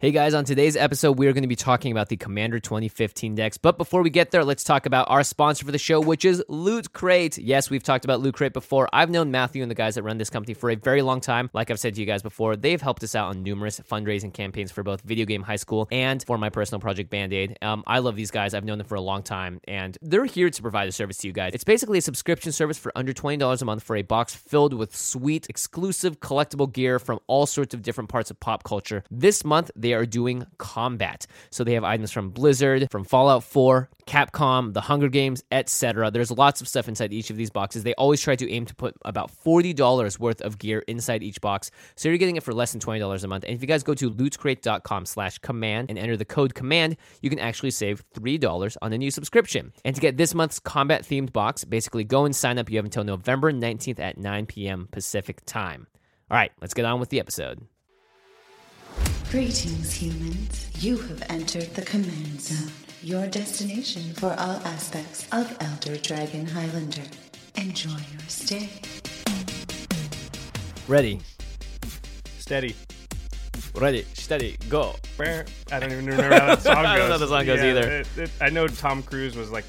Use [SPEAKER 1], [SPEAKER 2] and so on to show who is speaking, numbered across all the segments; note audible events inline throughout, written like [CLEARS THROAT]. [SPEAKER 1] Hey guys, on today's episode, we are going to be talking about the Commander 2015 decks. But before we get there, let's talk about our sponsor for the show, which is Loot Crate. Yes, we've talked about Loot Crate before. I've known Matthew and the guys that run this company for a very long time. Like I've said to you guys before, they've helped us out on numerous fundraising campaigns for both Video Game High School and for my personal project Band Aid. Um, I love these guys. I've known them for a long time, and they're here to provide a service to you guys. It's basically a subscription service for under $20 a month for a box filled with sweet, exclusive collectible gear from all sorts of different parts of pop culture. This month, they are doing combat. So they have items from Blizzard, from Fallout 4, Capcom, The Hunger Games, etc. There's lots of stuff inside each of these boxes. They always try to aim to put about $40 worth of gear inside each box. So you're getting it for less than $20 a month. And if you guys go to lootcrate.com slash command and enter the code command, you can actually save $3 on a new subscription. And to get this month's combat themed box, basically go and sign up. You have until November 19th at 9 p.m. Pacific time. All right, let's get on with the episode.
[SPEAKER 2] Greetings, humans. You have entered the command zone, your destination for all aspects of Elder Dragon Highlander. Enjoy your stay.
[SPEAKER 1] Ready,
[SPEAKER 3] Steady.
[SPEAKER 1] ready, steady, go.
[SPEAKER 3] Brr. I don't even remember how that song
[SPEAKER 1] [LAUGHS]
[SPEAKER 3] goes.
[SPEAKER 1] I don't know how the song goes
[SPEAKER 3] Yeah,
[SPEAKER 1] either.
[SPEAKER 3] it- it- I know Tom Cruise was like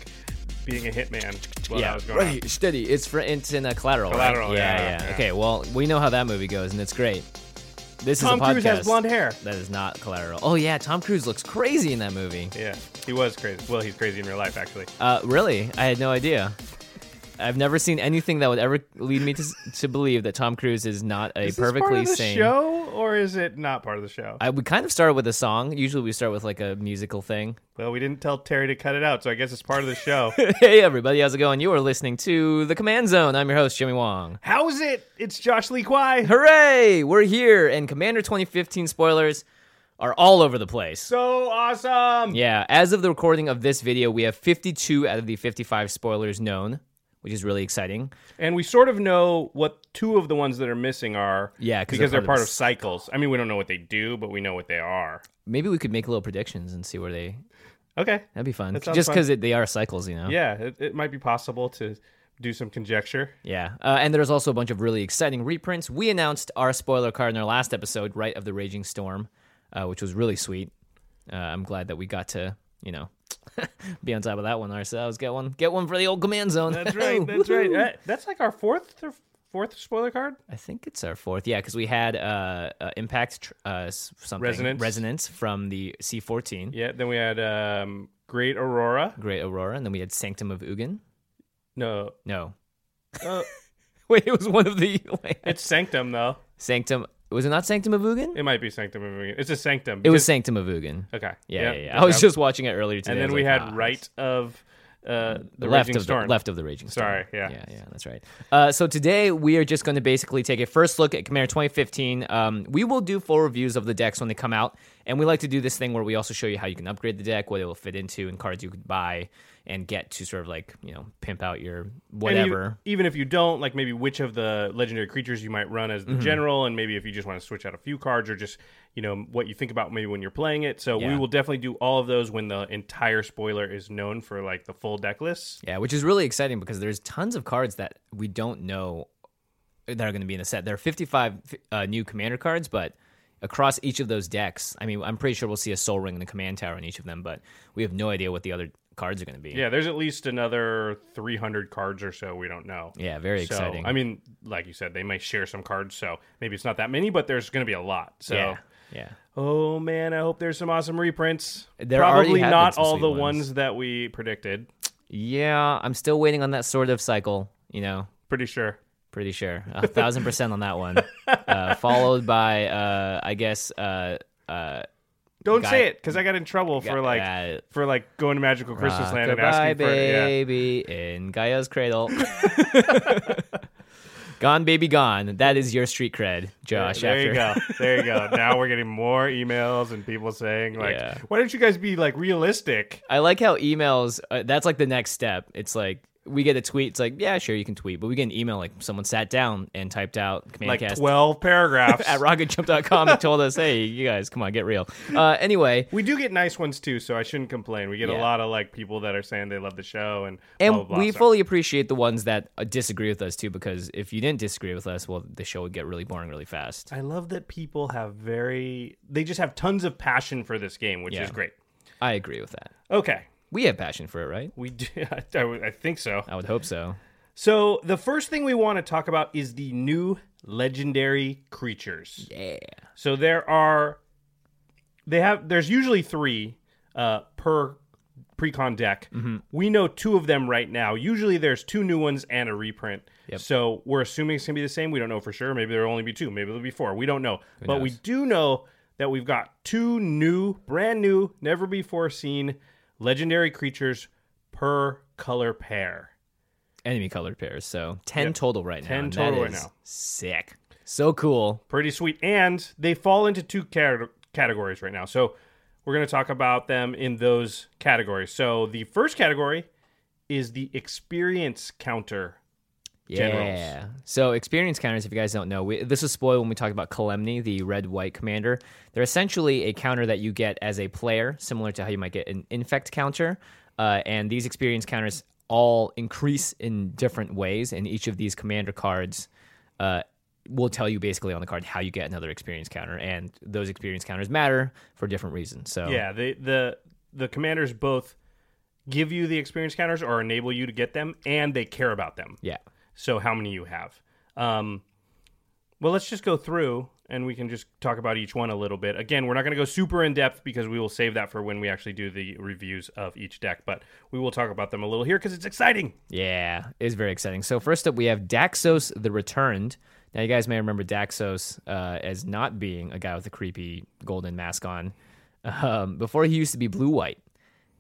[SPEAKER 3] being a hitman while that was going
[SPEAKER 1] ready, steady. It's for it's in a collateral. right?
[SPEAKER 3] Collateral, yeah, yeah.
[SPEAKER 1] Okay, well, we know how that movie goes, and it's great. This
[SPEAKER 3] on.
[SPEAKER 1] is
[SPEAKER 3] Tom
[SPEAKER 1] a podcast
[SPEAKER 3] Cruise has blonde hair.
[SPEAKER 1] that is not collateral. Oh yeah, Tom Cruise looks crazy in that movie.
[SPEAKER 3] Yeah, he was crazy. Well, he's crazy in real life, actually.
[SPEAKER 1] Uh, really, I had no idea. I've never seen anything that would ever lead me to to believe that Tom Cruise is not a
[SPEAKER 3] Is this
[SPEAKER 1] perfectly
[SPEAKER 3] part of the
[SPEAKER 1] sane.
[SPEAKER 3] show, or is it not part of the show?
[SPEAKER 1] I, we kind of start with a song. Usually, we start with like a musical thing.
[SPEAKER 3] well, we didn't tell Terry to cut it out, so I guess it's part of
[SPEAKER 1] [LAUGHS]
[SPEAKER 3] the [LAUGHS] show.
[SPEAKER 1] hey, everybody, how's it going? You are listening to the Command Zone. I'm your host, Jimmy Wong.
[SPEAKER 3] How's it? It's Josh Lee Kwai.
[SPEAKER 1] Hooray! We're here, and Commander 2015 spoilers are all over the place.
[SPEAKER 3] So awesome.
[SPEAKER 1] Yeah, as of the recording of this video, we have 52 out of the 55 spoilers known, which is really exciting.
[SPEAKER 3] And we sort of know what two of the ones that are missing are.
[SPEAKER 1] Yeah, 'cause
[SPEAKER 3] because
[SPEAKER 1] they're
[SPEAKER 3] they're,
[SPEAKER 1] part
[SPEAKER 3] part
[SPEAKER 1] of
[SPEAKER 3] of cycles. I mean, we don't know what they do, but we know what they are.
[SPEAKER 1] Maybe we could make little predictions and see where they.
[SPEAKER 3] Okay.
[SPEAKER 1] That'd be fun.
[SPEAKER 3] That sounds
[SPEAKER 1] Just
[SPEAKER 3] fun.
[SPEAKER 1] because they are cycles, you know?
[SPEAKER 3] Yeah, it, it might be possible to do some conjecture.
[SPEAKER 1] Yeah. Uh, and there's also a bunch of really exciting reprints. We announced our spoiler card in our last episode, right, of The Raging Storm, uh, which was really sweet. Uh, I'm glad that we got to, you know, [LAUGHS] be on top of that one ourselves. Get one, get one for the old command zone.
[SPEAKER 3] That's
[SPEAKER 1] [LAUGHS]
[SPEAKER 3] right. That's right. Uh, That- that's like our fourth or fourth spoiler card.
[SPEAKER 1] I think it's our fourth. Yeah, because we had uh, uh, Impact tr- uh, s- something
[SPEAKER 3] Resonance.
[SPEAKER 1] Resonance from the C14.
[SPEAKER 3] Yeah. Then we had um, Great Aurora.
[SPEAKER 1] Great Aurora, and then we had Sanctum of Ugin.
[SPEAKER 3] No,
[SPEAKER 1] No, [LAUGHS]
[SPEAKER 3] uh,
[SPEAKER 1] wait, it was one of the [LAUGHS]
[SPEAKER 3] it's Sanctum though.
[SPEAKER 1] Sanctum. Was it not Sanctum of Ugin?
[SPEAKER 3] It might be Sanctum. of Ugin. It's a Sanctum.
[SPEAKER 1] It was
[SPEAKER 3] because-
[SPEAKER 1] Sanctum of Ugin.
[SPEAKER 3] okay.
[SPEAKER 1] Yeah, yeah, yeah. I was just watching it earlier today.
[SPEAKER 3] And
[SPEAKER 1] I
[SPEAKER 3] then
[SPEAKER 1] was
[SPEAKER 3] we
[SPEAKER 1] like,
[SPEAKER 3] had
[SPEAKER 1] "Ah,
[SPEAKER 3] right of uh, the
[SPEAKER 1] left
[SPEAKER 3] Raging
[SPEAKER 1] of
[SPEAKER 3] Storm.
[SPEAKER 1] The, left of the raging storm.
[SPEAKER 3] Sorry, yeah.
[SPEAKER 1] yeah, yeah, that's right. Uh, so today we are just going to basically take a first look at Commander 2015. Um, we will do full reviews of the decks when they come out, and we like to do this thing where we also show you how you can upgrade the deck, what it will fit into, and cards you could buy and get to sort of like you know pimp out your
[SPEAKER 3] And you-
[SPEAKER 1] whatever.
[SPEAKER 3] even if you don't like, maybe which of the legendary creatures you might run
[SPEAKER 1] Mm-hmm.
[SPEAKER 3] as the general, and maybe if you just want to switch out a few cards, or just you know what you think about maybe when you're playing it. So we
[SPEAKER 1] Yeah.
[SPEAKER 3] will definitely do all of those when the entire spoiler is known for like the full deck list.
[SPEAKER 1] Yeah, which is really exciting because there's tons of cards that we don't know that are going to be in the set. There are 55 f- uh, new commander cards, but across each of those decks. I mean, I'm pretty sure we'll see a Soul Ring and a Command Tower in each of them, but we have no idea what the other cards are going to be.
[SPEAKER 3] Yeah, there's at least another 300 cards or so we don't know.
[SPEAKER 1] Yeah, very
[SPEAKER 3] So,
[SPEAKER 1] exciting.
[SPEAKER 3] I mean, like you said, they might share some cards, so maybe it's not that many, but there's going to be a lot. So,
[SPEAKER 1] yeah, yeah.
[SPEAKER 3] oh man, I hope there's some awesome reprints.
[SPEAKER 1] There already
[SPEAKER 3] Probably
[SPEAKER 1] have been
[SPEAKER 3] not
[SPEAKER 1] some
[SPEAKER 3] all
[SPEAKER 1] sweet
[SPEAKER 3] the
[SPEAKER 1] ones.
[SPEAKER 3] ones that we predicted.
[SPEAKER 1] Yeah, I'm still waiting on that sort of cycle. You know,
[SPEAKER 3] Pretty sure.
[SPEAKER 1] pretty sure a thousand percent on that
[SPEAKER 3] [LAUGHS]
[SPEAKER 1] one. Uh, followed by, uh, I guess, uh, uh,
[SPEAKER 3] Don't
[SPEAKER 1] Guy-
[SPEAKER 3] say it because I got in trouble for
[SPEAKER 1] Guy-
[SPEAKER 3] like
[SPEAKER 1] uh,
[SPEAKER 3] for like going to Magical Christmas Land and
[SPEAKER 1] Rock-a-bye,
[SPEAKER 3] asking for yeah.
[SPEAKER 1] baby in Gaia's cradle. [LAUGHS] gone baby gone. That is your street cred, Josh.
[SPEAKER 3] There you
[SPEAKER 1] after-
[SPEAKER 3] go. There
[SPEAKER 1] [LAUGHS]
[SPEAKER 3] you go. now we're getting more emails and people saying like,
[SPEAKER 1] Yeah.
[SPEAKER 3] "Why don't you guys be like realistic?"
[SPEAKER 1] I like how emails. Uh, that's like the next step. It's like we get a tweet. It's like yeah, sure you can tweet, but we get an email like someone sat down and typed out command
[SPEAKER 3] Like
[SPEAKER 1] cast
[SPEAKER 3] twelve paragraphs.
[SPEAKER 1] [LAUGHS] at rocketjump.com and told us, hey, you guys, come on, get real. Uh, anyway,
[SPEAKER 3] we do get nice ones too, so I shouldn't complain. We get
[SPEAKER 1] Yeah.
[SPEAKER 3] a lot of like people that are saying they love the show and
[SPEAKER 1] and
[SPEAKER 3] blah, blah, blah,
[SPEAKER 1] we
[SPEAKER 3] so-
[SPEAKER 1] fully appreciate the ones that uh, disagree with us too, because if you didn't disagree with us, well, the show would get really boring really fast.
[SPEAKER 3] I love that people have very they just have tons of passion for this game, which
[SPEAKER 1] Yeah.
[SPEAKER 3] is great.
[SPEAKER 1] I agree with that.
[SPEAKER 3] Okay.
[SPEAKER 1] We have passion for it, right?
[SPEAKER 3] We do, [LAUGHS] I, I- I think so.
[SPEAKER 1] I would hope so.
[SPEAKER 3] So the first thing we want to talk about is the new legendary creatures.
[SPEAKER 1] Yeah.
[SPEAKER 3] So there are they have there's usually three uh, per precon deck.
[SPEAKER 1] Mm-hmm.
[SPEAKER 3] We know two of them right now. Usually there's two new ones and a reprint. So we're assuming it's gonna be the same. We don't know for sure. Maybe there'll only be two. Maybe there'll be four. We don't know. but we
[SPEAKER 1] knows?
[SPEAKER 3] do know that we've got two new, brand new, never before seen legendary creatures per color pair.
[SPEAKER 1] Enemy colored pairs. So 10 total right now.
[SPEAKER 3] 10
[SPEAKER 1] and
[SPEAKER 3] total
[SPEAKER 1] that
[SPEAKER 3] right
[SPEAKER 1] is
[SPEAKER 3] now.
[SPEAKER 1] Sick. So cool.
[SPEAKER 3] pretty sweet. And they fall into two cat- categories right now. So we're going to talk about them in those categories. So the first category is the experience counter.
[SPEAKER 1] Yeah.
[SPEAKER 3] Generals.
[SPEAKER 1] So experience counters, if you guys don't know, we, this was spoiled when we talked about Calemny, the red white commander. They're essentially a counter that you get as a player, similar to how you might get an infect counter. Uh, and these experience counters all increase in different ways, and each of these commander cards uh, will tell you basically on the card how you get another experience counter, and those experience counters matter for different reasons. So
[SPEAKER 3] Yeah, they, the the commanders both give you the experience counters or enable you to get them, and they care about them.
[SPEAKER 1] yeah.
[SPEAKER 3] So how many you have? Um, well, let's just go through and we can just talk about each one a little bit. Again, we're not going to go super in depth because we will save that for when we actually do the reviews of each deck, but we will talk about them a little here because it's exciting.
[SPEAKER 1] Yeah, it is very exciting. So first up, we have Daxos the Returned. Now you guys may remember Daxos uh, as not being a guy with a creepy golden mask on. [LAUGHS] Um, before he used to be blue white,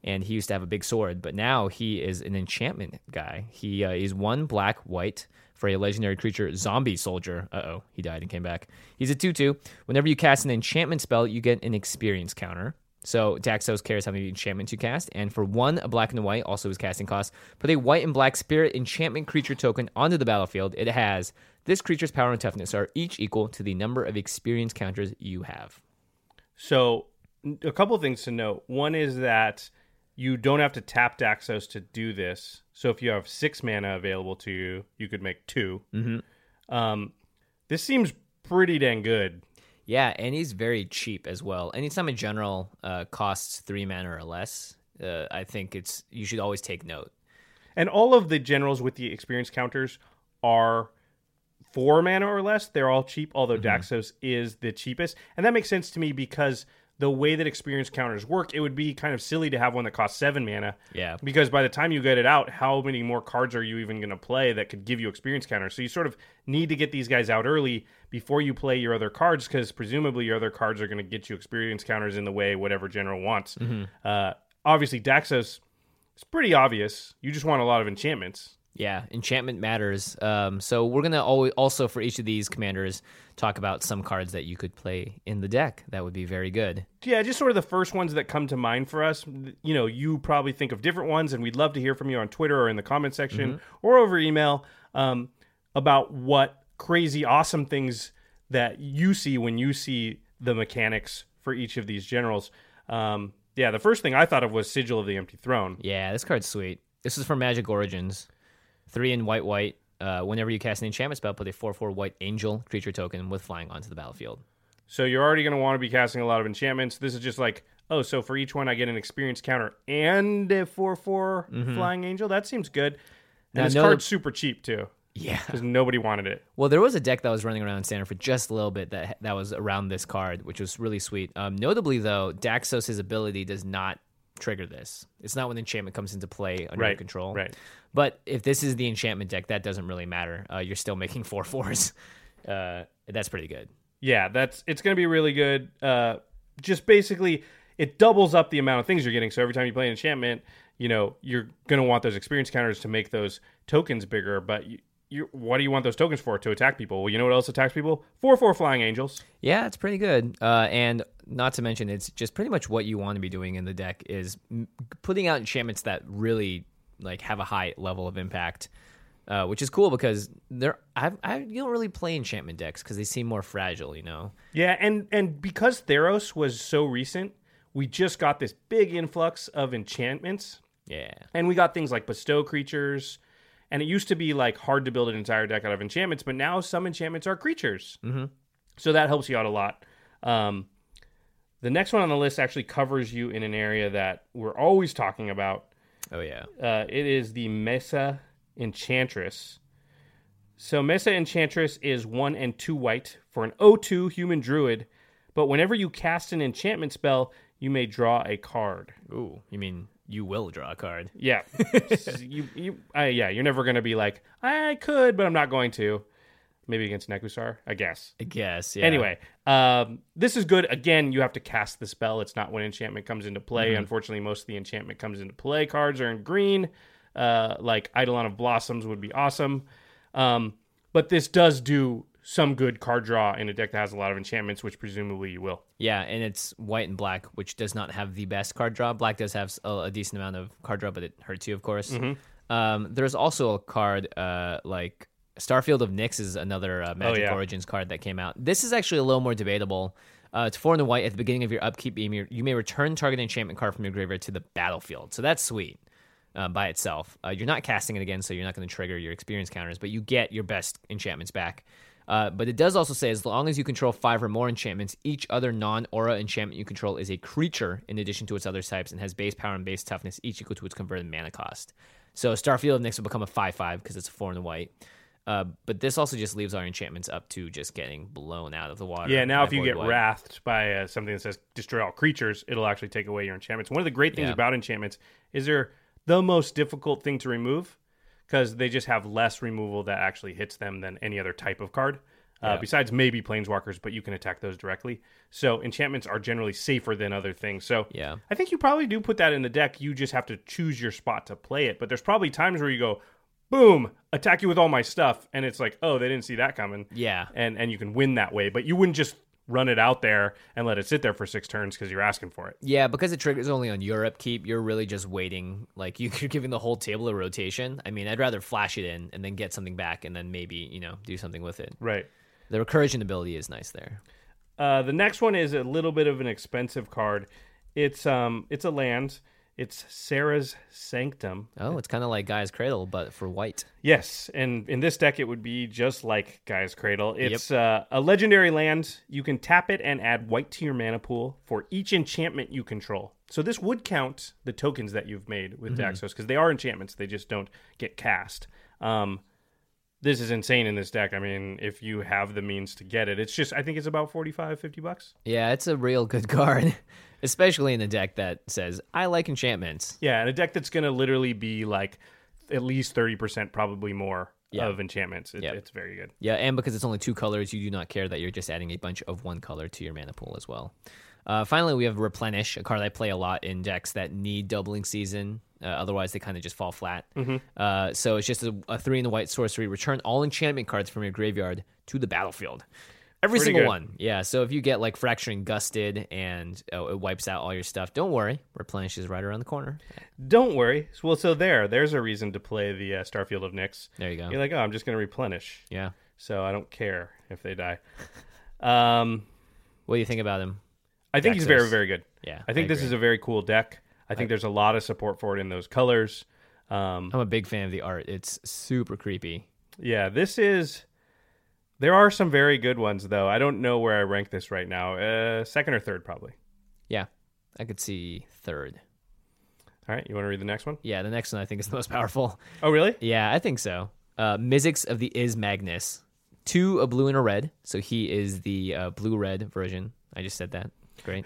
[SPEAKER 1] and he used to have a big sword, but now he is an enchantment guy. He uh, is one black white for a legendary creature zombie soldier. Uh oh, he died and came back. He's a two two. Whenever you cast an enchantment spell, you get an experience counter. So Daxos cares how many enchantments you cast, and for one, a black and a white, also his casting cost, put a white and black spirit enchantment creature token onto the battlefield. It has this creature's power and toughness are each equal to the number of experience counters you have.
[SPEAKER 3] So, n- a couple things to note. One is that you don't have to tap Daxos to do this. So, if you have six mana available to you, you could make 2 Um, this seems pretty dang good.
[SPEAKER 1] Yeah, and he's very cheap as well. Anytime a general uh, costs three mana or less, uh, I think it's you should always take note.
[SPEAKER 3] And all of the generals with the experience counters are four mana or less. They're all cheap, although Daxos is the cheapest. And that makes sense to me because the way that experience counters work, it would be kind of silly to have one that costs seven mana.
[SPEAKER 1] Yeah.
[SPEAKER 3] Because by the time you get it out, how many more cards are you even going to play that could give you experience counters? So you sort of need to get these guys out early before you play your other cards because presumably your other cards are going to get you experience counters in the way whatever general wants. Uh, obviously, Daxos it's pretty obvious. You just want a lot of enchantments.
[SPEAKER 1] Yeah, enchantment matters. Um, so we're gonna always also for each of these commanders talk about some cards that you could play in the deck that would be very good.
[SPEAKER 3] Yeah, just sort of the first ones that come to mind for us. You know, you probably think of different ones, and we'd love to hear from you on Twitter or in the comment section or over email um, about what crazy, awesome things that you see when you see the mechanics for each of these generals. Um, yeah, the first thing I thought of was Sigil of the Empty Throne.
[SPEAKER 1] Yeah, this card's sweet. This is from Magic Origins. Three in white, white. Uh, whenever you cast an enchantment spell, put a four four white angel creature token with flying onto the battlefield.
[SPEAKER 3] So you're already going to want to be casting a lot of enchantments. This is just like, oh, so for each one I get an experience counter and a 4 4 Flying Angel. That seems good. And
[SPEAKER 1] Now,
[SPEAKER 3] this
[SPEAKER 1] no-
[SPEAKER 3] card's super cheap too,
[SPEAKER 1] Yeah.
[SPEAKER 3] because nobody wanted it.
[SPEAKER 1] Well, there was a deck that was running around standard for just a little bit that that was around this card, which was really sweet. Um, notably, though, Daxos' ability does not trigger this. It's not when enchantment comes into play under your
[SPEAKER 3] Right,
[SPEAKER 1] control.
[SPEAKER 3] right.
[SPEAKER 1] But if this is the enchantment deck, that doesn't really matter. Uh, you're still making [LAUGHS] four fours. Uh, that's pretty good.
[SPEAKER 3] Yeah, that's it's going to be really good. Uh, just basically, it doubles up the amount of things you're getting. So every time you play an enchantment, you know you're going to want those experience counters to make those tokens bigger. But you, you, what do you want those tokens for? To attack people? Well, you know what else attacks people? Four four flying angels.
[SPEAKER 1] Yeah, it's pretty good. Uh, and not to mention, it's just pretty much what you want to be doing in the deck is m- putting out enchantments that really like have a high level of impact, uh, which is cool because they're I, I you don't really play enchantment decks because they seem more fragile, you know.
[SPEAKER 3] Yeah, and and because Theros was so recent, we just got this big influx of enchantments,
[SPEAKER 1] Yeah,
[SPEAKER 3] and we got things like bestow creatures. And it used to be like hard to build an entire deck out of enchantments, but now some enchantments are creatures, mm-hmm. so that helps you out a lot. Um, the next one on the list actually covers you in an area that we're always talking about.
[SPEAKER 1] oh yeah,
[SPEAKER 3] Uh, it is the Mesa Enchantress. So Mesa Enchantress is one and two white for an 0-2 human druid, but whenever you cast an enchantment spell, you may draw a card.
[SPEAKER 1] ooh, you mean you will draw a card?
[SPEAKER 3] Yeah, S- you, you, uh, yeah, you're never gonna be like I could, but I'm not going to. Maybe against Nekusar, I guess.
[SPEAKER 1] I guess. Yeah.
[SPEAKER 3] Anyway, um, this is good. Again, you have to cast the spell. It's not when enchantment comes into play. Unfortunately, most of the enchantment comes into play cards are in green. Uh, like Eidolon of Blossoms would be awesome. Um, but this does do some good card draw in a deck that has a lot of enchantments, which presumably you will.
[SPEAKER 1] Yeah, and it's white and black, which does not have the best card draw. Black does have s- a, a decent amount of card draw, but it hurts you, of course. Um, there's also a card uh, like Starfield of Nyx is another uh, Magic
[SPEAKER 3] yeah.
[SPEAKER 1] Origins card that came out. This is actually a little more debatable. Uh, it's four and a white. At the beginning of your upkeep, you may, you may return target enchantment card from your graveyard to the battlefield. So that's sweet uh, by itself. Uh, you're not casting it again, so you're not going to trigger your experience counters, but you get your best enchantments back. Uh, but it does also say as long as you control five or more enchantments, each other non aura enchantment you control is a creature in addition to its other types and has base power and base toughness, each equal to its converted mana cost. So Starfield of Nyx will become a 5 5 because it's a 4 and a white. Uh, but this also just leaves our enchantments up to just getting blown out of the water.
[SPEAKER 3] Yeah, now
[SPEAKER 1] by
[SPEAKER 3] if you
[SPEAKER 1] Void
[SPEAKER 3] get
[SPEAKER 1] White.
[SPEAKER 3] wrathed by uh, something that says destroy all creatures, it'll actually take away your enchantments. One of the great things
[SPEAKER 1] Yeah.
[SPEAKER 3] about enchantments is they're the most difficult thing to remove because they just have less removal that actually hits them than any other type of card. Uh, Besides maybe planeswalkers, but you can attack those directly. So enchantments are generally safer than other things. So
[SPEAKER 1] Yeah.
[SPEAKER 3] I think you probably do put that in the deck. You just have to choose your spot to play it. But there's probably times where you go, boom, attack you with all my stuff, and it's like, oh, they didn't see that coming
[SPEAKER 1] Yeah.
[SPEAKER 3] and and you can win that way. But you wouldn't just run it out there and let it sit there for six turns because you're asking for it.
[SPEAKER 1] Yeah, because it triggers only on your upkeep, you're really just waiting. Like [LAUGHS] you- you're giving the whole table a rotation. I mean, I'd rather flash it in and then get something back, and then maybe you know do something with it.
[SPEAKER 3] Right.
[SPEAKER 1] The recursion ability is nice there.
[SPEAKER 3] Uh, the next one is a little bit of an expensive card. It's um it's a land. It's Sarah's Sanctum.
[SPEAKER 1] Oh, it's kind of like Guy's Cradle, but for white.
[SPEAKER 3] Yes, and in this deck it would be just like Guy's Cradle. It's uh, a legendary land. You can tap it and add white to your mana pool for each enchantment you control. So this would count the tokens that you've made with
[SPEAKER 1] Mm-hmm.
[SPEAKER 3] Daxos because they are enchantments. They just don't get cast. Um, this is insane in this deck. I mean, if you have the means to get it, it's just I think it's about 45 50 bucks.
[SPEAKER 1] Yeah, it's a real good [LAUGHS] card, especially in a deck that says I like enchantments.
[SPEAKER 3] Yeah, and a deck that's going to literally be like at least 30% probably more
[SPEAKER 1] Yeah.
[SPEAKER 3] of enchantments. It,
[SPEAKER 1] Yeah.
[SPEAKER 3] It's very good.
[SPEAKER 1] Yeah, and because it's only two colors, you do not care that you're just adding a bunch of one color to your mana pool as well. Uh, finally, we have Replenish, a card I play a lot in decks that need doubling season. Uh, otherwise, they kind of just fall flat.
[SPEAKER 3] Mm-hmm.
[SPEAKER 1] Uh, so it's just a, a three in the white sorcery. Return all enchantment cards from your graveyard to the battlefield. Every
[SPEAKER 3] Pretty
[SPEAKER 1] single
[SPEAKER 3] good.
[SPEAKER 1] one. Yeah. So if you get like Fracturing Gusted and oh, it wipes out all your stuff, don't worry. Replenish is right around the corner.
[SPEAKER 3] Don't worry. Well, so there, there's a reason to play the uh, Starfield of Nyx.
[SPEAKER 1] There you go.
[SPEAKER 3] You're like, oh, I'm just going to replenish,
[SPEAKER 1] yeah.
[SPEAKER 3] so I don't care if they die. Um,
[SPEAKER 1] What do you think about him?
[SPEAKER 3] I think he's
[SPEAKER 1] Daxos.
[SPEAKER 3] very, very good.
[SPEAKER 1] Yeah,
[SPEAKER 3] I think
[SPEAKER 1] I
[SPEAKER 3] this is a very cool deck. I think there's a lot of support for it in those colors. Um,
[SPEAKER 1] I'm a big fan of the art. It's super creepy.
[SPEAKER 3] yeah, this is There are some very good ones, though. I don't know where I rank this right now. Uh, second or third, probably.
[SPEAKER 1] Yeah, I could see third.
[SPEAKER 3] All right, you want to read the next one?
[SPEAKER 1] Yeah, the next one I think is the most [LAUGHS] powerful.
[SPEAKER 3] Oh, really?
[SPEAKER 1] Yeah, I think so. Uh, Mizzix of the Is Magnus. Two, a blue and a red. So he is the uh, blue red version. I just said that. Great.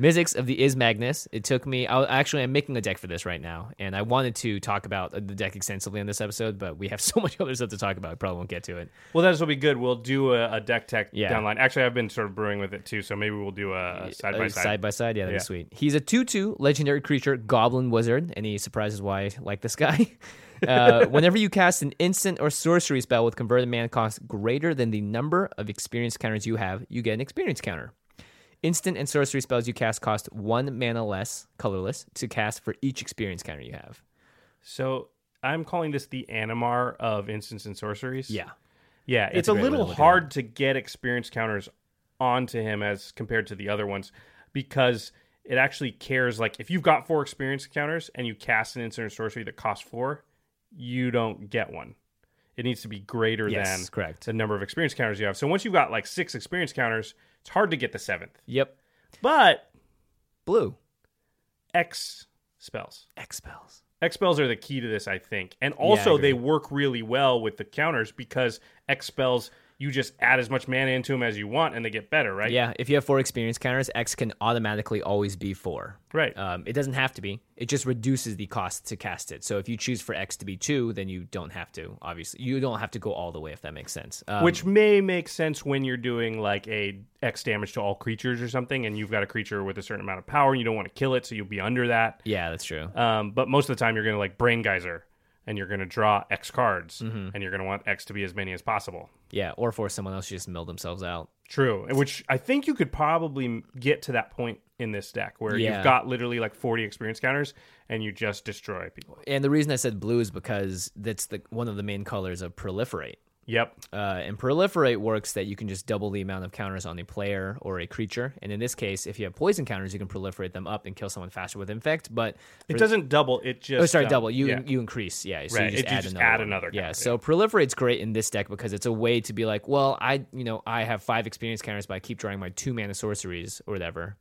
[SPEAKER 1] Mizzix of the Is Magnus. It took me, I, actually, I'm making a deck for this right now. And I wanted to talk about uh, the deck extensively on this episode, but we have [LAUGHS] so much other stuff to talk about. I probably won't get to it.
[SPEAKER 3] Well, that's will be good. We'll do a, a deck tech
[SPEAKER 1] Yeah.
[SPEAKER 3] downline. Actually, I've been sort of brewing with it too, so maybe we'll do a side by
[SPEAKER 1] Uh,
[SPEAKER 3] side.
[SPEAKER 1] by side. Yeah, that'd
[SPEAKER 3] Yeah.
[SPEAKER 1] be sweet. He's a 2 2 legendary creature, Goblin Wizard. Any surprises why I like this guy? [LAUGHS]
[SPEAKER 3] [LAUGHS]
[SPEAKER 1] Uh, whenever you cast an instant or sorcery spell with converted mana cost greater than the number of experience counters you have, you get an experience counter. Instant and sorcery spells you cast cost one mana less, colorless, to cast for each experience counter you have.
[SPEAKER 3] So I'm calling this the Animar of instants and sorceries.
[SPEAKER 1] Yeah.
[SPEAKER 3] Yeah, it's a
[SPEAKER 1] a great way to
[SPEAKER 3] little
[SPEAKER 1] look at
[SPEAKER 3] hard to get experience counters onto him as compared to the other ones because it actually cares. Like, if you've got four experience counters and you cast an instant or sorcery that costs four, you don't get one. It needs to be greater
[SPEAKER 1] Yes,
[SPEAKER 3] than
[SPEAKER 1] correct.
[SPEAKER 3] the number of experience counters you have. So once you've got like six experience counters, it's hard to get the seventh.
[SPEAKER 1] Yep.
[SPEAKER 3] But
[SPEAKER 1] Blue.
[SPEAKER 3] X spells.
[SPEAKER 1] X spells.
[SPEAKER 3] X spells are the key to this, I think. And also,
[SPEAKER 1] agree.
[SPEAKER 3] they work really well with the counters because X spells, you just add as much mana into them as you want and they get better, right?
[SPEAKER 1] Yeah, if you have four experience counters, X can automatically always be four.
[SPEAKER 3] Right.
[SPEAKER 1] Um, it doesn't have to be. It just reduces the cost to cast it. So if you choose for X to be two, then you don't have to. Obviously, you don't have to go all the way if that makes sense. Um,
[SPEAKER 3] Which may make sense when you're doing like a X damage to all creatures or something, and you've got a creature with a certain amount of power and you don't want to kill it, so you'll be under that.
[SPEAKER 1] yeah, that's true.
[SPEAKER 3] Um, but most of the time, you're going to like Brain Geyser and you're going to draw X cards
[SPEAKER 1] Mm-hmm.
[SPEAKER 3] and you're going to want X to be as many as possible.
[SPEAKER 1] Yeah, or for someone else to just mill themselves out.
[SPEAKER 3] True, which I think you could probably get to that point in this deck where
[SPEAKER 1] Yeah.
[SPEAKER 3] you've got literally like 40 experience counters and you just destroy people.
[SPEAKER 1] And the reason I said blue is because that's the one of the main colors of proliferate.
[SPEAKER 3] Yep.
[SPEAKER 1] Uh, and proliferate works that you can just double the amount of counters on a player or a creature. And in this case, if you have poison counters, you can proliferate them up and kill someone faster with infect. But
[SPEAKER 3] It doesn't double, it just
[SPEAKER 1] Oh, sorry,
[SPEAKER 3] uh,
[SPEAKER 1] double. You
[SPEAKER 3] yeah.
[SPEAKER 1] you increase, yeah. So
[SPEAKER 3] Right,
[SPEAKER 1] you just,
[SPEAKER 3] it- you
[SPEAKER 1] add,
[SPEAKER 3] just
[SPEAKER 1] another
[SPEAKER 3] add
[SPEAKER 1] one.
[SPEAKER 3] another
[SPEAKER 1] Yeah.
[SPEAKER 3] count,
[SPEAKER 1] So proliferate's great in this deck because it's a way to be like, well, I you know I have five experience counters, but I keep drawing my two mana sorceries or whatever.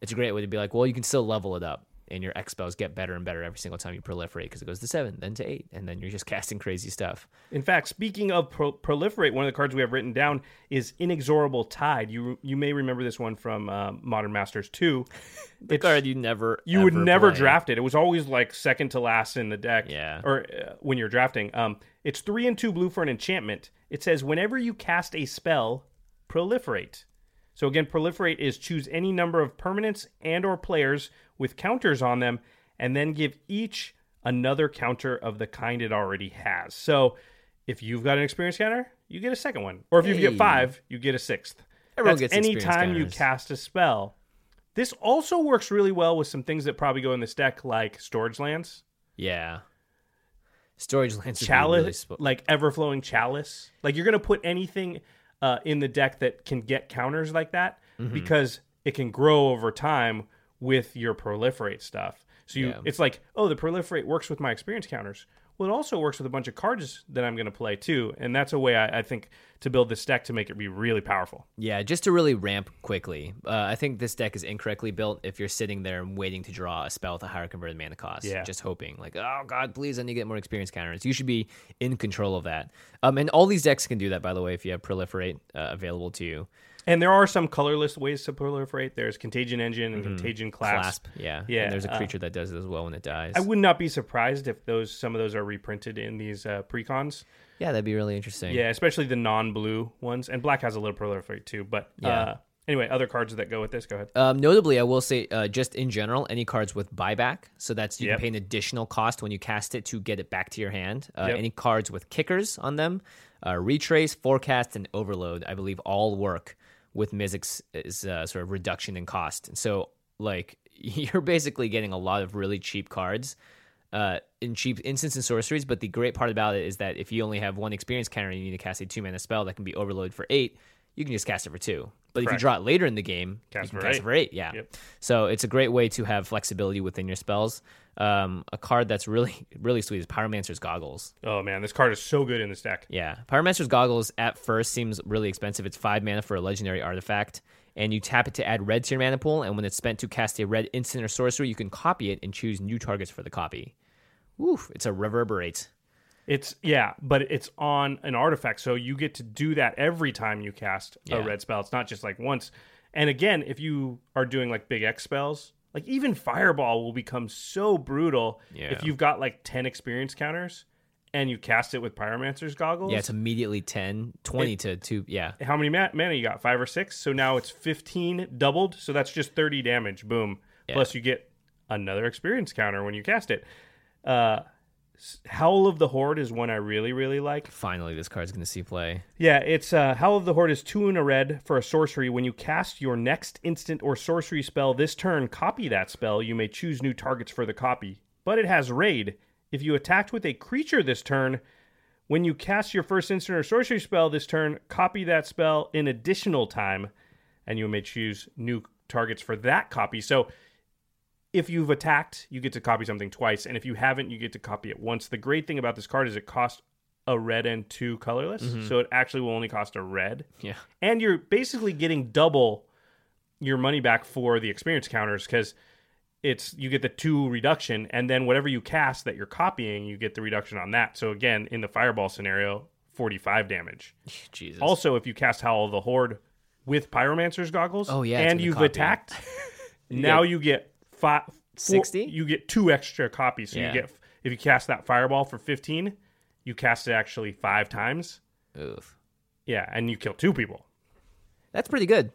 [SPEAKER 1] It's a great way to be like, well, you can still level it up, and your X spells get better and better every single time you proliferate because it goes to seven, then to eight, and then you're just [LAUGHS] casting crazy stuff.
[SPEAKER 3] In fact, speaking of pro- proliferate, one of the cards we have written down is inexorable tide. You you may remember this one from um, Modern Masters 2.
[SPEAKER 1] The card you never
[SPEAKER 3] you would
[SPEAKER 1] ever
[SPEAKER 3] never
[SPEAKER 1] play.
[SPEAKER 3] draft it. It was always like second to last in the deck.
[SPEAKER 1] Yeah.
[SPEAKER 3] Or uh, when you're drafting, um, it's three and two blue for an enchantment. It says whenever you cast a spell, proliferate. So again, proliferate is choose any number of permanents and or players with counters on them, and then give each another counter of the kind it already has. So if you've got an experience counter, you get a second one, or if you
[SPEAKER 1] Hey.
[SPEAKER 3] get five, you get a sixth.
[SPEAKER 1] Everyone
[SPEAKER 3] That's
[SPEAKER 1] gets
[SPEAKER 3] any
[SPEAKER 1] experience
[SPEAKER 3] time you
[SPEAKER 1] counters.
[SPEAKER 3] cast a spell. This also works really well with some things that probably go in this deck, like storage lands,
[SPEAKER 1] Yeah. Storage lands. would be
[SPEAKER 3] chalice,
[SPEAKER 1] Really spo-
[SPEAKER 3] like everflowing chalice. Like you're gonna put anything uh, in the deck that can get counters like that
[SPEAKER 1] Mm-hmm.
[SPEAKER 3] because it can grow over time with your proliferate stuff. So you,
[SPEAKER 1] Yeah.
[SPEAKER 3] it's like, oh, the proliferate works with my experience counters. Well, it also works with a bunch of cards that I'm gonna play too, and that's a way I, I think to build this deck to make it be really powerful.
[SPEAKER 1] Yeah, just to really ramp quickly. Uh, I think this deck is incorrectly built if you're sitting there and waiting to draw a spell with a higher converted mana cost.
[SPEAKER 3] Yeah.
[SPEAKER 1] Just hoping, like, oh, God, please, I need to get more experience counters. You should be in control of that. Um, and all these decks can do that, by the way, if you have Proliferate uh, available to you.
[SPEAKER 3] And there are some colorless ways to proliferate. There's Contagion Engine and Contagion Clasp.
[SPEAKER 1] Mm-hmm. Clasp. Yeah.
[SPEAKER 3] Yeah,
[SPEAKER 1] And there's a
[SPEAKER 3] uh,
[SPEAKER 1] creature that does it as well when it dies.
[SPEAKER 3] I would not be surprised if those some of those are reprinted in these uh, precons.
[SPEAKER 1] yeah, that'd be really interesting.
[SPEAKER 3] Yeah, especially the non-blue ones. And black has a little proliferate too. But uh, anyway, other cards that go with this. Go ahead.
[SPEAKER 1] Um, notably, I will say, uh, just in general, any cards with buyback, so that's you
[SPEAKER 3] Yep.
[SPEAKER 1] can pay an additional cost when you cast it to get it back to your hand. Uh,
[SPEAKER 3] Yep.
[SPEAKER 1] Any cards with kickers on them, uh, retrace, forecast, and overload, I believe, all work with Mizzix's uh, sort of reduction in cost. And so, like, [LAUGHS] you're basically getting a lot of really cheap cards uh, in cheap instants and sorceries. But the great part about it is that if you only have one experience counter, and you need to cast a two mana spell that can be overloaded for eight. You can just cast it for two But if you
[SPEAKER 3] Correct.
[SPEAKER 1] draw it later in the game,
[SPEAKER 3] Cast
[SPEAKER 1] you
[SPEAKER 3] for
[SPEAKER 1] can cast
[SPEAKER 3] eight.
[SPEAKER 1] it for eight. Yeah.
[SPEAKER 3] Yep.
[SPEAKER 1] So it's a great way to have flexibility within your spells. Um, a card that's really [LAUGHS] really sweet is Pyromancer's Goggles.
[SPEAKER 3] Oh man, this card is so good in the stack.
[SPEAKER 1] Yeah, Pyromancer's Goggles at first seems really expensive. It's five mana for a legendary artifact, and you tap it to add red to your mana pool. And when it's spent to cast a red instant or sorcery, you can copy it and choose new targets for the copy. Oof! It's a reverberate.
[SPEAKER 3] It's yeah, but it's on an artifact, so you get to do that every time you cast
[SPEAKER 1] Yeah.
[SPEAKER 3] a red spell. It's not just like once. And again, if you are doing like big X spells, like even Fireball will become so brutal
[SPEAKER 1] Yeah.
[SPEAKER 3] if you've got like ten experience counters and you cast it with Pyromancer's goggles.
[SPEAKER 1] Yeah, it's immediately 10, 20 to two. Yeah,
[SPEAKER 3] how many ma- mana you got? Five or six. So now it's fifteen doubled. So that's just thirty damage. Boom. Plus you get another experience counter when you cast it. Uh, s- Howl of the Horde is one I really really like.
[SPEAKER 1] finally this card's gonna see play.
[SPEAKER 3] Yeah, it's uh, Howl of the Horde is two and a red for a sorcery. When you cast your next instant or sorcery spell this turn, copy that spell. You may choose new targets for the copy, but it has raid. If you attacked with a creature this turn, when you cast your first instant or sorcery spell this turn, copy that spell in additional time, and you may choose new targets for that copy. So if you've attacked, you get to copy something twice, and if you haven't, you get to copy it once. The great thing about this card is it costs a red and two colorless, so it actually will only cost a red.
[SPEAKER 1] Yeah.
[SPEAKER 3] And you're basically getting double your money back for the experience counters because it's you get the two reduction, and then whatever you cast that you're copying, you get the reduction on that. So again, in the fireball scenario, 45 damage.
[SPEAKER 1] [LAUGHS] Jesus.
[SPEAKER 3] Also, if you cast Howl of the Horde with Pyromancer's goggles,
[SPEAKER 1] Oh, yeah, it's in
[SPEAKER 3] and
[SPEAKER 1] the
[SPEAKER 3] you've
[SPEAKER 1] copy. [LAUGHS]
[SPEAKER 3] attacked, now you get five,
[SPEAKER 1] 60?
[SPEAKER 3] You get two extra copies. So
[SPEAKER 1] Yeah.
[SPEAKER 3] you get if you cast that fireball for fifteen, you cast it actually five times.
[SPEAKER 1] Oof.
[SPEAKER 3] Yeah, and you kill two people.
[SPEAKER 1] That's pretty good.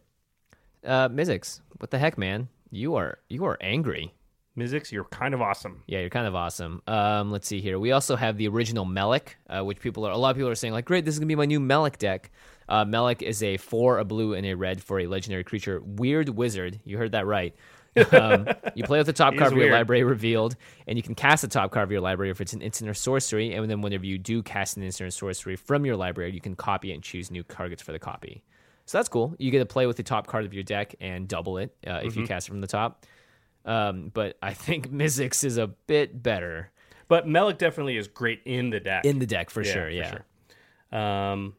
[SPEAKER 1] Uh, Mizzix, what the heck, man? You are you are angry.
[SPEAKER 3] Mizzix, you're kind of awesome.
[SPEAKER 1] Yeah, you're kind of awesome. Um, let's see here. We also have the original Melek, uh, which people are a lot of people are saying like, great, this is gonna be my new Melek deck. Uh, Melek is a four, a blue, and a red for a legendary creature, weird wizard. You heard that right.
[SPEAKER 3] [LAUGHS]
[SPEAKER 1] um, you play with the top
[SPEAKER 3] It
[SPEAKER 1] card
[SPEAKER 3] is
[SPEAKER 1] of your
[SPEAKER 3] weird.
[SPEAKER 1] library revealed, and you can cast the top card of your library if it's an instant or sorcery. And then whenever you do cast an instant or sorcery from your library, you can copy it and choose new targets for the copy. So that's cool. You get to play with the top card of your deck and double it uh,
[SPEAKER 3] Mm-hmm.
[SPEAKER 1] if you cast it from the top. Um, but I think [LAUGHS] Mizzix is a bit better
[SPEAKER 3] But Melek definitely is great in the deck.
[SPEAKER 1] in the deck for
[SPEAKER 3] Yeah,
[SPEAKER 1] sure.
[SPEAKER 3] for
[SPEAKER 1] yeah.
[SPEAKER 3] sure. Um,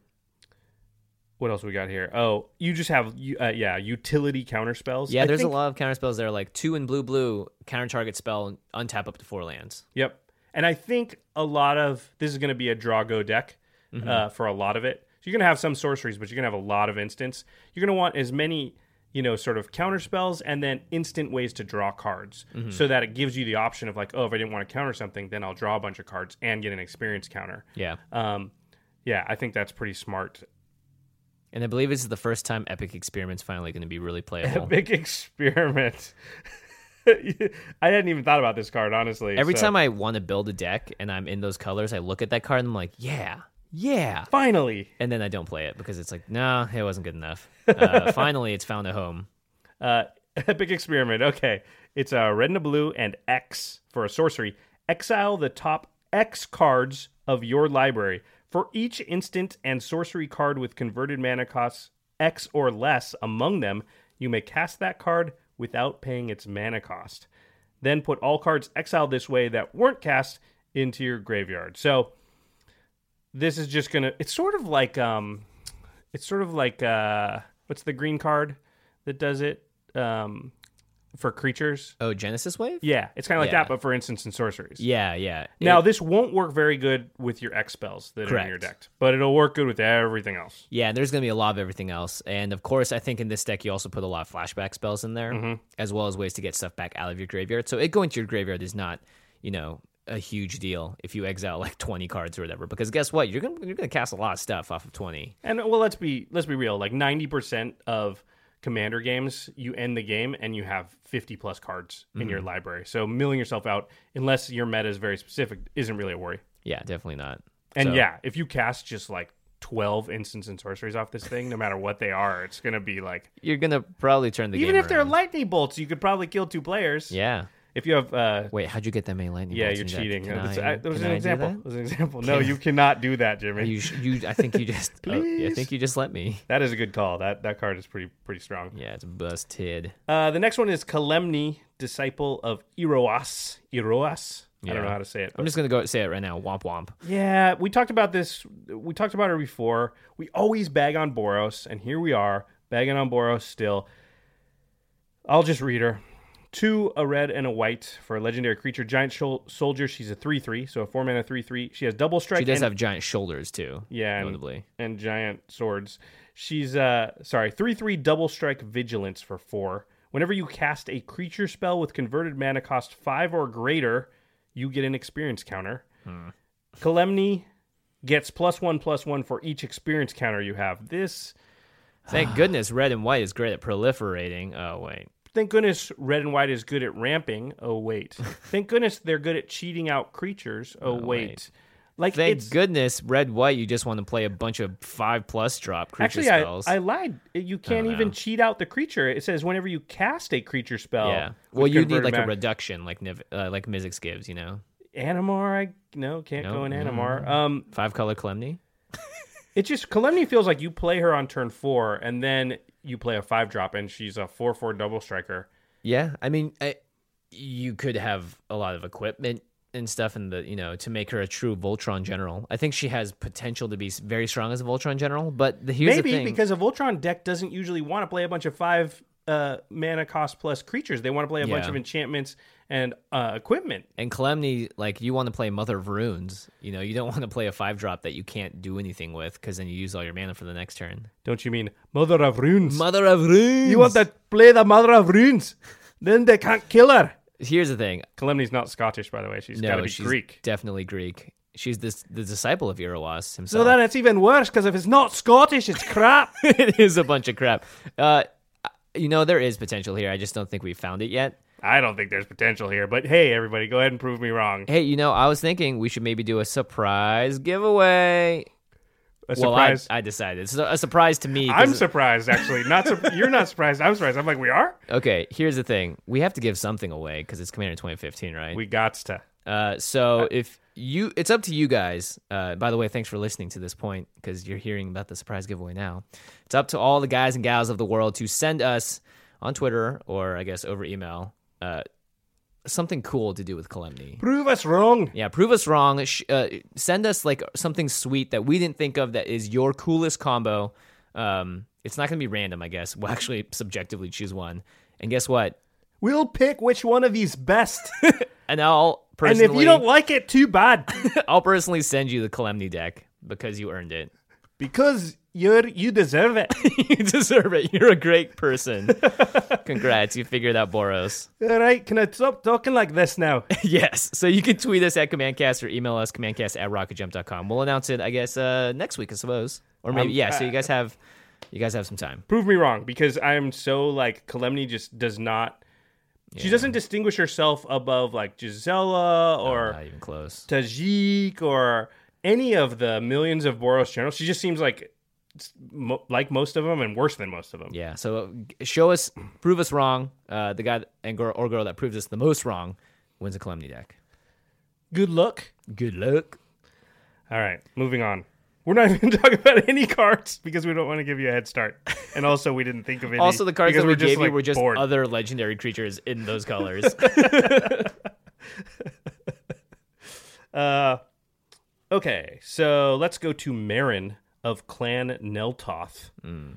[SPEAKER 3] what else we got here? Oh, you just have you- uh, yeah utility counter spells.
[SPEAKER 1] Yeah,
[SPEAKER 3] I
[SPEAKER 1] there's
[SPEAKER 3] think-
[SPEAKER 1] a lot of counter spells that are like two and blue blue, counter target spell, untap up to four lands.
[SPEAKER 3] Yep. And I think a lot of this is going to be a draw go deck
[SPEAKER 1] Mm-hmm.
[SPEAKER 3] uh, for a lot of it. So you're going to have some sorceries, but you're going to have a lot of instants. You're going to want as many, you know, sort of counter spells and then instant ways to draw cards
[SPEAKER 1] Mm-hmm.
[SPEAKER 3] so that it gives you the option of like, oh, if I didn't want to counter something, then I'll draw a bunch of cards and get an experience counter.
[SPEAKER 1] Yeah.
[SPEAKER 3] Um, yeah, I think that's pretty smart. [LAUGHS]
[SPEAKER 1] And I believe this is the first time Epic Experiment's finally going to be really playable.
[SPEAKER 3] Big experiment. [LAUGHS] I hadn't even thought about this card, honestly.
[SPEAKER 1] Every
[SPEAKER 3] so-
[SPEAKER 1] time I want to build a deck and I'm in those colors, I look at that card and I'm like, yeah, yeah.
[SPEAKER 3] Finally.
[SPEAKER 1] And then I don't play it because it's like, nah, it wasn't good enough.
[SPEAKER 3] [LAUGHS]
[SPEAKER 1] Uh, finally, it's found a home.
[SPEAKER 3] Uh, [LAUGHS] epic experiment. Okay, it's a red and a blue and X for a sorcery. Exile the top X cards of your library. For each instant and sorcery card with converted mana costs X or less among them, you may cast that card without paying its mana cost. Then put all cards exiled this way that weren't cast into your graveyard. So this is just gonna. It's sort of like um, it's sort of like uh, what's the green card that does it um, for creatures?
[SPEAKER 1] Oh, Genesis Wave?
[SPEAKER 3] Yeah, it's kind of like
[SPEAKER 1] Yeah.
[SPEAKER 3] that, but for instance and sorceries.
[SPEAKER 1] Yeah, yeah.
[SPEAKER 3] Now this won't work very good with your X spells that are in your
[SPEAKER 1] Correct.
[SPEAKER 3] deck, but it'll work good with everything else.
[SPEAKER 1] Yeah, and there's going to be a lot of everything else. And of course, I think in this deck, you also put a lot of flashback spells in there,
[SPEAKER 3] Mm-hmm.
[SPEAKER 1] as well as ways to get stuff back out of your graveyard. So it going to your graveyard is not, you know, a huge deal if you exile like 20 cards or whatever. Because guess what? You're going to you're gonna cast a lot of stuff off of 20.
[SPEAKER 3] And well, let's be let's be real. Like ninety percent of commander games, you end the game and you have fifty plus cards in
[SPEAKER 1] Mm-hmm.
[SPEAKER 3] your library. So milling yourself out, unless your meta is very specific, isn't really a worry.
[SPEAKER 1] Yeah, definitely not.
[SPEAKER 3] And
[SPEAKER 1] So-
[SPEAKER 3] yeah, if you cast just like twelve instants and sorceries off this thing, no matter what they are, it's gonna be like
[SPEAKER 1] You're going to probably turn the
[SPEAKER 3] even
[SPEAKER 1] game
[SPEAKER 3] if they're
[SPEAKER 1] around.
[SPEAKER 3] lightning bolts, you could probably kill two players.
[SPEAKER 1] Yeah.
[SPEAKER 3] If you have, uh,
[SPEAKER 1] Wait, how'd you get that many lightning?
[SPEAKER 3] yeah,
[SPEAKER 1] bolts
[SPEAKER 3] you're
[SPEAKER 1] in your
[SPEAKER 3] cheating.
[SPEAKER 1] Deck? Can
[SPEAKER 3] That's-
[SPEAKER 1] I-
[SPEAKER 3] I- that was
[SPEAKER 1] can
[SPEAKER 3] an
[SPEAKER 1] I do
[SPEAKER 3] example.
[SPEAKER 1] that?
[SPEAKER 3] That was an
[SPEAKER 1] [LAUGHS]
[SPEAKER 3] example. No,
[SPEAKER 1] Can-
[SPEAKER 3] you cannot do that,
[SPEAKER 1] Or
[SPEAKER 3] Jimmy.
[SPEAKER 1] You, sh- you, I think you just. oh, I
[SPEAKER 3] Please?
[SPEAKER 1] think you just let me.
[SPEAKER 3] that is a good call. That that card is pretty pretty strong.
[SPEAKER 1] Yeah, it's busted.
[SPEAKER 3] Uh, the next one is Kalemni, disciple of Iroas. Iroas. I
[SPEAKER 1] Yeah.
[SPEAKER 3] don't know how to say it.
[SPEAKER 1] I'm
[SPEAKER 3] but-
[SPEAKER 1] just gonna go say it right now. Womp womp.
[SPEAKER 3] yeah, we talked about this. We talked about her before. We always bag on Boros, and here we are bagging on Boros still. I'll just read her. Two, a red and a white for a legendary creature, giant shol- soldier. She's a three-three, so a four mana three-three. She has double strike.
[SPEAKER 1] She does
[SPEAKER 3] and-
[SPEAKER 1] have giant shoulders too.
[SPEAKER 3] yeah, and,
[SPEAKER 1] notably.
[SPEAKER 3] and giant swords. She's uh sorry, three three double strike vigilance for four. Whenever you cast a creature spell with converted mana cost five or greater, you get an experience counter.
[SPEAKER 1] Hmm.
[SPEAKER 3] Kalemni gets plus one plus one for each experience counter you have. This
[SPEAKER 1] Thank goodness red and white is great at proliferating. Oh wait.
[SPEAKER 3] thank goodness red and white is good at ramping. Oh
[SPEAKER 1] [LAUGHS]
[SPEAKER 3] wait. thank goodness they're good at cheating out creatures. Oh, wait.
[SPEAKER 1] wait.
[SPEAKER 3] Like
[SPEAKER 1] Thank
[SPEAKER 3] it's
[SPEAKER 1] goodness red white. You just want to play a bunch of five plus drop creature
[SPEAKER 3] Actually,
[SPEAKER 1] spells. Oh,
[SPEAKER 3] I, I lied. You can't even cheat out the creature. It says whenever you cast a creature spell.
[SPEAKER 1] yeah.
[SPEAKER 3] with
[SPEAKER 1] Well, you need
[SPEAKER 3] converted
[SPEAKER 1] like a
[SPEAKER 3] mana-
[SPEAKER 1] reduction, like Niv- uh, like Mizzix gives. You know,
[SPEAKER 3] Animar. I no, can't
[SPEAKER 1] No, Mm-hmm.
[SPEAKER 3] go in
[SPEAKER 1] no,
[SPEAKER 3] Animar. Um,
[SPEAKER 1] five color Clemny.
[SPEAKER 3] it just Kalemni feels like you play her on turn four, and then you play a five drop, and she's a four four double striker.
[SPEAKER 1] Yeah, I mean, I, you could have a lot of equipment and stuff, and the you know to make her a true Voltron general. I think she has potential to be s- very strong as a Voltron general. But the, here's the
[SPEAKER 3] Maybe
[SPEAKER 1] thing:
[SPEAKER 3] because a Voltron deck doesn't usually want to play a bunch of five uh, mana cost plus creatures. They want to play a bunch
[SPEAKER 1] Yeah.
[SPEAKER 3] of enchantments and uh, equipment.
[SPEAKER 1] and Calamity, like you want to play Mother of Runes. You know, you don't want to play a five drop that you can't do anything with because then you use all your mana for the next turn.
[SPEAKER 3] Don't you mean Mother of Runes?
[SPEAKER 1] Mother of Runes.
[SPEAKER 3] you want to play the Mother of Runes? Then they can't kill her.
[SPEAKER 1] Here's the thing.
[SPEAKER 3] Kalemni's not Scottish, by the way. She's got to
[SPEAKER 1] no,
[SPEAKER 3] be
[SPEAKER 1] she's
[SPEAKER 3] Greek.
[SPEAKER 1] definitely Greek. She's this the disciple of Iroas himself. [LAUGHS]
[SPEAKER 3] So then it's even worse because if it's not Scottish, it's crap.
[SPEAKER 1] it is a bunch of crap. Uh, you know, there is potential here. I just don't think we found it yet.
[SPEAKER 3] [LAUGHS] I don't think there's potential here, but hey, everybody, go ahead and prove me wrong.
[SPEAKER 1] Hey, you know, I was thinking we should maybe do a surprise giveaway.
[SPEAKER 3] A
[SPEAKER 1] well, I,
[SPEAKER 3] surprise.
[SPEAKER 1] I decided. So a surprise to me.
[SPEAKER 3] I, am
[SPEAKER 1] 'cause-
[SPEAKER 3] surprised, actually. Not sur- [LAUGHS] you're not surprised. I'm surprised. I'm like, we are.
[SPEAKER 1] okay, here's the thing. We have to give something away because it's Commander 2015, right?
[SPEAKER 3] We got to.
[SPEAKER 1] Uh, so if you, it's up to you guys. Uh, by the way, thanks for listening to this point because you're hearing about the surprise giveaway now. It's up to all the guys and gals of the world to send us on Twitter or I guess over email uh, something cool to do with Calamity.
[SPEAKER 3] Prove us wrong.
[SPEAKER 1] Yeah, prove us wrong. Sh- uh, send us like something sweet that we didn't think of that is your coolest combo. Um, it's not going to be random, I guess. We'll actually subjectively choose one. And guess what?
[SPEAKER 3] We'll pick which one of these [LAUGHS] best.
[SPEAKER 1] And I'll
[SPEAKER 3] and
[SPEAKER 1] personally
[SPEAKER 3] if you don't like it, too bad. [LAUGHS]
[SPEAKER 1] I'll personally send you the Calamity deck because you earned it. [LAUGHS]
[SPEAKER 3] Because you're you deserve it.
[SPEAKER 1] you deserve it. You're a great [LAUGHS] person. Congrats, you figured out Boros.
[SPEAKER 3] All right, can I stop talking like this now?
[SPEAKER 1] [LAUGHS] yes. So you can tweet us at CommandCast or email us CommandCast at RocketJump.com. We'll announce it, I guess, uh, next week, I suppose, or maybe
[SPEAKER 3] Um,
[SPEAKER 1] yeah. So you guys have you guys have some time.
[SPEAKER 3] prove me wrong because I'm so like Kalemni just does not. She doesn't distinguish herself above like Gisela or
[SPEAKER 1] Not even close.
[SPEAKER 3] Tajik or any of the millions of Boros generals. She just seems like s- mo- like most of them and worse than most of them.
[SPEAKER 1] Yeah. So g- show us, prove us wrong. Uh, the guy and girl or girl that proves us the most wrong wins a Calamity deck.
[SPEAKER 3] Good luck.
[SPEAKER 1] Good luck.
[SPEAKER 3] All right, moving on. We're not [LAUGHS] even talking about any cards because we don't want to give you a head start, and also we didn't think of any.
[SPEAKER 1] Also, the cards
[SPEAKER 3] because
[SPEAKER 1] that we
[SPEAKER 3] we're
[SPEAKER 1] gave you
[SPEAKER 3] like,
[SPEAKER 1] were just
[SPEAKER 3] bored.
[SPEAKER 1] other legendary creatures in [LAUGHS] those colors.
[SPEAKER 3] Uh, okay, so let's go to Marin of Clan Neltoth.
[SPEAKER 1] Mm.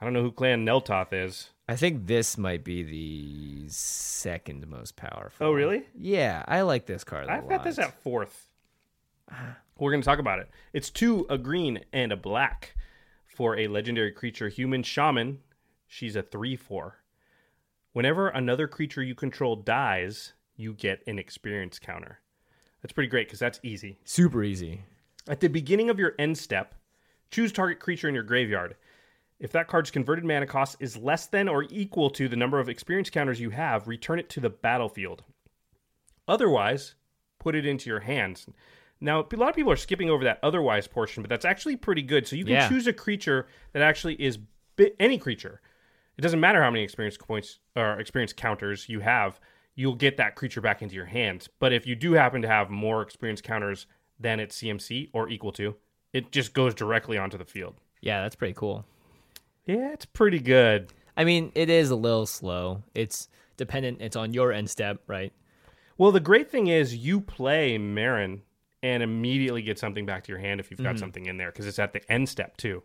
[SPEAKER 3] I don't know who Clan Neltoth is.
[SPEAKER 1] I think this might be the second most powerful.
[SPEAKER 3] Oh, really?
[SPEAKER 1] Yeah, I like this card. i
[SPEAKER 3] I've got this at fourth. Uh-huh. We're going to talk about it. It's two, a green and a black for a legendary creature, human shaman. She's a 3 4. Whenever another creature you control dies, you get an experience counter. That's pretty great because that's easy.
[SPEAKER 1] Super easy.
[SPEAKER 3] At the beginning of your end step, choose target creature in your graveyard. If that card's converted mana cost is less than or equal to the number of experience counters you have, return it to the battlefield. Otherwise, put it into your hands. Now, a lot of people are skipping over that otherwise portion, but that's actually pretty good. So you can
[SPEAKER 1] Yeah.
[SPEAKER 3] choose a creature that actually is bi- any creature. It doesn't matter how many experience points or experience counters you have. you'll get that creature back into your hands. But if you do happen to have more experience counters than its CMC or equal to, it just goes directly onto the field.
[SPEAKER 1] Yeah, that's pretty cool.
[SPEAKER 3] Yeah, it's pretty good.
[SPEAKER 1] I mean, it is a little slow. It's dependent. It's on your end step, right?
[SPEAKER 3] Well, the great thing is you play Marin and immediately get something back to your hand if you've got something in there because it's at the end step too.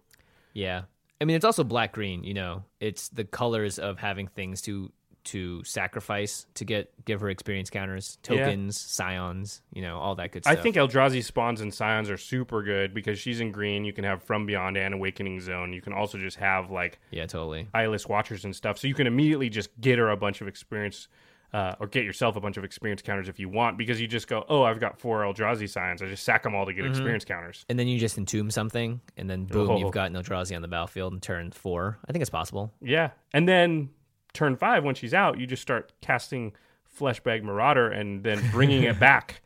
[SPEAKER 1] Yeah. I mean, it's also black green. You know, it's the colors of having things to to sacrifice to get give her experience counters, tokens, scions. You know, all that good
[SPEAKER 3] I
[SPEAKER 1] stuff.
[SPEAKER 3] think Eldrazi spawns and scions are super good because she's in green. You can have From Beyond and Awakening Zone. You can also just have like
[SPEAKER 1] Yeah, totally.
[SPEAKER 3] eyeless watchers and stuff. So you can immediately just get her a bunch of experience uh, or get yourself a bunch of experience counters if you want because you just go, oh, I've got four Eldrazi signs. I just sack them all to get experience counters.
[SPEAKER 1] And then you just entomb something, and then boom,
[SPEAKER 3] Oh.
[SPEAKER 1] you've got Eldrazi on the battlefield in turn four. I think it's possible.
[SPEAKER 3] Yeah. And then turn five, when she's out, you just start casting Fleshbag Marauder and then bringing
[SPEAKER 1] [LAUGHS]
[SPEAKER 3] it back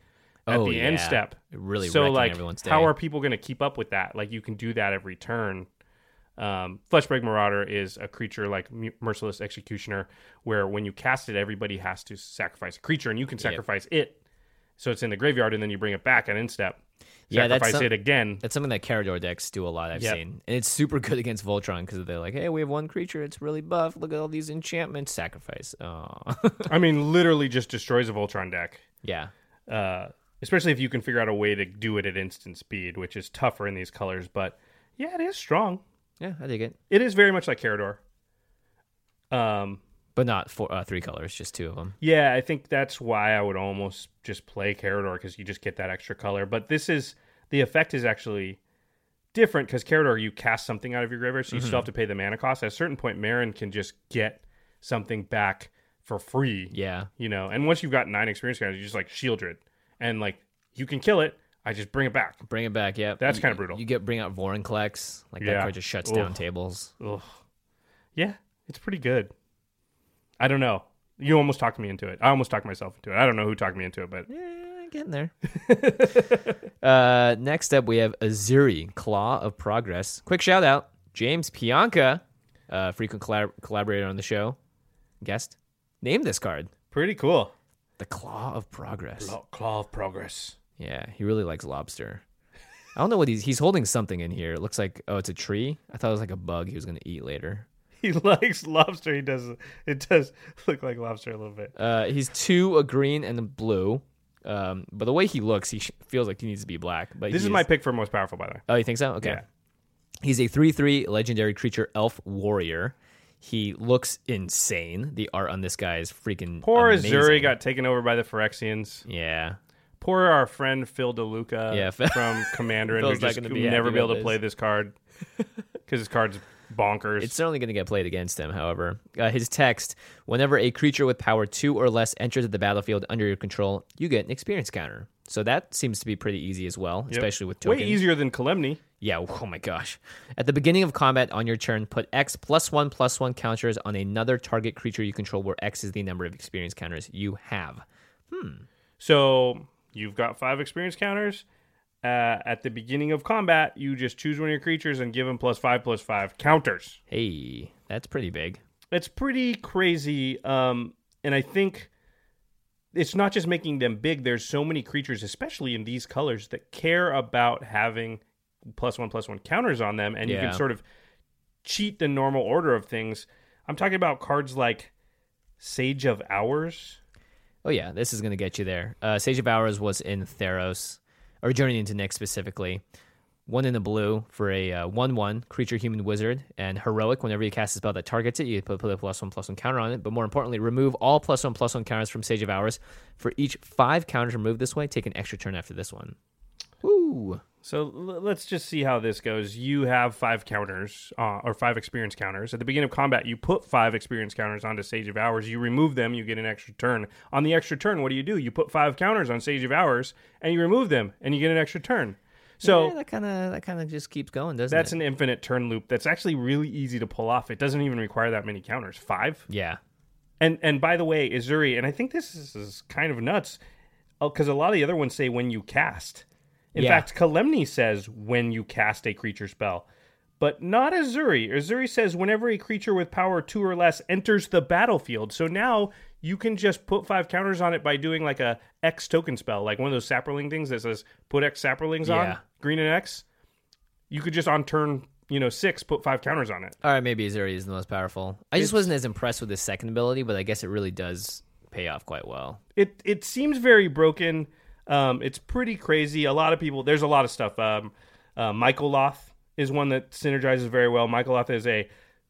[SPEAKER 3] at
[SPEAKER 1] Oh,
[SPEAKER 3] the end
[SPEAKER 1] yeah.
[SPEAKER 3] step.
[SPEAKER 1] Really
[SPEAKER 3] so
[SPEAKER 1] wrecking
[SPEAKER 3] like,
[SPEAKER 1] everyone's day.
[SPEAKER 3] how are people going to keep up with that? Like, you can do that every turn. Um, Fleshbag Marauder is a creature like M- Merciless Executioner, where when you cast it, everybody has to sacrifice a creature, and you can sacrifice it. So it's in the graveyard, and then you bring it back at end step.
[SPEAKER 1] Yeah, that's
[SPEAKER 3] sacrifice
[SPEAKER 1] some-
[SPEAKER 3] it again.
[SPEAKER 1] That's something that Carador decks do a lot. I've
[SPEAKER 3] Yep.
[SPEAKER 1] seen, and it's super [LAUGHS] good against Voltron because they're like, "Hey, we have one creature. It's really buff. Look at all these enchantments. Sacrifice." Oh,
[SPEAKER 3] I mean, literally just destroys a Voltron deck.
[SPEAKER 1] [LAUGHS] yeah,
[SPEAKER 3] uh, especially if you can figure out a way to do it at instant speed, which is tougher in these colors. But yeah, it is strong.
[SPEAKER 1] yeah, I dig it,
[SPEAKER 3] It is very much like Carador. Um,
[SPEAKER 1] but not four, uh, three colors, just two of them.
[SPEAKER 3] yeah, I think that's why I would almost just play Carador because you just get that extra color. But this is the effect is actually different because Carador you cast something out of your graveyard, so you still have to pay the mana cost. At a certain point, Marin can just get something back for free.
[SPEAKER 1] Yeah,
[SPEAKER 3] you know. And once you've got nine experience cards, you just like shield it, and like you can kill it. I just bring it back.
[SPEAKER 1] bring it back. Yeah,
[SPEAKER 3] That's
[SPEAKER 1] You-
[SPEAKER 3] kinda brutal.
[SPEAKER 1] You get bring out Vorinclex, like that
[SPEAKER 3] Yeah.
[SPEAKER 1] card just shuts
[SPEAKER 3] Oof.
[SPEAKER 1] down tables.
[SPEAKER 3] Ugh. Yeah, it's pretty good. I don't know. You almost talked me into it. I almost talked myself into it. I don't know who talked me into it, but
[SPEAKER 1] Eh, getting
[SPEAKER 3] [LAUGHS]
[SPEAKER 1] there. uh, next up, we have Azuri, Claw of Progress. Quick shout out, James Pianca, uh, frequent collab- collaborator on the show, guest. Name this card.
[SPEAKER 3] pretty cool.
[SPEAKER 1] The Claw of Progress.
[SPEAKER 3] Claw of Progress.
[SPEAKER 1] Yeah, he really likes lobster. I don't know what he's he's holding something in here. It looks like oh, it's a tree. I thought it was like a bug he was gonna eat later.
[SPEAKER 3] [LAUGHS] He likes lobster. He does. It does [LAUGHS] look like lobster a little bit.
[SPEAKER 1] Uh, he's two a green and a blue. Um, but the way he looks, he sh- feels like he needs to be black. But
[SPEAKER 3] This
[SPEAKER 1] he
[SPEAKER 3] is my pick for most powerful, by the way.
[SPEAKER 1] Oh, you think so? Okay.
[SPEAKER 3] Yeah.
[SPEAKER 1] He's a 3 3 legendary creature elf warrior. He looks insane. The art on this guy is freaking.
[SPEAKER 3] Poor
[SPEAKER 1] amazing.
[SPEAKER 3] Azuri got taken over by the Phyrexians.
[SPEAKER 1] Yeah.
[SPEAKER 3] Poor our friend Phil DeLuca
[SPEAKER 1] Yeah, Phil- [LAUGHS]
[SPEAKER 3] from Commander, and
[SPEAKER 1] Phil's
[SPEAKER 3] we
[SPEAKER 1] not
[SPEAKER 3] just
[SPEAKER 1] gonna
[SPEAKER 3] could
[SPEAKER 1] be happy
[SPEAKER 3] never be able
[SPEAKER 1] about
[SPEAKER 3] to play
[SPEAKER 1] this. [LAUGHS]
[SPEAKER 3] this card because this card's bonkers.
[SPEAKER 1] It's certainly going to get played against him, however. Uh, his text Whenever a creature with power two or less enters the battlefield under your control, you get an experience counter. So that seems to be pretty easy as well, especially with
[SPEAKER 3] way
[SPEAKER 1] tokens.
[SPEAKER 3] easier than Calemny.
[SPEAKER 1] Yeah, oh my gosh. At the beginning of combat on your turn, put X plus one plus one counters on another target creature you control, where X is the number of experience counters you have.
[SPEAKER 3] So you've got five experience counters. Uh, at the beginning of combat, you just choose one of your creatures and give them plus five, plus five counters.
[SPEAKER 1] Hey, that's pretty big.
[SPEAKER 3] It's pretty crazy. Um, and I think it's not just making them big. There's so many creatures, especially in these colors, that care about having plus one, plus one counters on them. And you
[SPEAKER 1] Yeah.
[SPEAKER 3] can sort of cheat the normal order of things. I'm talking about cards like Sage of Hours.
[SPEAKER 1] Oh yeah, this is gonna get you there. Uh, Sage of Hours was in Theros, or Journey into Nyx specifically. One in the blue for a uh, one-one creature human wizard and heroic. Whenever you cast a spell that targets it, you put, put a plus one plus one counter on it. But more importantly, remove all plus one plus one counters from Sage of Hours. For each five counters removed this way, take an extra turn after this one. Woo!
[SPEAKER 3] So l- let's just see how this goes. You have five counters uh, or five experience counters. At the beginning of combat, you put five experience counters onto Sage of Hours. You remove them, you get an extra turn. On the extra turn, what do you do? You put five counters on Sage of Hours and you remove them and you get an extra turn. So
[SPEAKER 1] Yeah, that kind of that kind of just keeps going, doesn't
[SPEAKER 3] that's
[SPEAKER 1] it?
[SPEAKER 3] an infinite turn loop that's actually really easy to pull off. It doesn't even require that many counters. Five?
[SPEAKER 1] yeah,
[SPEAKER 3] And and by the way, Izuri, and I think this is, is kind of nuts because a lot of the other ones say when you cast. In
[SPEAKER 1] Yeah.
[SPEAKER 3] fact, Kalemni says when you cast a creature spell, but not Azuri. Azuri says whenever a creature with power two or less enters the battlefield. So now you can just put five counters on it by doing like a X token spell, like one of those sapperling things that says put X sapperlings
[SPEAKER 1] Yeah.
[SPEAKER 3] on green and X. You could just on turn, you know, six put five counters on it.
[SPEAKER 1] All right, maybe Azuri is the most powerful. I just wasn't as impressed with his second ability, but I guess it really does pay off quite well.
[SPEAKER 3] It it seems very broken. Um, it's pretty crazy. A lot of people. There's a lot of stuff. Um, uh, Michael Loth is one that synergizes very well. Michael Loth is a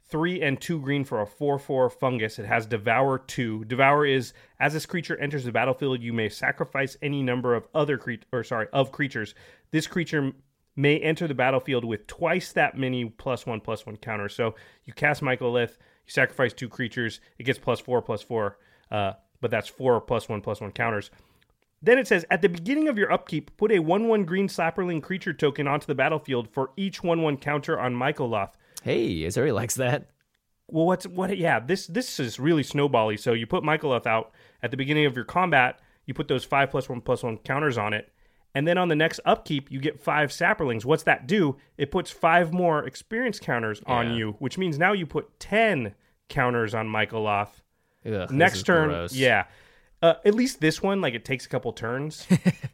[SPEAKER 3] three and two green for a four four fungus. It has Devour two. Devour is as this creature enters the battlefield, you may sacrifice any number of other creat or sorry of creatures. This creature may enter the battlefield with twice that many plus one plus one counters. So you cast Michael Lith, you sacrifice two creatures, it gets plus four plus four, uh, but that's four plus one plus one counters. Then it says at the beginning of your upkeep, put a one one green slapperling creature token onto the battlefield for each one one counter on Michael Loth.
[SPEAKER 1] Hey, Azuri likes that.
[SPEAKER 3] Well, what's what? Yeah, this this is really snowbally. So you put Michaeloth out at the beginning of your combat. You put those five plus one plus one counters on it, and then on the next upkeep, you get five sapperlings. What's that do? It puts five more experience counters on
[SPEAKER 1] Yeah.
[SPEAKER 3] you, which means now you put ten counters on Michaeloth.
[SPEAKER 1] Ugh, this
[SPEAKER 3] Next
[SPEAKER 1] is
[SPEAKER 3] turn,
[SPEAKER 1] gross.
[SPEAKER 3] yeah. Uh, at least this one, like it takes a couple
[SPEAKER 1] [LAUGHS]
[SPEAKER 3] turns.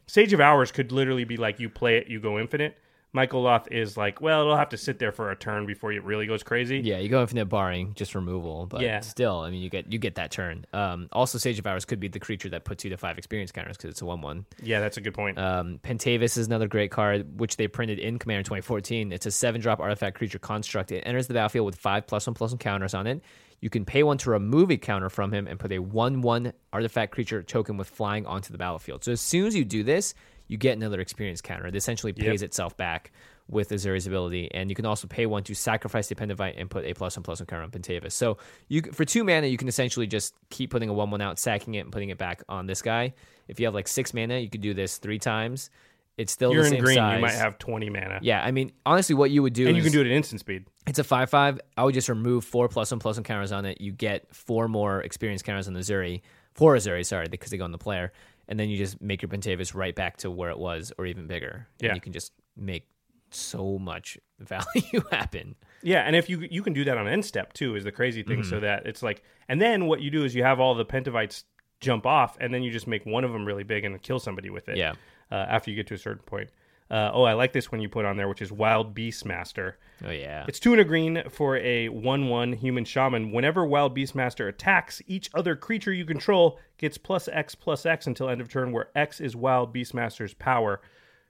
[SPEAKER 3] Sage of Hours could literally be like you play it, you go infinite. Michael Loth is like, well, it'll have to sit there for a turn before it really goes crazy.
[SPEAKER 1] Yeah, you go infinite barring, just removal, but
[SPEAKER 3] Yeah.
[SPEAKER 1] still, I mean, you get you get that turn. Um, also, Sage of Hours could be the creature that puts you to five experience counters because it's a one-one.
[SPEAKER 3] yeah that's a good point.
[SPEAKER 1] Um, Pentavis is another great card, which they printed in Commander 2014. It's a seven drop artifact creature construct. It enters the battlefield with five plus one plus one counters on it. You can pay one to remove a counter from him and put a one one artifact creature token with flying onto the battlefield. So as soon as you do this, you get another experience counter. It essentially pays itself back with Azuri's ability, and you can also pay one to sacrifice the Pendivite and put a plus one plus one counter on Pentavis. So you c- for two mana, you can essentially just keep putting a one one out, sacking it, and putting it back on this guy. If you have like six mana, you could do this three times. It's still
[SPEAKER 3] you're
[SPEAKER 1] the same
[SPEAKER 3] in green,
[SPEAKER 1] size.
[SPEAKER 3] you might have 20 mana.
[SPEAKER 1] yeah, I mean, honestly, what you would do
[SPEAKER 3] And
[SPEAKER 1] is
[SPEAKER 3] you can do it at instant speed.
[SPEAKER 1] it's a five five. I would just remove four plus one plus one counters on it. You get four more experience counters on the Zuri, four Azuri, sorry, because they go on the player, and then you just make your Pentavis right back to where it was or even bigger. And
[SPEAKER 3] Yeah.
[SPEAKER 1] you can just make so much [LAUGHS] value happen.
[SPEAKER 3] Yeah, and if you you can do that on end step too is the crazy thing.
[SPEAKER 1] Mm-hmm.
[SPEAKER 3] So that it's like, and then what you do is you have all the pentavites jump off, and then you just make one of them really big and kill somebody with it.
[SPEAKER 1] Yeah.
[SPEAKER 3] Uh, after you get to a certain point. Uh, oh, I like this one you put on there, which is Wild Beast Master.
[SPEAKER 1] Oh yeah.
[SPEAKER 3] It's two and a green for a 1 1 human shaman. Whenever Wild Beastmaster attacks, each other creature you control gets plus X plus X until end of turn, where X is Wild Beastmaster's power.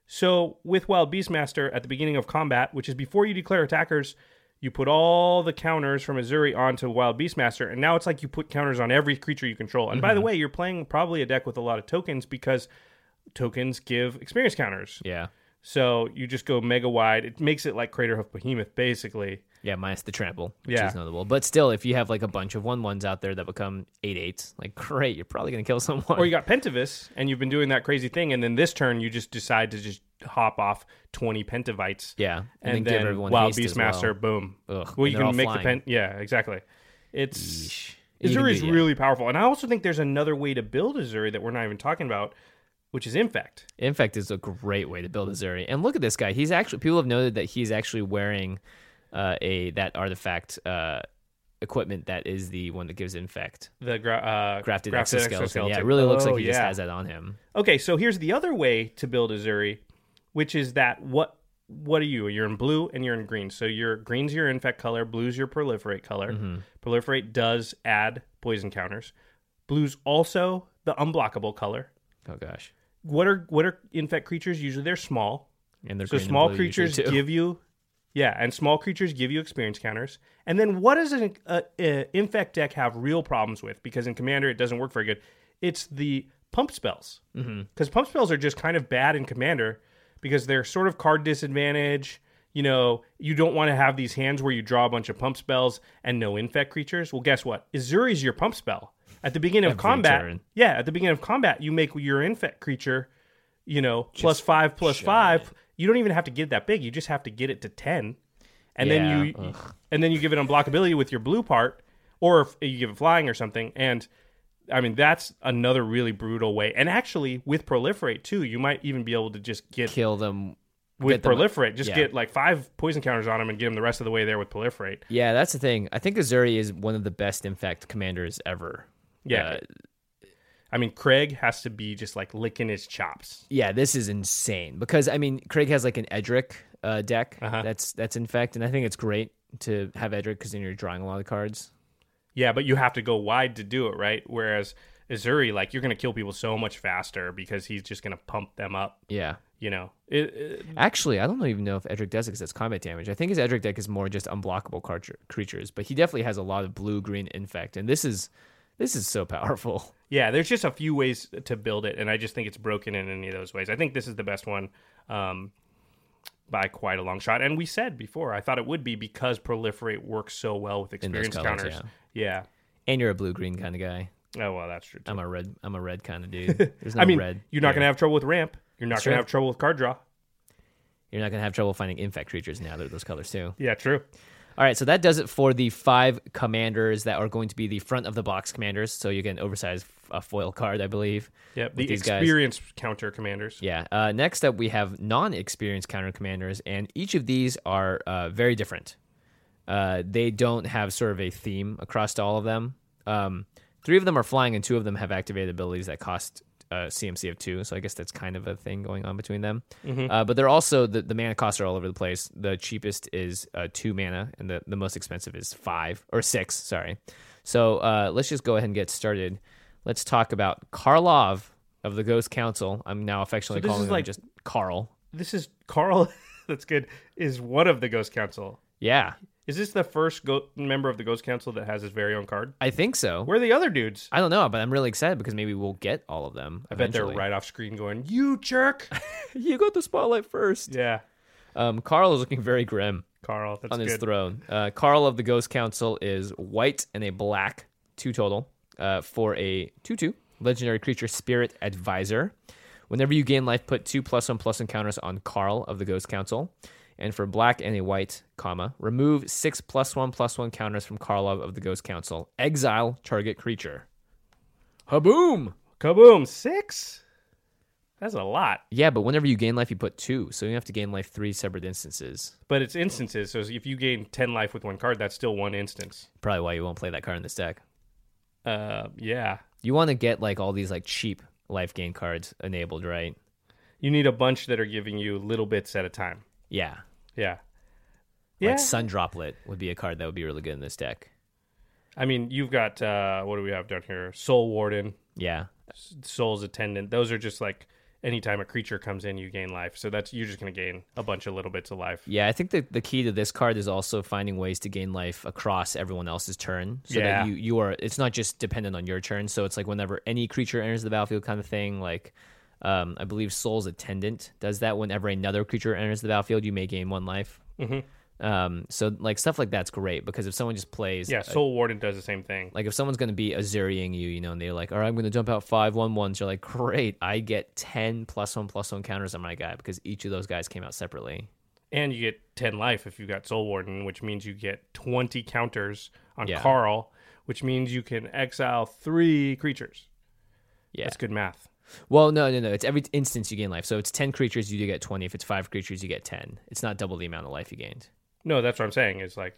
[SPEAKER 3] So, with Wild Beastmaster at the beginning of combat, which is before you declare attackers, you put all the counters from Azuri onto Wild Beastmaster, and now it's like you put counters on every creature you control. And by the way, you're playing probably a deck with a lot of tokens because tokens give experience counters.
[SPEAKER 1] yeah.
[SPEAKER 3] So you just go mega wide. It makes it like Crater Hoof Behemoth, basically.
[SPEAKER 1] Yeah, minus the trample, which
[SPEAKER 3] Yeah.
[SPEAKER 1] is notable. But still, if you have like a bunch of one ones out there that become eight eights, like [LAUGHS] great, you're probably gonna kill someone.
[SPEAKER 3] Or you got Pentavis, and you've been doing that crazy thing, and then this turn you just decide to just hop off twenty Pentavites.
[SPEAKER 1] yeah,
[SPEAKER 3] and,
[SPEAKER 1] give
[SPEAKER 3] then,
[SPEAKER 1] everyone
[SPEAKER 3] Wild
[SPEAKER 1] haste as
[SPEAKER 3] Beastmaster,
[SPEAKER 1] well.
[SPEAKER 3] boom.
[SPEAKER 1] Ugh,
[SPEAKER 3] well,
[SPEAKER 1] and
[SPEAKER 3] you
[SPEAKER 1] they're all
[SPEAKER 3] can make the
[SPEAKER 1] flying.
[SPEAKER 3] pen. Yeah, exactly. It's
[SPEAKER 1] You can
[SPEAKER 3] Azuri
[SPEAKER 1] do-
[SPEAKER 3] is
[SPEAKER 1] yeah.
[SPEAKER 3] really powerful, and I also think there's another way to build Azuri that we're not even talking about, which is Infect.
[SPEAKER 1] Infect is a great way to build Azuri. And look at this guy. He's actually people have noted that he's actually wearing uh, a that artifact uh, equipment that is the one that gives infect.
[SPEAKER 3] The gra- uh,
[SPEAKER 1] Grafted, exoskeleton. Yeah, it really looks
[SPEAKER 3] Oh,
[SPEAKER 1] like he just has that on him.
[SPEAKER 3] Okay, so here's the other way to build Azuri, which is that what what are you? You're in blue and you're in green. So your green's your infect color, blue's your proliferate color. Proliferate does add poison counters. Blue's also the unblockable color.
[SPEAKER 1] Oh gosh.
[SPEAKER 3] What are what are infect creatures? Usually they're small.
[SPEAKER 1] And they're
[SPEAKER 3] So
[SPEAKER 1] green and
[SPEAKER 3] small
[SPEAKER 1] blue usually,
[SPEAKER 3] creatures
[SPEAKER 1] too.
[SPEAKER 3] give you, yeah, and small creatures give you experience counters. And then what does an a, a infect deck have real problems with? Because in Commander it doesn't work very good. It's the pump spells because
[SPEAKER 1] Mm-hmm.
[SPEAKER 3] pump spells are just kind of bad in Commander because they're sort of card disadvantage. You know, you don't want to have these hands where you draw a bunch of pump spells and no infect creatures. Well, guess what? Azuri's your pump spell. At the beginning of
[SPEAKER 1] Every
[SPEAKER 3] combat,
[SPEAKER 1] turn.
[SPEAKER 3] yeah, at the beginning of combat, you make your infect creature you know, plus five, plus five. You don't even have to get it that big. You just have to get it to ten, and
[SPEAKER 1] Yeah,
[SPEAKER 3] then you, and then you give it unblockability with your blue part, or if you give it flying or something. And I mean, that's another really brutal way. And actually, with proliferate too, you might even be able to just
[SPEAKER 1] [LAUGHS]
[SPEAKER 3] get
[SPEAKER 1] kill them
[SPEAKER 3] with
[SPEAKER 1] get them-
[SPEAKER 3] proliferate, just
[SPEAKER 1] yeah.
[SPEAKER 3] get like five poison counters on him and get him the rest of the way there with proliferate.
[SPEAKER 1] Yeah, that's the thing. I think Azuri is one of the best infect commanders ever.
[SPEAKER 3] Yeah.
[SPEAKER 1] Uh,
[SPEAKER 3] I mean, Craig has to be just like licking his chops.
[SPEAKER 1] yeah, this is insane because I mean, Craig has like an Edric uh, deck
[SPEAKER 3] Uh-huh.
[SPEAKER 1] that's that's infect, and I think it's great to have Edric because then you're drawing a lot of cards.
[SPEAKER 3] Yeah, but you have to go wide to do it, right? Whereas Azuri, like, you're going to kill people so much faster because he's just going to pump them up,
[SPEAKER 1] Yeah,
[SPEAKER 3] you know? It, it,
[SPEAKER 1] actually, I don't even know if Edric does it because that's combat damage. I think his Edric deck is more just unblockable cart- creatures, but he definitely has a lot of blue green infect, and this is this is so [LAUGHS] powerful.
[SPEAKER 3] yeah, there's just a few ways to build it, and I just think it's broken in any of those ways. I think this is the best one um, by quite a long shot. And we said before, I thought it would be because Proliferate works so well with
[SPEAKER 1] those
[SPEAKER 3] experience
[SPEAKER 1] colors,
[SPEAKER 3] counters. Yeah.
[SPEAKER 1] And you're a blue green kind of guy.
[SPEAKER 3] Oh, well, that's true. Too.
[SPEAKER 1] I'm a red. I'm a red kind of [LAUGHS] dude. There's no
[SPEAKER 3] I mean,
[SPEAKER 1] red.
[SPEAKER 3] you're not going to have trouble with ramp. You're not
[SPEAKER 1] That's
[SPEAKER 3] going to
[SPEAKER 1] true.
[SPEAKER 3] have trouble with card draw.
[SPEAKER 1] You're not gonna have trouble finding infect creatures now. They're those colors too.
[SPEAKER 3] Yeah, true.
[SPEAKER 1] All right, so that does it for the five commanders that are going to be the front of the box commanders. So you get an oversized uh, foil card, I believe.
[SPEAKER 3] Yep.
[SPEAKER 1] with
[SPEAKER 3] The
[SPEAKER 1] these guys.
[SPEAKER 3] experience counter commanders.
[SPEAKER 1] Yeah. Uh, next up, we have non-experienced counter commanders, and each of these are uh, very different. Uh, they don't have sort of a theme across to all of them. Um, three of them are flying, and two of them have activated abilities that cost uh, CMC of two. So I guess that's kind of a thing going on between them.
[SPEAKER 3] Mm-hmm.
[SPEAKER 1] Uh, but they're also the, the mana costs are all over the place. The cheapest is uh, two mana, and the, the most expensive is five or six. Sorry. So uh, let's just go ahead and get started. Let's talk about Karlov of the Ghost Council. I'm now affectionately
[SPEAKER 3] So this
[SPEAKER 1] calling
[SPEAKER 3] is
[SPEAKER 1] him
[SPEAKER 3] like-
[SPEAKER 1] just Carl.
[SPEAKER 3] This is Carl. [LAUGHS] that's good. Is one of the Ghost Council.
[SPEAKER 1] Yeah,
[SPEAKER 3] Is this the first go- member of the Ghost Council that has his very own card?
[SPEAKER 1] I think so.
[SPEAKER 3] Where are the other dudes?
[SPEAKER 1] I don't know, but I'm really excited because maybe we'll get all of them.
[SPEAKER 3] I bet they're right off screen going, "You
[SPEAKER 1] [LAUGHS]
[SPEAKER 3] jerk!"
[SPEAKER 1] You got the spotlight first.
[SPEAKER 3] yeah,
[SPEAKER 1] Um, Carl is looking very grim
[SPEAKER 3] Carl. That's
[SPEAKER 1] on his
[SPEAKER 3] good.
[SPEAKER 1] throne. Uh, Carl of the Ghost Council is white and a black, two total, uh, for a 2 2 legendary creature spirit advisor. Whenever you gain life, put two plus one plus encounters on Carl of the Ghost Council. And for black and a white, comma, remove six plus one plus one counters from Karlov of the Ghost Council. Exile target creature. Haboom!
[SPEAKER 3] Kaboom! Six. That's a lot,
[SPEAKER 1] Yeah, but whenever you gain life, you put two. So you have to gain life three separate instances.
[SPEAKER 3] but it's instances. So if you gain ten life with one card, that's still one instance.
[SPEAKER 1] Probably why you won't play that card in this deck.
[SPEAKER 3] Uh, yeah.
[SPEAKER 1] You want to get like all these like cheap life gain cards enabled, right?
[SPEAKER 3] You need a bunch that are giving you little bits at a time.
[SPEAKER 1] Yeah.
[SPEAKER 3] Yeah. Yeah.
[SPEAKER 1] Like Sun Droplet would be a card that would be really good in this deck.
[SPEAKER 3] I mean, you've got uh, what do we have down here? Soul Warden,
[SPEAKER 1] Yeah.
[SPEAKER 3] Soul's Attendant. Those are just like anytime a creature comes in, you gain life. So that's you're just gonna gain a bunch of little bits of life.
[SPEAKER 1] Yeah, I think the, the key to this card is also finding ways to gain life across everyone else's turn. So
[SPEAKER 3] Yeah.
[SPEAKER 1] that you, you are it's not just dependent on your turn. So it's like whenever any creature enters the battlefield kind of thing, like um, I believe Soul's Attendant does that whenever another creature enters the battlefield, you may gain one life. Mm-hmm. Um, so like stuff like that's great because if someone just plays uh,
[SPEAKER 3] Yeah, Soul Warden does the same thing.
[SPEAKER 1] Like if someone's gonna be Azuriing you, you know, and they're like, "All right, I'm gonna jump out five one ones," you're like, "Great, I get ten plus one plus one counters on my guy because each of those guys came out separately."
[SPEAKER 3] And you get 10 life if you got Soul Warden, which means you get 20 counters on
[SPEAKER 1] Yeah.
[SPEAKER 3] Carl, which means you can exile three creatures.
[SPEAKER 1] Yeah.
[SPEAKER 3] That's good math.
[SPEAKER 1] Well, no, no, no. It's every instance you gain life. So if it's ten creatures, you do get twenty. If it's five creatures, you get ten. It's not double the amount of life you gained.
[SPEAKER 3] No, that's what I'm saying. Is like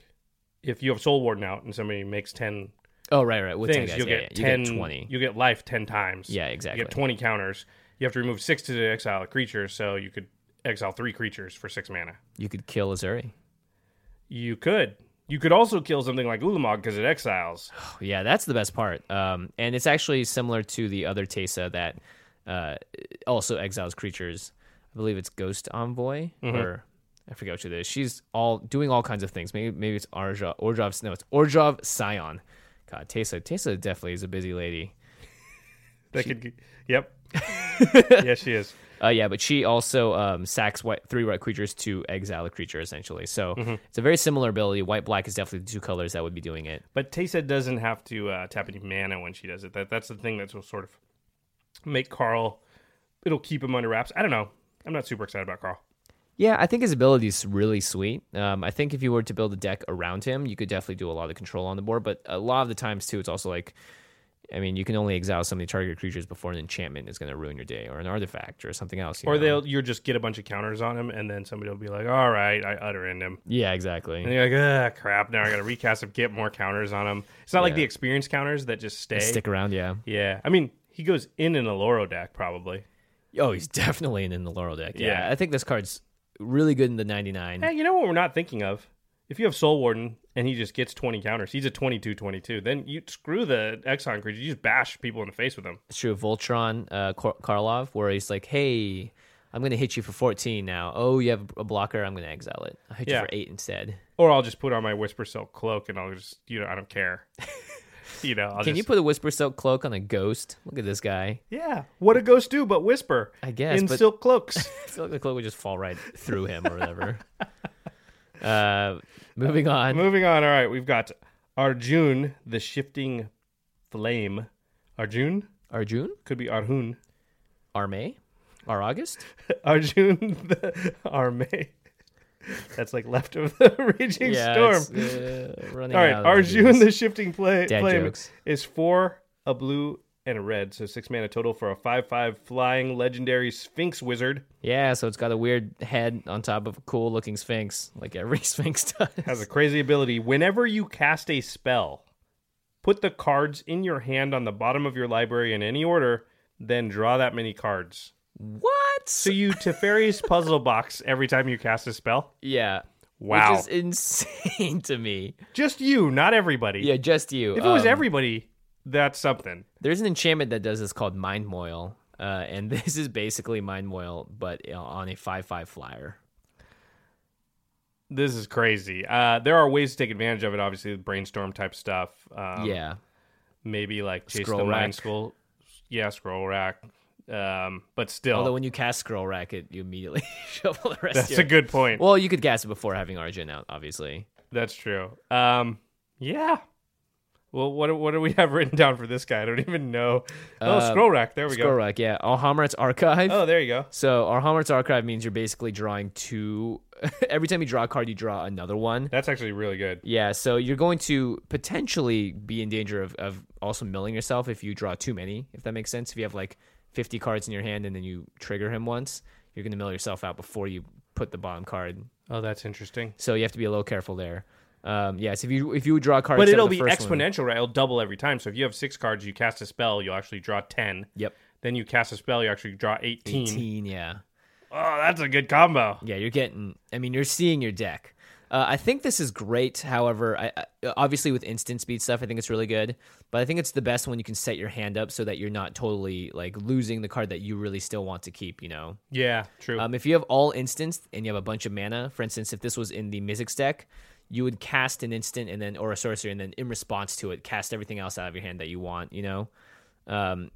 [SPEAKER 3] if you have Soul Warden out and somebody makes 10
[SPEAKER 1] Oh, right, right. With
[SPEAKER 3] things,
[SPEAKER 1] ten guys,
[SPEAKER 3] you'll
[SPEAKER 1] yeah,
[SPEAKER 3] get
[SPEAKER 1] yeah.
[SPEAKER 3] 10,
[SPEAKER 1] you get twenty.
[SPEAKER 3] You get life 10 times.
[SPEAKER 1] Yeah,
[SPEAKER 3] You
[SPEAKER 1] exactly.
[SPEAKER 3] get 20 counters. You have to remove six to exile a creature, so you could exile three creatures for six mana.
[SPEAKER 1] You could kill Azuri. [SIGHS]
[SPEAKER 3] You could. You could also kill something like Ulamog because
[SPEAKER 1] [GASPS]
[SPEAKER 3] it exiles.
[SPEAKER 1] Yeah, that's the best part. Um, and it's actually similar to the other Tesa that uh, also exiles creatures. I believe it's Ghost Envoy,
[SPEAKER 3] Mm-hmm.
[SPEAKER 1] or I forget which it is. She's all doing all kinds of things. Maybe maybe it's Arja, Orjov. No, it's Orjov Scion. God, Tesa. Tesa definitely is a busy lady.
[SPEAKER 3] That could. g-
[SPEAKER 1] [LAUGHS]
[SPEAKER 3] Yep. yes, she is.
[SPEAKER 1] Uh, yeah, but she also um, sacks white, three white creatures to exile a creature, essentially. So it's a very similar ability. White black is definitely the two colors that would be doing it.
[SPEAKER 3] But Taysa doesn't have to uh, tap any mana when she does it. That that's the thing that will sort of make Carl. It'll keep him under wraps. I don't know. I'm not super excited about Carl.
[SPEAKER 1] Yeah, I think his ability is really sweet. Um, I think if you were to build a deck around him, you could definitely do a lot of control on the board. But a lot of the times too, it's also like I mean, you can only exile so many target creatures before an enchantment is going to ruin your day, or an artifact, or something else. you
[SPEAKER 3] Or
[SPEAKER 1] know?
[SPEAKER 3] they'll you'll just get a bunch of counters on him, and then somebody will be like, "All right, I utter end him,"
[SPEAKER 1] yeah, exactly.
[SPEAKER 3] and you're like, "Ah, crap! Now I got to recast him, get more counters on him." It's not like
[SPEAKER 1] Yeah.
[SPEAKER 3] the experience counters that just stay.
[SPEAKER 1] They stick around, yeah.
[SPEAKER 3] Yeah, I mean, he goes in an Aloro deck probably.
[SPEAKER 1] Oh, he's [LAUGHS] definitely in, in the Laurel deck. Yeah.
[SPEAKER 3] Yeah.
[SPEAKER 1] I think this card's really good in the 99.
[SPEAKER 3] Hey, you know what we're not thinking of? If you have Soul Warden and he just gets 20 counters, he's a 22-22. Then you screw the Exxon creature. You just bash people in the face with him.
[SPEAKER 1] It's true of Voltron uh, Kor- Karlov, where he's like, hey, I'm going to hit you for 14 now. Oh, you have a blocker. I'm going to exile it. I'll hit
[SPEAKER 3] Yeah.
[SPEAKER 1] you for 8 instead.
[SPEAKER 3] Or I'll just put on my Whisper Silk cloak and I'll just, you know, I
[SPEAKER 1] [LAUGHS]
[SPEAKER 3] don't care. you know, I'll
[SPEAKER 1] Can you
[SPEAKER 3] just,
[SPEAKER 1] put a Whisper Silk cloak on a ghost? Look at this
[SPEAKER 3] [LAUGHS]
[SPEAKER 1] guy.
[SPEAKER 3] yeah. What do ghosts do but whisper?
[SPEAKER 1] I guess,
[SPEAKER 3] in
[SPEAKER 1] but-
[SPEAKER 3] silk cloaks.
[SPEAKER 1] I feel like the cloak would just fall right through him or whatever. [LAUGHS] uh, moving on.
[SPEAKER 3] Moving on. All right, we've got Arjun, the shifting flame. Arjun
[SPEAKER 1] Arjun?
[SPEAKER 3] could be Arjun. [LAUGHS]
[SPEAKER 1] Arme? Ar August?
[SPEAKER 3] Arjun the Arme. [LAUGHS] That's like left of the [LAUGHS] raging storm.
[SPEAKER 1] it's, uh, running
[SPEAKER 3] All right,
[SPEAKER 1] out of ideas. [LAUGHS]
[SPEAKER 3] Arjun the Shifting play,
[SPEAKER 1] Dad
[SPEAKER 3] Flame
[SPEAKER 1] jokes.
[SPEAKER 3] is four, a blue, and a red. So six mana total for a 5 5 flying legendary Sphinx Wizard.
[SPEAKER 1] Yeah, so it's got a weird head on top of a cool looking sphinx, like every [LAUGHS] sphinx does.
[SPEAKER 3] Has a crazy ability. Whenever you cast a spell, put the cards in your hand on the bottom of your library in any order, then draw that many cards.
[SPEAKER 1] what?
[SPEAKER 3] So you Teferi's puzzle box every time you cast a spell?
[SPEAKER 1] yeah.
[SPEAKER 3] Wow.
[SPEAKER 1] Which is insane [LAUGHS] to me.
[SPEAKER 3] Just you, not everybody.
[SPEAKER 1] Yeah, just you.
[SPEAKER 3] If it was
[SPEAKER 1] Um,
[SPEAKER 3] everybody, that's something.
[SPEAKER 1] There's an enchantment that does this called Mind Moil, uh, and [LAUGHS] this is basically Mind Moil, but you know, on a 5 5 flyer.
[SPEAKER 3] This is crazy. Uh, there are ways to take advantage of it. Obviously, brainstorm type stuff. Um,
[SPEAKER 1] yeah.
[SPEAKER 3] maybe like chase
[SPEAKER 1] Scroll
[SPEAKER 3] the
[SPEAKER 1] rack.
[SPEAKER 3] mind school. Yeah, scroll rack. Um, but still,
[SPEAKER 1] Although when you cast Scroll Racket, you immediately [LAUGHS] shuffle the rest
[SPEAKER 3] that's
[SPEAKER 1] of
[SPEAKER 3] a
[SPEAKER 1] your-
[SPEAKER 3] good point.
[SPEAKER 1] Well, you could cast it before having Arjun out, obviously.
[SPEAKER 3] that's true. Um, yeah. Well, what do- what do we have [LAUGHS] written down for this guy? I don't even know. Oh,
[SPEAKER 1] Uh,
[SPEAKER 3] scroll rack. There we
[SPEAKER 1] Scroll
[SPEAKER 3] go.
[SPEAKER 1] Rack, yeah. Alhamrat's Archive.
[SPEAKER 3] Oh, there you go.
[SPEAKER 1] So our Hallmark's archive means you're basically drawing two. [LAUGHS] Every time you draw a card, you draw another one.
[SPEAKER 3] That's actually really good.
[SPEAKER 1] Yeah, so you're going to potentially be in danger of, of also milling yourself if you draw too many, if that makes sense. If you have like 50 cards in your hand and then you trigger him once, you're going to mill yourself out before you put the bottom card.
[SPEAKER 3] Oh, that's interesting.
[SPEAKER 1] So you have to be a little careful there. Um, yes, if you if you draw a card,
[SPEAKER 3] But
[SPEAKER 1] instead
[SPEAKER 3] it'll
[SPEAKER 1] of the
[SPEAKER 3] be
[SPEAKER 1] first one-
[SPEAKER 3] exponential, right? It'll double every time. So if you have six cards, you cast a spell, you'll actually draw ten.
[SPEAKER 1] Yep.
[SPEAKER 3] Then you cast a spell, you actually draw 18.
[SPEAKER 1] 18, yeah.
[SPEAKER 3] Oh, that's a good combo.
[SPEAKER 1] Yeah, you're getting. I mean, you're seeing your deck. Uh, I think this is great. However, I, I, obviously with instant speed stuff, I think it's really good. But I think it's the best when you can set your hand up so that you're not totally like losing the card that you really still want to keep. You know,
[SPEAKER 3] Yeah, true.
[SPEAKER 1] um, if you have all instants and you have a bunch of mana, for instance, if this was in the Mizzix deck, you would cast an instant and then or a sorcery and then in response to it, cast everything else out of your hand that you want. You know. Um,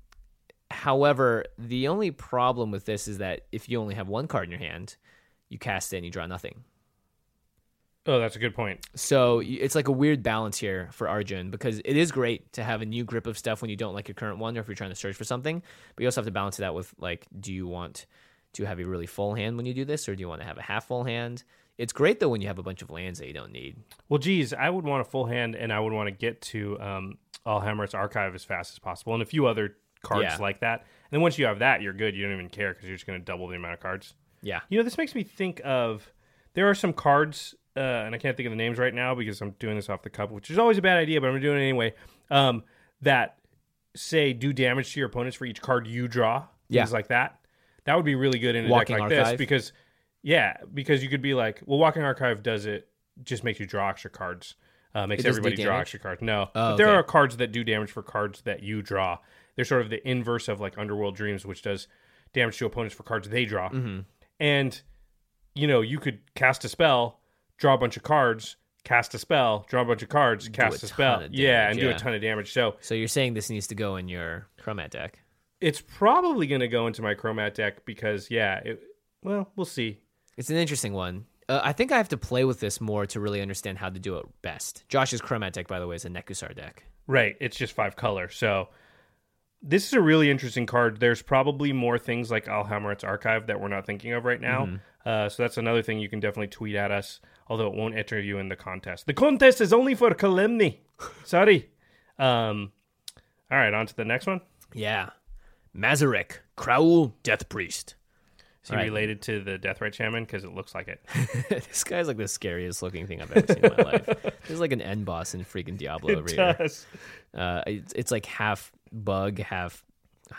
[SPEAKER 1] however, the only problem with this is that if you only have one card in your hand, you cast it and you draw nothing.
[SPEAKER 3] oh, that's a good point.
[SPEAKER 1] So y- it's like a weird balance here for Arjun because it is great to have a new grip of stuff when you don't like your current one or if you're trying to search for something, but you also have to balance it out with like, do you want to have a really full hand when you do this or do you want to have a half full hand? It's great though when you have a bunch of lands that you don't need.
[SPEAKER 3] Well, geez, I would want a full hand, and I would want to get to um, All Hammer's archive as fast as possible, and a few other cards
[SPEAKER 1] Yeah.
[SPEAKER 3] like that. And then once you have that, you're good. You don't even care because you're just going to double the amount of cards.
[SPEAKER 1] Yeah.
[SPEAKER 3] You know, this makes me think of there are some cards, uh, and I can't think of the names right now because I'm doing this off the cup, which is always a bad idea, but I'm doing it anyway. Um, that say do damage to your opponents for each card you draw,
[SPEAKER 1] Yeah.
[SPEAKER 3] things like that. That would be really good in a
[SPEAKER 1] Walking
[SPEAKER 3] deck like
[SPEAKER 1] Archive.
[SPEAKER 3] this because, yeah, because you could be like, well, Walking Archive does it, just makes you draw extra cards, uh, makes
[SPEAKER 1] It doesn't do
[SPEAKER 3] everybody draw
[SPEAKER 1] damage?
[SPEAKER 3] extra cards. No,
[SPEAKER 1] Oh,
[SPEAKER 3] but there
[SPEAKER 1] okay.
[SPEAKER 3] are cards that do damage for cards that you draw. They're sort of the inverse of like Underworld Dreams, which does damage to opponents for cards they draw.
[SPEAKER 1] Mm-hmm.
[SPEAKER 3] And you know, you could cast a spell, draw a bunch of cards, cast a spell, draw a bunch of cards, cast
[SPEAKER 1] a
[SPEAKER 3] a, spell,
[SPEAKER 1] ton of
[SPEAKER 3] yeah, and
[SPEAKER 1] damage,
[SPEAKER 3] do
[SPEAKER 1] yeah.
[SPEAKER 3] a ton of damage. So
[SPEAKER 1] So you're saying this needs to go in your Chromat deck.
[SPEAKER 3] it's probably going to go into my Chromat deck because, yeah, it, well, we'll see.
[SPEAKER 1] It's an interesting one. Uh, I think I have to play with this more to really understand how to do it best. Josh's Chromat deck, by the way, is a Nekusar deck.
[SPEAKER 3] Right, it's just five color. So this is a really interesting card. There's probably more things like Alhamrat's Archive that we're not thinking of right now.
[SPEAKER 1] Mm-hmm.
[SPEAKER 3] Uh, so that's another thing you can definitely tweet at us, although it won't
[SPEAKER 1] [LAUGHS]
[SPEAKER 3] enter you in the contest. The contest is only for Kalemni. Sorry. Um, All right, on to the next one.
[SPEAKER 1] Yeah. Mazarek, Kraul, Death Priest.
[SPEAKER 3] Is he
[SPEAKER 1] All right.
[SPEAKER 3] related to the Death Right Shaman? Because it looks like it.
[SPEAKER 1] [LAUGHS] this guy's like the scariest looking thing I've ever seen in my
[SPEAKER 3] [LAUGHS]
[SPEAKER 1] life. This is like an end boss in freaking Diablo over here.
[SPEAKER 3] Does.
[SPEAKER 1] Uh, it's, it's like half bug, half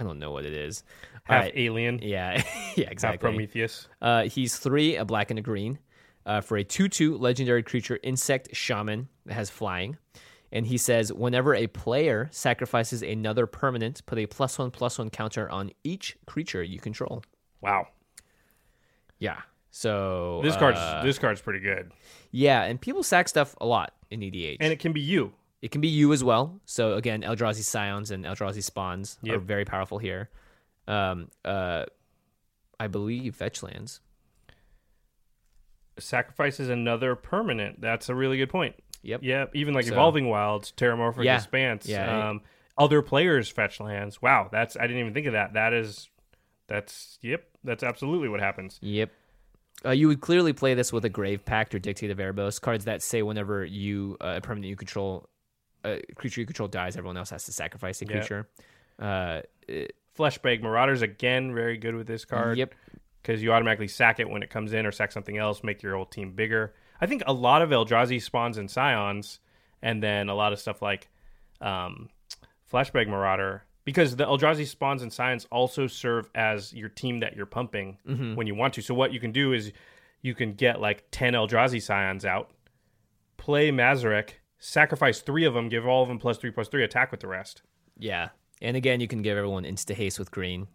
[SPEAKER 1] I don't know what it is. All
[SPEAKER 3] Half
[SPEAKER 1] right.
[SPEAKER 3] alien,
[SPEAKER 1] Yeah, [LAUGHS] yeah,
[SPEAKER 3] half
[SPEAKER 1] exactly.
[SPEAKER 3] Prometheus.
[SPEAKER 1] Uh, he's three, a black and a green, uh, for a two-two legendary creature, insect shaman that has flying. And he says, whenever a player sacrifices another permanent, put a plus one plus one counter on each creature you control.
[SPEAKER 3] Wow.
[SPEAKER 1] Yeah. So
[SPEAKER 3] This
[SPEAKER 1] uh,
[SPEAKER 3] card's this card's pretty good,
[SPEAKER 1] yeah, and people sack stuff a lot in E EDH.
[SPEAKER 3] and it can be you.
[SPEAKER 1] It can be you as well. So again, Eldrazi Scions and Eldrazi Spawns are
[SPEAKER 3] Yep.
[SPEAKER 1] very powerful here. Um, uh, I believe fetch lands.
[SPEAKER 3] Sacrifices another permanent. That's a really good point.
[SPEAKER 1] Yep.
[SPEAKER 3] Yep. Even like
[SPEAKER 1] So-
[SPEAKER 3] evolving wilds, Terramorphic
[SPEAKER 1] Yeah.
[SPEAKER 3] Expanse.
[SPEAKER 1] Yeah.
[SPEAKER 3] Um, other players fetch lands. Wow. That's I didn't even think of that. That is, that's yep. That's absolutely what happens.
[SPEAKER 1] Yep. Uh, you would clearly play this with a Grave Pact or Dictate of Erebos cards that say whenever you uh, a permanent you control, a creature you control dies, everyone else has to sacrifice a
[SPEAKER 3] Yep.
[SPEAKER 1] creature. Uh,
[SPEAKER 3] Fleshbag Marauders again, very good with this card.
[SPEAKER 1] Yep.
[SPEAKER 3] because you automatically sack it when it comes in or sack something else, make your whole team bigger. I think a lot of Eldrazi spawns and scions, and then a lot of stuff like um, Flashbag Marauder, because the Eldrazi spawns and scions also serve as your team that you're pumping when you want to. So what you can do is you can get like 10 Eldrazi scions out, play Mazarek, sacrifice three of them, give all of them plus three plus three, attack with the rest.
[SPEAKER 1] yeah. And again, you can give everyone insta haste with green.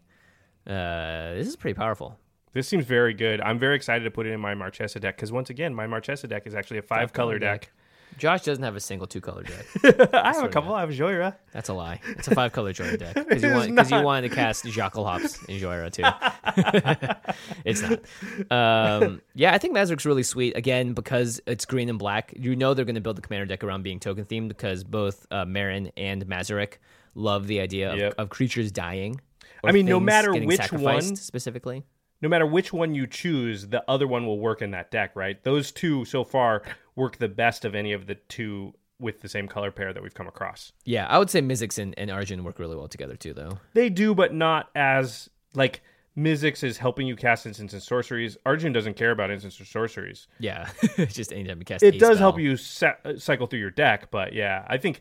[SPEAKER 1] Uh, this is pretty powerful.
[SPEAKER 3] This seems very good. I'm very excited to put it in my Marchesa deck because once again, my Marchesa deck is actually a five color deck.
[SPEAKER 1] Josh doesn't have a single two color deck.
[SPEAKER 3] I have a couple. I have Joyra.
[SPEAKER 1] That's a lie. It's a five color Joyra
[SPEAKER 3] [LAUGHS]
[SPEAKER 1] deck because you
[SPEAKER 3] It is
[SPEAKER 1] want because you
[SPEAKER 3] not.
[SPEAKER 1] wanted to cast Jackal Hops in Joyra too.
[SPEAKER 3] [LAUGHS]
[SPEAKER 1] [LAUGHS] it's not. Um, yeah, I think Mazurik's really sweet again because it's green and black. You know they're going to build the commander deck around being token themed because both uh, Marin and Mazurik love the idea of,
[SPEAKER 3] Yep.
[SPEAKER 1] of creatures dying. or
[SPEAKER 3] I mean, no
[SPEAKER 1] things
[SPEAKER 3] matter
[SPEAKER 1] getting
[SPEAKER 3] which
[SPEAKER 1] sacrificed
[SPEAKER 3] one-
[SPEAKER 1] specifically.
[SPEAKER 3] No matter which one you choose, the other one will work in that deck, right? Those two so far work the best of any of the two with the same color pair that we've come across.
[SPEAKER 1] Yeah, I would say Mizzix and, and Arjun work really well together too, though.
[SPEAKER 3] They do, but not as like Mizzix is helping you cast instants and sorceries. Arjun doesn't care about instants or sorceries.
[SPEAKER 1] Yeah, [LAUGHS] just anytime you cast
[SPEAKER 3] It
[SPEAKER 1] a spell.
[SPEAKER 3] does help you sa- uh, cycle through your deck, but yeah, I think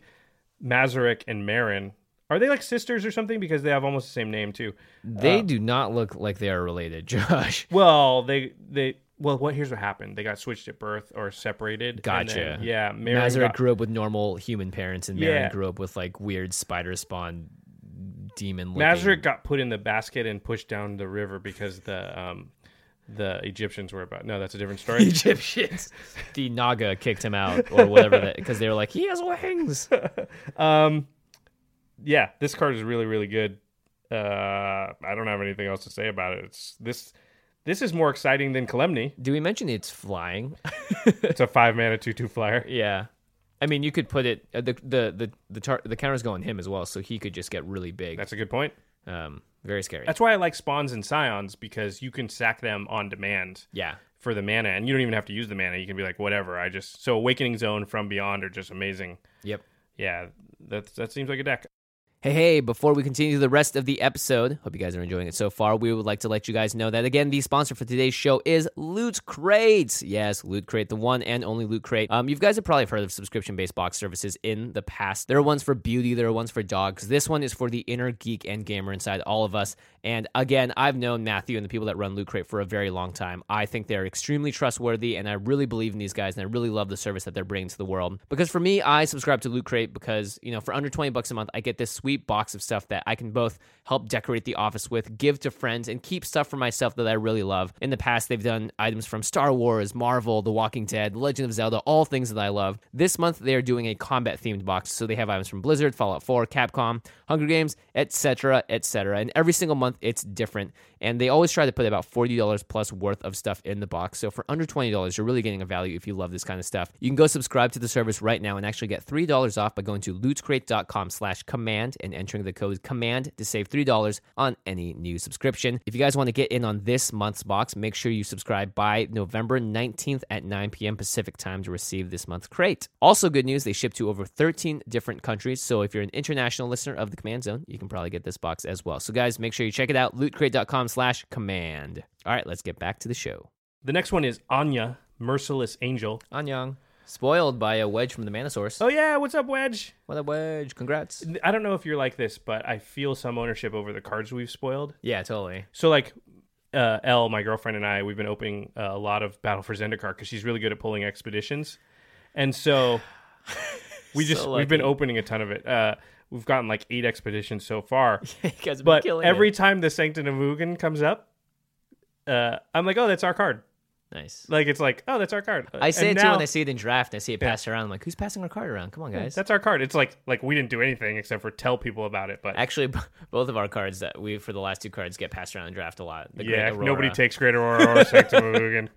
[SPEAKER 3] Mazarek and Marin are they like sisters or something because they have almost the same name too.
[SPEAKER 1] They do not look like they are related, [LAUGHS] Josh.
[SPEAKER 3] Well, they they well what here's what happened. They got switched at birth or separated. and
[SPEAKER 1] Gotcha.
[SPEAKER 3] then- yeah, Marin
[SPEAKER 1] Mazarek
[SPEAKER 3] got-
[SPEAKER 1] grew up with normal human parents, and Marin
[SPEAKER 3] Yeah.
[SPEAKER 1] grew up with like weird spider spawn demon.
[SPEAKER 3] Mazarek got put in the basket and pushed down the river because the um the Egyptians were about. No, that's a
[SPEAKER 1] [LAUGHS]
[SPEAKER 3] different
[SPEAKER 1] [LAUGHS]
[SPEAKER 3] story. [LAUGHS]
[SPEAKER 1] Egyptians. the Naga kicked him out or whatever that because they were like, he has wings.
[SPEAKER 3] yeah, this card is really really good. Uh, I don't have anything else to say about it. It's this. This is more exciting
[SPEAKER 1] [LAUGHS]
[SPEAKER 3] than Calemny.
[SPEAKER 1] Do we mention it's flying?
[SPEAKER 3] It's a five mana two two flyer.
[SPEAKER 1] yeah. I mean, you could put it uh, the the the the, tar- the counters go on him as well, so he could just get really big.
[SPEAKER 3] That's a good point.
[SPEAKER 1] um, very scary.
[SPEAKER 3] That's why I like spawns and scions because you can sack them on demand.
[SPEAKER 1] yeah.
[SPEAKER 3] for the mana, and you don't even have to use the mana. You can be like, whatever. I just so Awakening Zone from Beyond are just amazing.
[SPEAKER 1] Yep.
[SPEAKER 3] Yeah, that that seems like a deck.
[SPEAKER 1] Hey, hey, before we continue the rest of the episode, hope you guys are enjoying it so far. We would like to let you guys know that, again, the sponsor for today's show is Loot Crate. Yes, Loot Crate, the one and only Loot Crate. Um, you guys have probably heard of subscription based box services in the past. There are ones for beauty, there are ones for dogs. This one is for the inner geek and gamer inside all of us. And again, I've known Matthew and the people that run Loot Crate for a very long time. I think they're extremely trustworthy, and I really believe in these guys, and I really love the service that they're bringing to the world. Because for me, I subscribe to Loot Crate because, you know, for under 20 bucks a month, I get this sweet box of stuff that I can both help decorate the office with, give to friends, and keep stuff for myself that I really love. In the past, they've done items from Star Wars, Marvel, The Walking Dead, Legend of Zelda, all things that I love. This month, they are doing a combat themed box, so they have items from Blizzard, Fallout 4, Capcom, Hunger Games, etc., etc. And every single month, it's different. And they always try to put about $40 plus worth of stuff in the box. So for under $20, you're really getting a value if you love this kind of stuff. You can go subscribe to the service right now and actually get $3 off by going to lootcrate.com slash command and entering the code command to save $3 on any new subscription. If you guys want to get in on this month's box, make sure you subscribe by November 19th at 9 p.m. Pacific time to receive this month's crate. Also, good news, they ship to over 13 different countries. So if you're an international listener of the Command Zone, you can probably get this box as well. So guys, make sure you check it out, lootcrate.com slash command. All right, let's get back to the show.
[SPEAKER 3] The next one is Anya, Merciless Angel.
[SPEAKER 1] Anyang. Spoiled by a wedge from the Manosaurus.
[SPEAKER 3] Oh, yeah. What's up, Wedge?
[SPEAKER 1] What a wedge. Congrats.
[SPEAKER 3] I don't know if you're like this, but I feel some ownership over the cards we've spoiled.
[SPEAKER 1] Yeah, totally.
[SPEAKER 3] So, like, uh, Elle, my girlfriend, and I, we've been opening uh, a lot of Battle for Zendikar because she's really good at pulling expeditions. And so we just, we've been
[SPEAKER 1] lucky.
[SPEAKER 3] opening a ton of it. Uh, we've gotten like eight expeditions so far.
[SPEAKER 1] [LAUGHS] You guys have been
[SPEAKER 3] but
[SPEAKER 1] killing
[SPEAKER 3] every
[SPEAKER 1] it.
[SPEAKER 3] time the Sanctum of Mugen comes up, uh, I'm like, oh, that's our card.
[SPEAKER 1] Nice.
[SPEAKER 3] Like, it's like, oh, that's our card.
[SPEAKER 1] I say
[SPEAKER 3] And
[SPEAKER 1] it too when
[SPEAKER 3] now-
[SPEAKER 1] I see it in draft. I see it passed around. I'm like, who's passing our card around? Come on, guys.
[SPEAKER 3] That's our card. It's like like we didn't do anything except for tell people about it. But
[SPEAKER 1] Actually, [LAUGHS] b- both of our cards that we for the last two cards get passed around in draft a lot. The Great
[SPEAKER 3] yeah,
[SPEAKER 1] Aurora.
[SPEAKER 3] nobody takes Great Aurora or Sanctum
[SPEAKER 1] [LAUGHS]
[SPEAKER 3] of Ugin.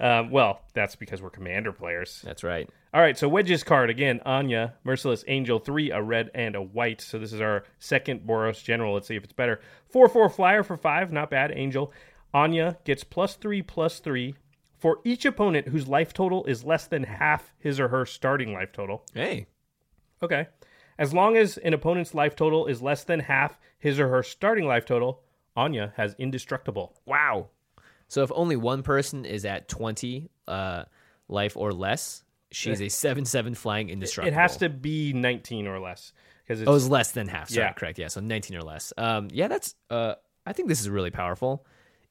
[SPEAKER 3] Um, well, that's because we're commander players.
[SPEAKER 1] That's right.
[SPEAKER 3] All right, so Wedge's card again, Anya, Merciless Angel, three, a red and a white. So this is our second Boros General. Let's see if it's better. Four four flyer for five, not bad. Angel, Anya gets plus three plus three for each opponent whose life total is less than half his or her starting life total.
[SPEAKER 1] Hey,
[SPEAKER 3] Okay. As long as an opponent's life total is less than half his or her starting life total, Anya has indestructible.
[SPEAKER 1] wow. So if only one person is at twenty uh, life or less, she's a seven-seven flying indestructible.
[SPEAKER 3] It has to be 19 or less because it's
[SPEAKER 1] Oh, it's less than half. Sorry,
[SPEAKER 3] Yeah.
[SPEAKER 1] correct. Yeah, so nineteen or less. Um, yeah, that's. Uh, I think this is really powerful.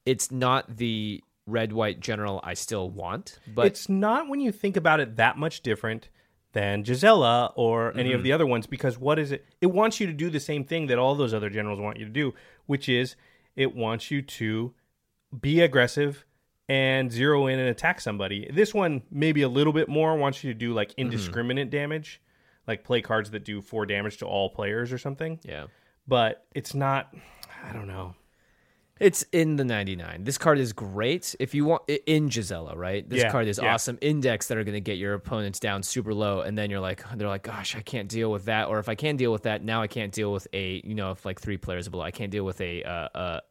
[SPEAKER 1] It's not the red-white general I still want, but
[SPEAKER 3] it's not when you think about it that much different than Gisela or any of the other ones because what is it? It wants you to do the same thing that all those other generals want you to do, which is it wants you to be aggressive and zero in and attack somebody. This one maybe a little bit more wants you to do like indiscriminate damage, like play cards that do 4 damage to all players or something.
[SPEAKER 1] yeah.
[SPEAKER 3] But it's not I don't know.
[SPEAKER 1] It's in the 99. This card is great. If you want i- in Gisela, right? This
[SPEAKER 3] Yeah,
[SPEAKER 1] card is
[SPEAKER 3] yeah.
[SPEAKER 1] awesome. Index that are going to get your opponents down super low and then you're like [SIGHS] they're like gosh, I can't deal with that or if I can deal with that, now I can't deal with a, you know, if like three players below, I can't deal with a uh,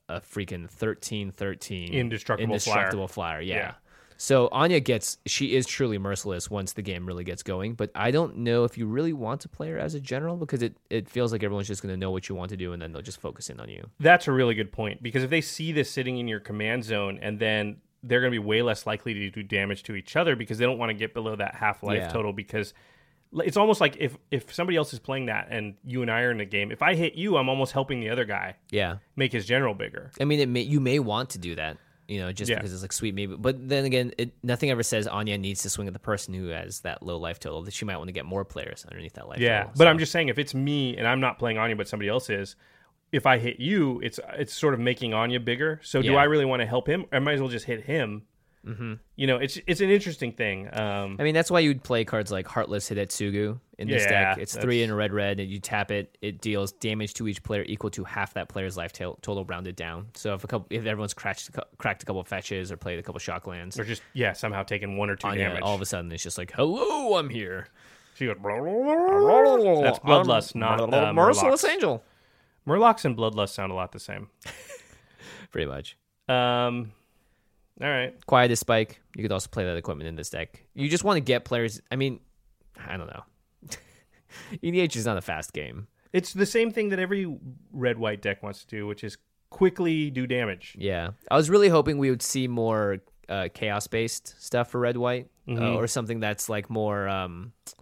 [SPEAKER 1] a a freaking 13 13
[SPEAKER 3] Indestructible flyer.
[SPEAKER 1] indestructible flyer. Yeah.
[SPEAKER 3] Yeah.
[SPEAKER 1] So Anya gets she is truly merciless once the game really gets going, but I don't know if you really want to play her as a general because it it feels like everyone's just going to know what you want to do and then they'll just focus in on you.
[SPEAKER 3] That's a really good point because if they see this sitting in your command zone and then they're going to be way less likely to do damage to each other because they don't want to get below that half life
[SPEAKER 1] Yeah.
[SPEAKER 3] total because l- it's almost like if if somebody else is playing that and you and I are in the game, if I hit you, I'm almost helping the other guy
[SPEAKER 1] Yeah.
[SPEAKER 3] make his general bigger.
[SPEAKER 1] I mean, it may, you may want to do that, you know, just
[SPEAKER 3] Yeah.
[SPEAKER 1] because it's like sweet, maybe. But then again, it, nothing ever says Anya needs to swing at the person who has that low life total. That she might want to get more players underneath that life.
[SPEAKER 3] Yeah,
[SPEAKER 1] total.
[SPEAKER 3] but
[SPEAKER 1] So-
[SPEAKER 3] I'm just saying if it's me and I'm not playing Anya but somebody else is, if I hit you, it's it's sort of making Anya bigger. So do
[SPEAKER 1] Yeah. Mm-hmm.
[SPEAKER 3] I really want to help him? I might as well just hit him. You know, it's it's an interesting thing. Um,
[SPEAKER 1] I mean, that's why you'd play cards like Heartless Hidetsugu in this
[SPEAKER 3] Yeah,
[SPEAKER 1] deck. It's
[SPEAKER 3] that's-
[SPEAKER 1] three in a red, red, and you tap it. It deals damage to each player equal to half that player's life ta- total rounded down. So if a couple, if everyone's cracked, cracked a couple of fetches or played a couple of shock lands,
[SPEAKER 3] or just yeah, somehow taking one or two
[SPEAKER 1] Anya
[SPEAKER 3] damage.
[SPEAKER 1] all of a sudden it's just like, hello, I'm here.
[SPEAKER 3] She goes. That's bloodlust, not uh,
[SPEAKER 1] merciless
[SPEAKER 3] Murlocs.
[SPEAKER 1] angel.
[SPEAKER 3] Murlocs and bloodlust sound a lot the same.
[SPEAKER 1] Pretty much.
[SPEAKER 3] Um, all right.
[SPEAKER 1] quiet is spike. You could also play that equipment in this deck. You just want to get players. I mean, I don't know. [LAUGHS] EDH is not a fast game.
[SPEAKER 3] It's the same thing that every red white deck wants to do, which is quickly do damage.
[SPEAKER 1] Yeah, I was really hoping we would see more uh, chaos based stuff for red white
[SPEAKER 3] Mm-hmm.
[SPEAKER 1] uh, or something that's like more. Um, I-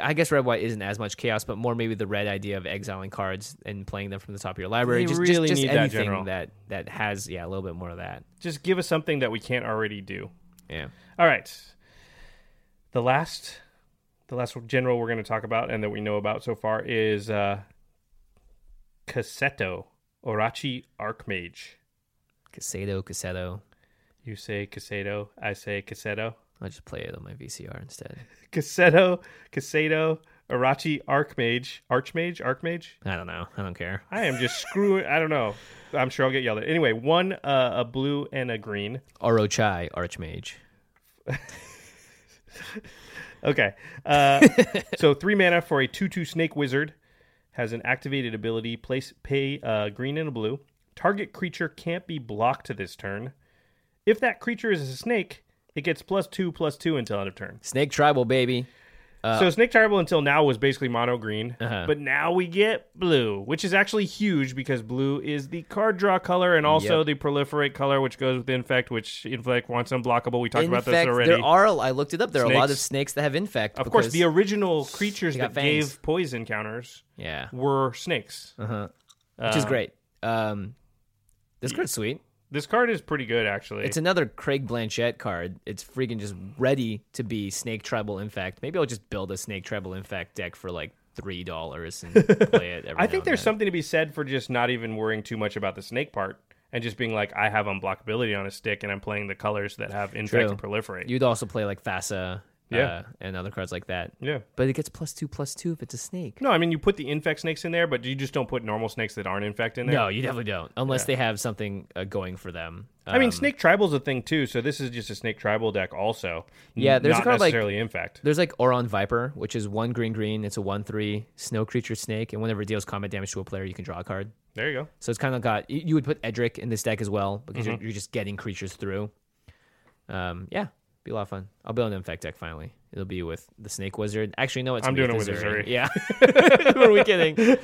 [SPEAKER 1] I guess red white isn't as much chaos, but more maybe the red idea of exiling cards and playing them from the top of your library.
[SPEAKER 3] They
[SPEAKER 1] just
[SPEAKER 3] really
[SPEAKER 1] just, just
[SPEAKER 3] need that
[SPEAKER 1] anything
[SPEAKER 3] general.
[SPEAKER 1] that that has yeah a little bit more of that.
[SPEAKER 3] Just give us something that we can't already do.
[SPEAKER 1] Yeah.
[SPEAKER 3] All right. The last, the last general we're going to talk about and that we know about so far is uh, Cassetto Orachi Archmage.
[SPEAKER 1] Casado, Casado.
[SPEAKER 3] You say Cassetto, I say Cassetto.
[SPEAKER 1] I'll just play it on my VCR instead.
[SPEAKER 3] Cassetto, Cassetto, Arachi Archmage, Archmage, Archmage.
[SPEAKER 1] I don't know. I don't care.
[SPEAKER 3] I am just screwing. I don't know. I'm sure I'll get yelled at. Anyway, one uh, a blue and a green.
[SPEAKER 1] Orochai, Archmage.
[SPEAKER 3] Okay. Uh, so three mana for a two-two snake wizard has an activated ability. Place pay uh, green and a blue. Target creature can't be blocked this turn. If that creature is a snake, it gets plus two plus two until end of turn.
[SPEAKER 1] Snake Tribal, baby.
[SPEAKER 3] so snake tribal until now was basically mono green,
[SPEAKER 1] Uh, Uh-huh.
[SPEAKER 3] but now we get blue, which is actually huge because blue is the card draw color and also
[SPEAKER 1] Yep.
[SPEAKER 3] the proliferate color, which goes with infect, which infect wants unblockable. We talked about this
[SPEAKER 1] Infect,
[SPEAKER 3] already.
[SPEAKER 1] there are. I looked it up. There are a lot of
[SPEAKER 3] Snakes.
[SPEAKER 1] snakes that have infect.
[SPEAKER 3] Of course,
[SPEAKER 1] because-
[SPEAKER 3] the original creatures
[SPEAKER 1] got
[SPEAKER 3] that
[SPEAKER 1] fangs. Uh-huh.
[SPEAKER 3] gave poison counters
[SPEAKER 1] yeah,
[SPEAKER 3] were snakes. Uh,
[SPEAKER 1] which is great. Um, this card's sweet.
[SPEAKER 3] This card is pretty good, actually.
[SPEAKER 1] It's another Craig Blanchett card. It's freaking just ready to be Snake Tribal Infect. Maybe I'll just build a Snake Tribal Infect deck for like three dollars
[SPEAKER 3] [LAUGHS]
[SPEAKER 1] and play it. Every
[SPEAKER 3] I think
[SPEAKER 1] now and
[SPEAKER 3] there's
[SPEAKER 1] then.
[SPEAKER 3] something to be said for just not even worrying too much about the snake part and just being like, I have unblockability on a stick and I'm playing the colors that have infect and
[SPEAKER 1] True.
[SPEAKER 3] proliferate.
[SPEAKER 1] You'd also play like Fasa, uh,
[SPEAKER 3] Yeah.
[SPEAKER 1] and other cards like that.
[SPEAKER 3] yeah.
[SPEAKER 1] But it gets plus two, plus two if it's a snake.
[SPEAKER 3] No, I mean, you put the infect snakes in there, but you just don't put normal snakes that aren't infect in there.
[SPEAKER 1] No, you definitely don't, unless they have something uh, going for them.
[SPEAKER 3] I mean,
[SPEAKER 1] Um,
[SPEAKER 3] snake tribal's a thing too, so this is just a snake tribal deck also.
[SPEAKER 1] Yeah, there's a
[SPEAKER 3] not
[SPEAKER 1] card like-
[SPEAKER 3] necessarily infect.
[SPEAKER 1] There's like Oron Viper, which is one green green. It's a one three snow creature snake, and whenever it deals combat damage to a player, you can draw a card.
[SPEAKER 3] There you go.
[SPEAKER 1] So it's kind of got you you would put Edric in this deck as well because
[SPEAKER 3] Mm-hmm.
[SPEAKER 1] you're, you're just getting creatures through. Um, yeah, be a lot of fun. I'll build an infect deck finally. It'll be with the Snake Wizard. Actually, no, it's
[SPEAKER 3] I'm
[SPEAKER 1] gonna be
[SPEAKER 3] doing it with
[SPEAKER 1] Azuri.
[SPEAKER 3] Azuri. [LAUGHS]
[SPEAKER 1] Yeah, [LAUGHS] Who are we kidding?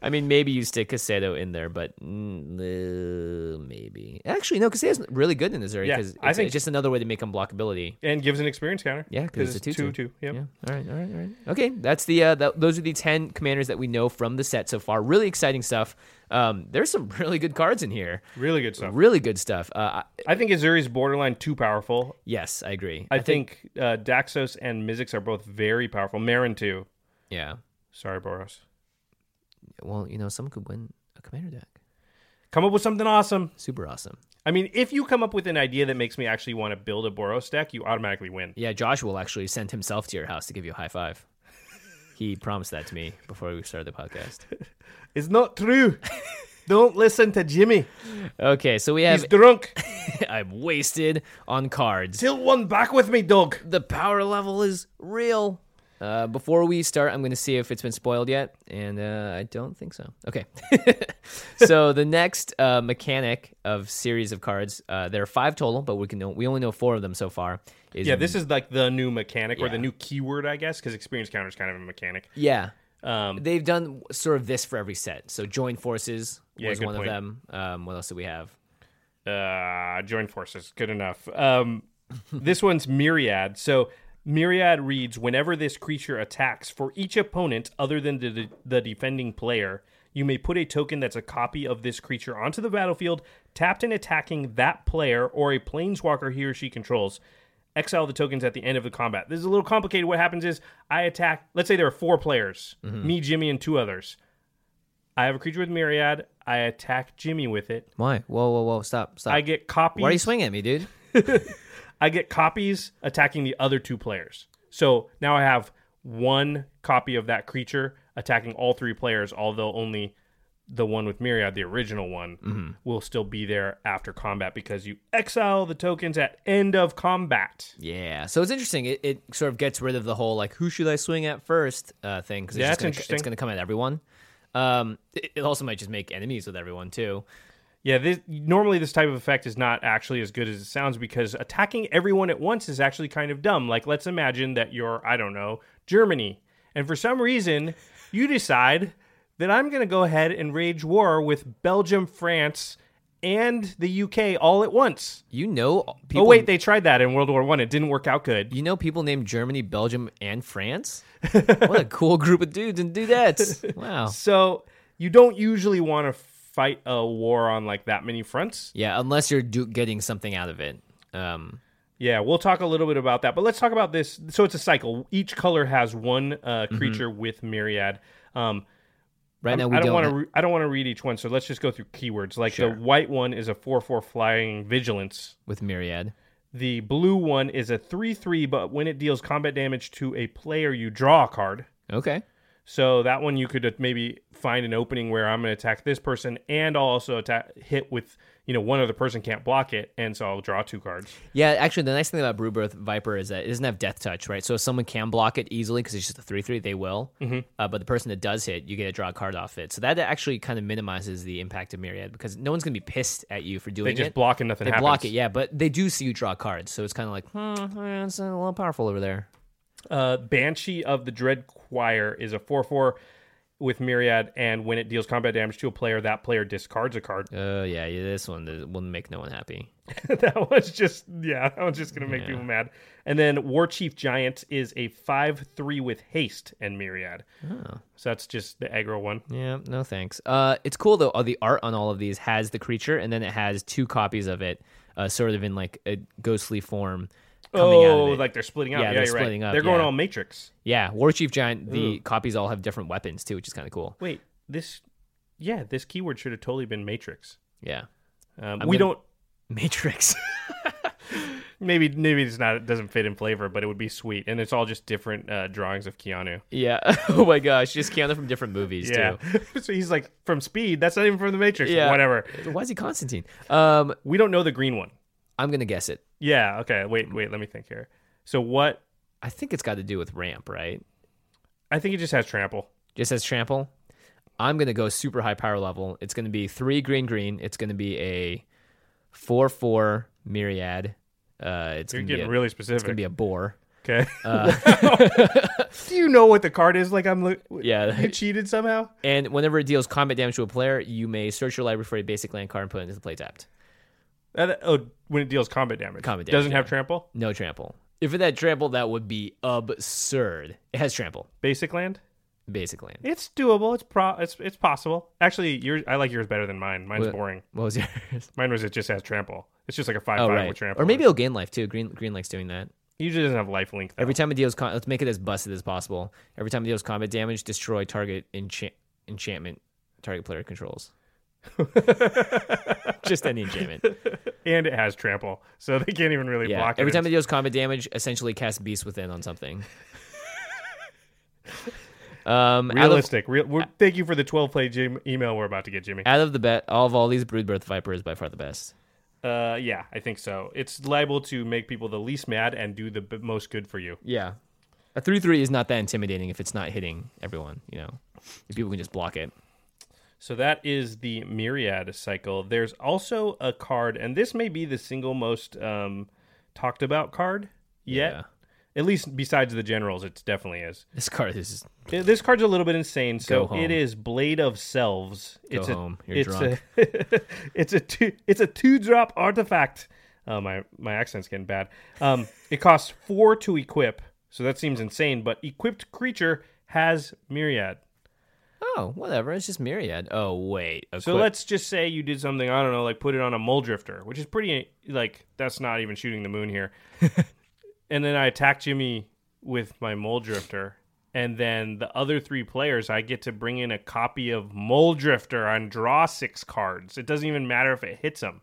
[SPEAKER 1] I mean, maybe you stick Casado in there, but mm, uh, maybe actually no, Casado's really good in Azuri
[SPEAKER 3] Yeah,
[SPEAKER 1] because
[SPEAKER 3] I
[SPEAKER 1] it's,
[SPEAKER 3] think-
[SPEAKER 1] it's just another way to make unblockability.
[SPEAKER 3] And gives an experience counter.
[SPEAKER 1] Yeah, because it's a two-two.
[SPEAKER 3] two. Yep.
[SPEAKER 1] Yeah. All right. All right. All right. Okay. That's the. Uh, th- those are the ten commanders that we know from the set so far. Really exciting stuff. Um, there's some [LAUGHS] really good cards in here.
[SPEAKER 3] Really good stuff.
[SPEAKER 1] Really good stuff. Uh, I,
[SPEAKER 3] I think Azuri's borderline too powerful.
[SPEAKER 1] yes, I agree.
[SPEAKER 3] I, think, uh, Daxos and Mizzix are both very powerful. Marin too.
[SPEAKER 1] Yeah.
[SPEAKER 3] Sorry, Boros.
[SPEAKER 1] Well, you know, someone could win a commander deck.
[SPEAKER 3] Come up with something awesome.
[SPEAKER 1] Super awesome.
[SPEAKER 3] I mean, if you come up with an idea that makes me actually want to build a Boros deck, you automatically win.
[SPEAKER 1] Yeah, Josh will actually send himself to your house to give you a high five. He [LAUGHS] promised that to me before we started the podcast.
[SPEAKER 3] It's
[SPEAKER 1] [LAUGHS]
[SPEAKER 3] not true. Don't listen to Jimmy.
[SPEAKER 1] Okay, so we have [LAUGHS]
[SPEAKER 3] drunk.
[SPEAKER 1] I'm wasted on cards.
[SPEAKER 3] Tilt one back with me, dog.
[SPEAKER 1] the power level is real. Uh, before we start, I'm going to see if it's been spoiled yet, and uh, I don't think so. Okay. [LAUGHS] so the next uh, mechanic of series of cards, uh, there are five total, but we can know, we only know four of them so far. Is
[SPEAKER 3] Yeah, this is like the new mechanic or
[SPEAKER 1] Yeah.
[SPEAKER 3] the new keyword, I guess, because experience counter is kind of a mechanic.
[SPEAKER 1] yeah.
[SPEAKER 3] Um,
[SPEAKER 1] They've done sort of this for every set. So join forces
[SPEAKER 3] Yeah,
[SPEAKER 1] was
[SPEAKER 3] good
[SPEAKER 1] one
[SPEAKER 3] point.
[SPEAKER 1] of them. Um, what else do we have?
[SPEAKER 3] uh, join forces. Good enough.
[SPEAKER 1] [LAUGHS]
[SPEAKER 3] Um, this one's Myriad. So Myriad reads whenever this creature attacks for each opponent other than the, de- the defending player, you may put a token that's a copy of this creature onto the battlefield, tapped and attacking that player or a planeswalker he or she controls. Exile the tokens at the end of the combat. This is a little complicated. What happens is I attack, let's say there are four players
[SPEAKER 1] Mm-hmm.
[SPEAKER 3] me, Jimmy, and two others. I have a creature with Myriad. I attack Jimmy with it.
[SPEAKER 1] Why? Whoa, whoa, whoa! Stop! Stop!
[SPEAKER 3] I get copies.
[SPEAKER 1] Why are you swinging at me, dude?
[SPEAKER 3] I get copies attacking the other two players. So now I have one copy of that creature attacking all three players, although only the one with Myriad, the original one, will still be there after combat because you exile the tokens at end of combat.
[SPEAKER 1] Yeah, so it's interesting. It, it sort of gets rid of the whole like who should I swing at first uh, thing because
[SPEAKER 3] Yeah,
[SPEAKER 1] it's, just
[SPEAKER 3] that's
[SPEAKER 1] gonna-
[SPEAKER 3] interesting.
[SPEAKER 1] it's going to come at everyone. Um, it, it also might just make enemies with everyone too.
[SPEAKER 3] Yeah, this, normally this type of effect is not actually as good as it sounds because attacking everyone at once is actually kind of dumb. Like, let's imagine that you're, I don't know, Germany, and for some reason you decide that I'm going to go ahead and rage war with Belgium, France, and the UK all at once.
[SPEAKER 1] You know, people,
[SPEAKER 3] oh wait, they tried that in World War One. It didn't work out good.
[SPEAKER 1] you know people named Germany, Belgium, and
[SPEAKER 3] [LAUGHS]
[SPEAKER 1] France. what a cool group of dudes and dudettes! Wow.
[SPEAKER 3] So you don't usually want to fight a war on like that many fronts.
[SPEAKER 1] Yeah, unless you're do- getting something out of it. Um,
[SPEAKER 3] Yeah, we'll talk a little bit about that, but let's talk about this. So it's a cycle. Each color has one uh, creature with myriad. Um,
[SPEAKER 1] right now
[SPEAKER 3] I'm-
[SPEAKER 1] Mm-hmm. we
[SPEAKER 3] I don't want to.
[SPEAKER 1] ha-
[SPEAKER 3] Re- I don't want to read each one. So let's just go through keywords. Like
[SPEAKER 1] Sure.
[SPEAKER 3] the white one is a four-four flying vigilance.
[SPEAKER 1] with Myriad.
[SPEAKER 3] The blue one is a three-three, but when it deals combat damage to a player, you draw a card.
[SPEAKER 1] Okay.
[SPEAKER 3] So that one you could uh, maybe find an opening where I'm going to attack this person, and I'll also attack hit with you know one other person can't block it, and so I'll draw two cards.
[SPEAKER 1] Yeah, actually, the nice thing about Brewbirth Viper is that it doesn't have Death Touch, right? So if someone can block it easily because it's just a 3 3, they will.
[SPEAKER 3] Mm-hmm.
[SPEAKER 1] Uh, but the person that does hit, you get to draw a card off it. So that actually kind of minimizes the impact of Myriad because no one's going to be pissed at you for doing
[SPEAKER 3] They just
[SPEAKER 1] it.
[SPEAKER 3] block and nothing
[SPEAKER 1] They
[SPEAKER 3] happens.
[SPEAKER 1] block it, yeah, but they do see you draw cards. So it's kind of like, hmm, eh, it's a little powerful over there.
[SPEAKER 3] Uh, Banshee of the Dread Choir is a 4 4 with Myriad, and when it deals combat damage to a player, that player discards a card. [LAUGHS]
[SPEAKER 1] Oh, yeah, yeah, this one that will make no one happy.
[SPEAKER 3] that was just, yeah, that was just going to make people mad. And then War Chief Giant is a 5 3 with Haste and Myriad.
[SPEAKER 1] Oh.
[SPEAKER 3] So that's just the aggro one.
[SPEAKER 1] Yeah, no thanks. Uh, it's cool though. Uh, the art on all of these has the creature, and then it has two copies of it, uh, sort of in like a ghostly form. Coming out
[SPEAKER 3] Oh,
[SPEAKER 1] of it.
[SPEAKER 3] like they're splitting up.
[SPEAKER 1] Yeah,
[SPEAKER 3] Yeah,
[SPEAKER 1] they're
[SPEAKER 3] you're
[SPEAKER 1] splitting
[SPEAKER 3] right.
[SPEAKER 1] up,
[SPEAKER 3] They're going
[SPEAKER 1] yeah.
[SPEAKER 3] all Matrix.
[SPEAKER 1] yeah, War Chief Giant. The copies all have different weapons too, which is kind of cool.
[SPEAKER 3] Wait, this, yeah, this keyword should have totally been Matrix. [LAUGHS]
[SPEAKER 1] Yeah,
[SPEAKER 3] Um,
[SPEAKER 1] I'm
[SPEAKER 3] we
[SPEAKER 1] gonna-
[SPEAKER 3] don't.
[SPEAKER 1] Matrix.
[SPEAKER 3] Maybe maybe it's not it doesn't fit in flavor, but it would be sweet, and it's all just different uh, drawings of Keanu.
[SPEAKER 1] yeah. [LAUGHS] oh my gosh, just Keanu from different movies
[SPEAKER 3] Yeah.
[SPEAKER 1] too.
[SPEAKER 3] [LAUGHS] so he's like, from Speed, that's not even from The Matrix.
[SPEAKER 1] Yeah.
[SPEAKER 3] Whatever.
[SPEAKER 1] Why is he Constantine? Um,
[SPEAKER 3] We don't know the green one.
[SPEAKER 1] I'm gonna guess it.
[SPEAKER 3] Yeah. Okay. Wait, wait, let me think here. So what?
[SPEAKER 1] I think it's got to do with ramp, right?
[SPEAKER 3] I think it just has trample.
[SPEAKER 1] Just as trample. I'm gonna go super high power level. It's gonna be three green green. It's gonna be a four four myriad. Uh, it's
[SPEAKER 3] You're
[SPEAKER 1] gonna
[SPEAKER 3] getting
[SPEAKER 1] be a,
[SPEAKER 3] really
[SPEAKER 1] It's gonna
[SPEAKER 3] specific.
[SPEAKER 1] be a Uh. boar.
[SPEAKER 3] okay. [LAUGHS]
[SPEAKER 1] [LAUGHS]
[SPEAKER 3] Do you know what the card is? Like, I'm. Lo-
[SPEAKER 1] Yeah.
[SPEAKER 3] You [LAUGHS] cheated somehow?
[SPEAKER 1] and whenever it deals combat damage to a player, you may search your library for a basic land card and put it into the play tapped.
[SPEAKER 3] That, oh, when it deals combat damage.
[SPEAKER 1] Combat damage,
[SPEAKER 3] Doesn't have
[SPEAKER 1] yeah.
[SPEAKER 3] trample?
[SPEAKER 1] No trample. If it had trample, that would be absurd. It has trample,
[SPEAKER 3] Basic land?
[SPEAKER 1] basic land.
[SPEAKER 3] It's doable. It's pro. It's it's possible. Actually, yours. I like yours better than mine. Mine's
[SPEAKER 1] What-
[SPEAKER 3] boring.
[SPEAKER 1] What was yours?
[SPEAKER 3] Mine was it just has trample. It's just like a five
[SPEAKER 1] Oh
[SPEAKER 3] five
[SPEAKER 1] right,
[SPEAKER 3] with trample.
[SPEAKER 1] or maybe it'll gain life too. Green Green likes doing that.
[SPEAKER 3] usually doesn't have life link. Though.
[SPEAKER 1] Every time it deals, con- let's make it as busted as possible. Every time it deals combat damage, destroy target enchant- enchantment target player controls. [LAUGHS] Just any
[SPEAKER 3] [LAUGHS]
[SPEAKER 1] enchantment.
[SPEAKER 3] and it has trample, so [LAUGHS] they can't even really
[SPEAKER 1] Yeah.
[SPEAKER 3] block it.
[SPEAKER 1] Every time it
[SPEAKER 3] It's-
[SPEAKER 1] deals combat damage, essentially cast Beast Within on
[SPEAKER 3] [LAUGHS]
[SPEAKER 1] something. um, out of,
[SPEAKER 3] realistic. Real, we're, thank you for the twelve play Jim email we're about to get, Jimmy.
[SPEAKER 1] out of the bet, all of all these Broodbirth Viper is by far the best.
[SPEAKER 3] Uh, yeah, I think so. It's liable to make people the least mad and do the b- most good for you.
[SPEAKER 1] Yeah. A three three is not that intimidating if it's not hitting everyone. You know, if people can just block it. [LAUGHS]
[SPEAKER 3] So that is the myriad cycle. There's also a card, and this may be the single most um, talked about card yet.
[SPEAKER 1] Yeah.
[SPEAKER 3] At least besides the generals, it definitely is.
[SPEAKER 1] This card is
[SPEAKER 3] Uh, This card's a little bit insane.
[SPEAKER 1] Go
[SPEAKER 3] So
[SPEAKER 1] home.
[SPEAKER 3] it is Blade of Selves. It's a,
[SPEAKER 1] home. You're
[SPEAKER 3] it's
[SPEAKER 1] drunk.
[SPEAKER 3] A, [LAUGHS] it's a two. It's a two drop artifact. Oh my my accent's getting bad. Um, it costs four to equip, so that seems insane. But equipped creature has Myriad.
[SPEAKER 1] oh whatever. It's just myriad. Oh wait.
[SPEAKER 3] So
[SPEAKER 1] equip-
[SPEAKER 3] let's just say you did something I don't know, like put it on a mole drifter, which is pretty like that's not even shooting the moon here. and then I attack Jimmy with my mole drifter, and then the other three players I get to bring in a copy of mole drifter and draw six cards. It doesn't even matter if it hits them.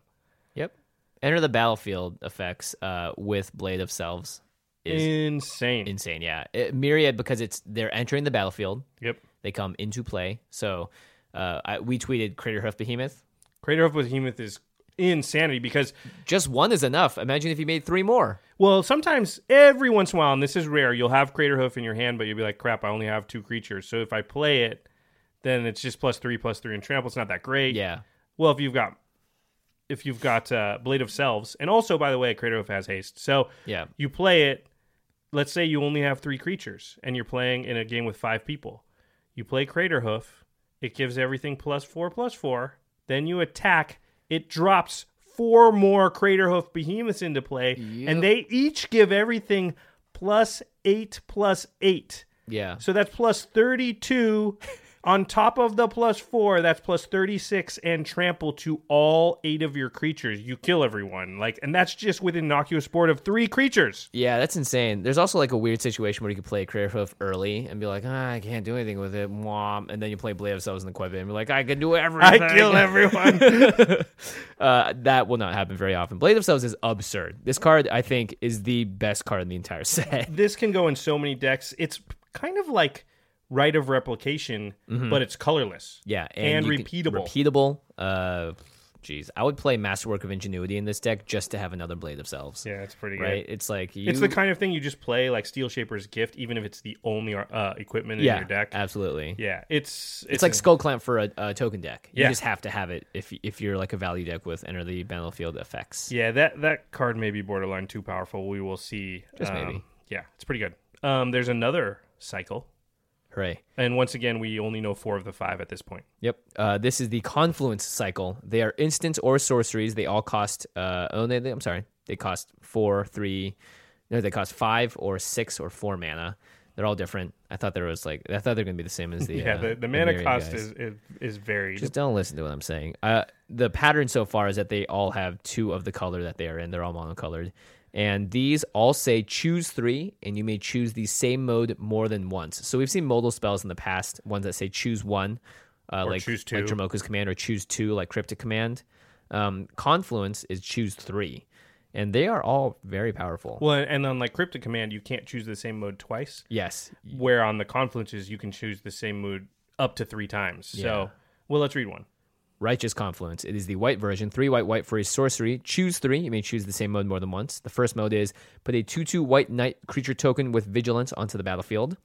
[SPEAKER 1] Yep. Enter the battlefield effects uh, with Blade of Selves is
[SPEAKER 3] Insane.
[SPEAKER 1] insane. Yeah, It- Myriad because it's they're entering the battlefield.
[SPEAKER 3] yep.
[SPEAKER 1] They come into play. So uh, I, we tweeted Crater Hoof Behemoth.
[SPEAKER 3] Crater of Behemoth is insanity because
[SPEAKER 1] Just one is enough. Imagine if you made three more.
[SPEAKER 3] Well, sometimes every once in a while, and this is rare, you'll have Crater Hoof in your hand, but you'll be like, crap, I only have two creatures. So if I play it, then it's just plus three, plus three, and trample. It's not that great.
[SPEAKER 1] Yeah.
[SPEAKER 3] Well, if you've got if you've got uh, Blade of Selves, and also by the way, Crater Hoof has haste. So
[SPEAKER 1] Yeah.
[SPEAKER 3] you play it. Let's say you only have three creatures, and you're playing in a game with five people. You play Crater Hoof. It gives everything plus four, plus four. Then you attack. It drops four more Crater Hoof behemoths into play, and they each give everything plus eight, plus eight.
[SPEAKER 1] Yeah.
[SPEAKER 3] So that's plus 32 on top of the plus 4, that's plus 36 and trample to all 8 of your creatures. You kill everyone. Like and that's just with innocuous board of 3 creatures.
[SPEAKER 1] Yeah, that's insane. There's also like a weird situation where you could play Crater Hoof early and be like, ah, I can't do anything with it. Mwah. And then you play Blade of Selves in the Quibbit and be like, I can do
[SPEAKER 3] I
[SPEAKER 1] everything.
[SPEAKER 3] kill everyone.
[SPEAKER 1] [LAUGHS]
[SPEAKER 3] [LAUGHS]
[SPEAKER 1] uh, that will not happen very often. Blade of Selves is absurd. This card, I think, is the best card in the entire [LAUGHS] set.
[SPEAKER 3] this can go in so many decks. It's kind of like right of replication, but it's colorless.
[SPEAKER 1] Mm-hmm. Yeah,
[SPEAKER 3] and,
[SPEAKER 1] you can-
[SPEAKER 3] repeatable.
[SPEAKER 1] Repeatable. Uh, jeez, I would play Masterwork of Ingenuity in this deck just to have another Blade of Selves.
[SPEAKER 3] yeah, it's pretty good.
[SPEAKER 1] right. It's like you,
[SPEAKER 3] It's the kind of thing you just play like Steel Shaper's Gift, even if it's the only uh, equipment in
[SPEAKER 1] yeah,
[SPEAKER 3] your deck.
[SPEAKER 1] absolutely.
[SPEAKER 3] Yeah, it's
[SPEAKER 1] It's, like Skull Clamp for a, a token deck. You
[SPEAKER 3] Yeah.
[SPEAKER 1] just have to have it if if you're like a value deck with enter the battlefield effects.
[SPEAKER 3] Yeah, that that card may be borderline too powerful. We will see.
[SPEAKER 1] Just
[SPEAKER 3] Um,
[SPEAKER 1] maybe.
[SPEAKER 3] Yeah, it's pretty good. Um, there's another cycle,
[SPEAKER 1] Hooray.
[SPEAKER 3] and once again, we only know four of the five at this point.
[SPEAKER 1] Yep. Uh, this is the Confluence Cycle. They are instants or sorceries. They all cost. Uh, oh, they, they- I'm sorry. They cost four, three. No, they cost five or six or four mana. They're all different. I thought there was like I thought they're gonna be the same
[SPEAKER 3] [LAUGHS]
[SPEAKER 1] as the
[SPEAKER 3] Yeah,
[SPEAKER 1] uh,
[SPEAKER 3] the, the mana
[SPEAKER 1] Myriad
[SPEAKER 3] cost
[SPEAKER 1] guys.
[SPEAKER 3] is, is is varied.
[SPEAKER 1] Just don't listen to what I'm saying. Uh, the pattern so far is that they all have two of the color that they are in. They're all monocolored. And these all say choose three, and you may choose the same mode more than once. So we've seen modal spells in the past, ones that say choose one, uh, like,
[SPEAKER 3] choose
[SPEAKER 1] like
[SPEAKER 3] two.
[SPEAKER 1] Dramoka's command, or choose two, like Cryptic command. Um, Confluence is choose three, and they are all very powerful.
[SPEAKER 3] well, and on like Cryptic Command, you can't choose the same mode twice.
[SPEAKER 1] yes,
[SPEAKER 3] Where on the confluences, you can choose the same mode up to three times. So, well, let's read one.
[SPEAKER 1] Righteous Confluence. It is the white version. Three white, white for a sorcery. Choose three. You may choose the same mode more than once. The first mode is put a 2 2 white knight creature token with vigilance onto the battlefield.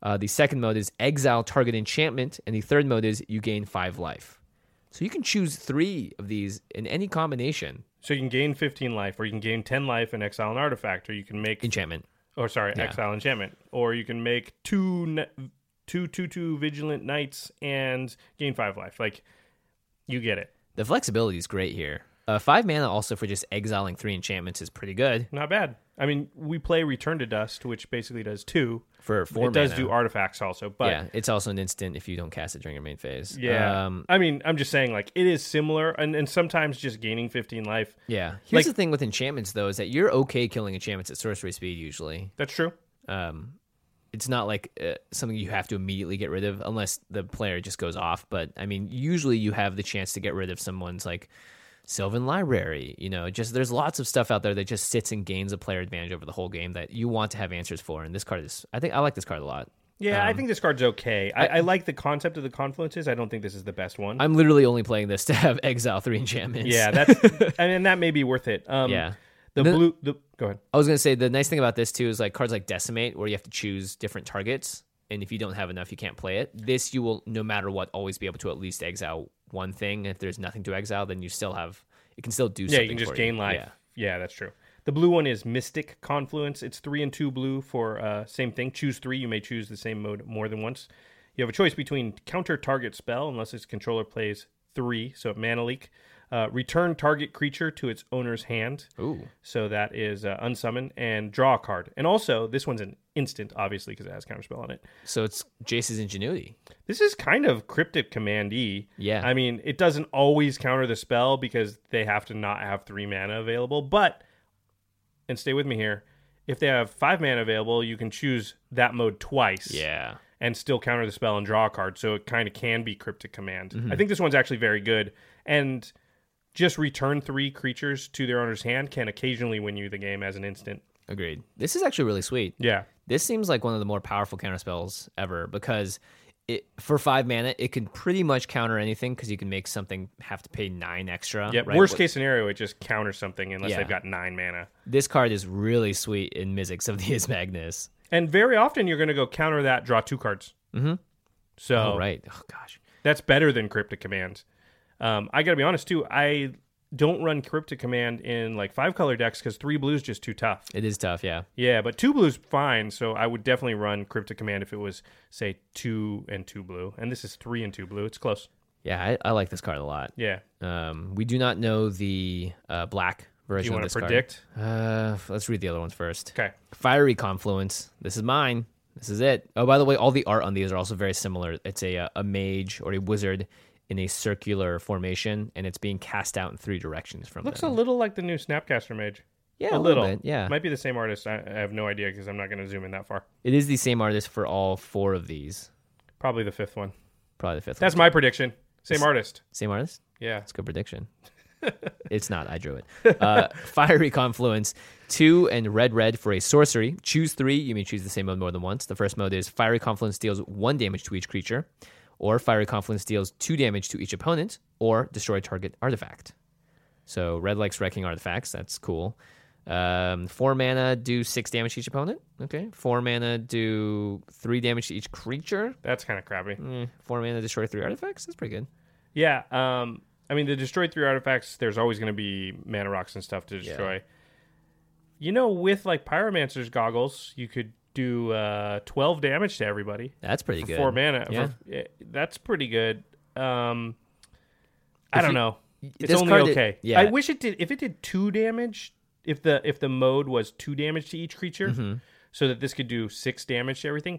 [SPEAKER 1] Uh, the second mode is exile target enchantment. And the third mode is you gain five life. So you can choose three of these in any combination.
[SPEAKER 3] So you can gain 15 life, or you can gain 10 life and exile an artifact, or you can make
[SPEAKER 1] Enchantment.
[SPEAKER 3] or sorry, exile enchantment, or you can make two n- two two two vigilant knights and gain five life. Like you get it,
[SPEAKER 1] The flexibility is great here. Uh, five mana also for just exiling three enchantments is pretty good
[SPEAKER 3] not bad. I mean, we play Return to Dust, which basically does two.
[SPEAKER 1] for
[SPEAKER 3] it
[SPEAKER 1] four mana.
[SPEAKER 3] does do artifacts also, but
[SPEAKER 1] yeah, it's also an instant if you don't cast it during your main phase.
[SPEAKER 3] yeah.
[SPEAKER 1] Um,
[SPEAKER 3] I mean, I'm just saying, like it is similar, and and sometimes just gaining 15 life.
[SPEAKER 1] Yeah. Here's
[SPEAKER 3] Like-
[SPEAKER 1] the thing with enchantments though is that you're okay killing enchantments at sorcery speed usually.
[SPEAKER 3] That's true.
[SPEAKER 1] Um it's not like uh, something you have to immediately get rid of unless the player just goes off, but I mean usually you have the chance to get rid of someone's like Sylvan Library, you know, just there's lots of stuff out there that just sits and gains a player advantage over the whole game that you want to have answers for. And this card is, I think, I like this card a lot.
[SPEAKER 3] Yeah, I think this card's okay. Um, I, I, like the concept of the confluences. I don't think this is the best one.
[SPEAKER 1] I'm literally only playing this [LAUGHS] to have exile three enchantments.
[SPEAKER 3] [LAUGHS] yeah, that's I mean that may be worth it. Um,
[SPEAKER 1] Yeah.
[SPEAKER 3] the
[SPEAKER 1] The-
[SPEAKER 3] blue. The go ahead.
[SPEAKER 1] I was gonna say the nice thing about this too is like cards like Decimate, where you have to choose different targets, and if you don't have enough, you can't play it. This you will, no matter what, always be able to at least exile one thing. And if there's nothing to exile, then you still have it can still do
[SPEAKER 3] Yeah,
[SPEAKER 1] something.
[SPEAKER 3] you can
[SPEAKER 1] for
[SPEAKER 3] just gain life.
[SPEAKER 1] Yeah.
[SPEAKER 3] Yeah. that's true. The blue one is Mystic Confluence. It's three and two blue for uh, same thing. Choose three. You may choose the same mode more than once. You have a choice between counter target spell, unless its controller plays three, so mana leak. Uh, return target creature to its owner's hand.
[SPEAKER 1] Ooh.
[SPEAKER 3] So that is uh, unsummon and draw a card. And also, this one's an instant, obviously, because it has counter spell on it.
[SPEAKER 1] So it's Jace's ingenuity.
[SPEAKER 3] This is kind of cryptic command E.
[SPEAKER 1] Yeah.
[SPEAKER 3] I mean, it doesn't always counter the spell because they have to not have three mana available. But, and stay with me here, if they have five mana available, you can choose that mode twice.
[SPEAKER 1] Yeah.
[SPEAKER 3] And still counter the spell and draw a card. So it kind of can be cryptic command.
[SPEAKER 1] Mm-hmm.
[SPEAKER 3] I think this one's actually very good. And just return three creatures to their owner's hand can occasionally win you the game as an instant.
[SPEAKER 1] Agreed. This is actually really sweet.
[SPEAKER 3] Yeah.
[SPEAKER 1] This seems like one of the more powerful counter spells ever because it for five mana it can pretty much counter anything because you can make something have to pay nine extra.
[SPEAKER 3] Yeah.
[SPEAKER 1] right?
[SPEAKER 3] Worst
[SPEAKER 1] What-
[SPEAKER 3] case scenario, it just counters something unless
[SPEAKER 1] Yeah.
[SPEAKER 3] they've got nine mana.
[SPEAKER 1] this card is really sweet in Mizzix of the Ismagnus.
[SPEAKER 3] And very often you're going to go counter that, draw two cards. Mm-hmm. So
[SPEAKER 1] Oh, right. Oh, gosh.
[SPEAKER 3] that's better than Cryptic Command. Um, I got to be honest too. I don't run Cryptic Command in like five color decks because three blues just too tough.
[SPEAKER 1] It is tough, yeah.
[SPEAKER 3] Yeah, but two blues fine. So I would definitely run Cryptic Command if it was say two and two blue, and this is three and two blue. It's close.
[SPEAKER 1] Yeah, I, I like this card a lot.
[SPEAKER 3] Yeah.
[SPEAKER 1] Um, we do not know the uh, black
[SPEAKER 3] Do
[SPEAKER 1] version
[SPEAKER 3] you
[SPEAKER 1] of
[SPEAKER 3] want
[SPEAKER 1] this
[SPEAKER 3] to predict?
[SPEAKER 1] card. Uh, f- let's read the other ones first.
[SPEAKER 3] Okay.
[SPEAKER 1] Fiery Confluence. This is mine. This is it. Oh, by the way, all the art on these are also very similar. It's a, uh, a mage or a wizard in a circular formation, and it's being cast out in three directions from
[SPEAKER 3] Looks a
[SPEAKER 1] them.
[SPEAKER 3] little like the new Snapcaster Mage.
[SPEAKER 1] yeah,
[SPEAKER 3] A,
[SPEAKER 1] little,
[SPEAKER 3] little.
[SPEAKER 1] bit. Yeah.
[SPEAKER 3] Might be the same artist. I, I have no idea because I'm not going to zoom in that far.
[SPEAKER 1] It is the same artist for all four of these.
[SPEAKER 3] Probably the fifth one.
[SPEAKER 1] Probably the fifth
[SPEAKER 3] That's my prediction. Same artist.
[SPEAKER 1] one. Same artist?
[SPEAKER 3] Yeah. [LAUGHS]
[SPEAKER 1] It's a good prediction. it's not. I drew it. Uh, Fiery Confluence. two and red red for a sorcery. Choose three. You may choose the same mode more than once. The first mode is Fiery Confluence deals one damage to each creature, or Fiery Confluence deals two damage to each opponent, or destroy target artifact. So red likes wrecking artifacts. That's cool. Um, four mana do six damage to each opponent. Okay. Four mana do three damage to each creature.
[SPEAKER 3] That's kind of crappy.
[SPEAKER 1] Mm, four mana destroy three artifacts. That's pretty good.
[SPEAKER 3] Yeah. Um, I mean, the destroy three artifacts, there's always going to be mana rocks and stuff to destroy. You know, with like Pyromancer's goggles, you could do uh, 12 damage to everybody
[SPEAKER 1] That's pretty
[SPEAKER 3] for
[SPEAKER 1] good.
[SPEAKER 3] four mana.
[SPEAKER 1] Yeah.
[SPEAKER 3] For- yeah, that's pretty good. Um, I don't
[SPEAKER 1] you-
[SPEAKER 3] know. It's
[SPEAKER 1] this
[SPEAKER 3] only
[SPEAKER 1] card did-
[SPEAKER 3] okay.
[SPEAKER 1] yeah.
[SPEAKER 3] I wish it did. If it did two damage, if the if the mode was two damage to each creature,
[SPEAKER 1] Mm-hmm.
[SPEAKER 3] so that this could do six damage to everything,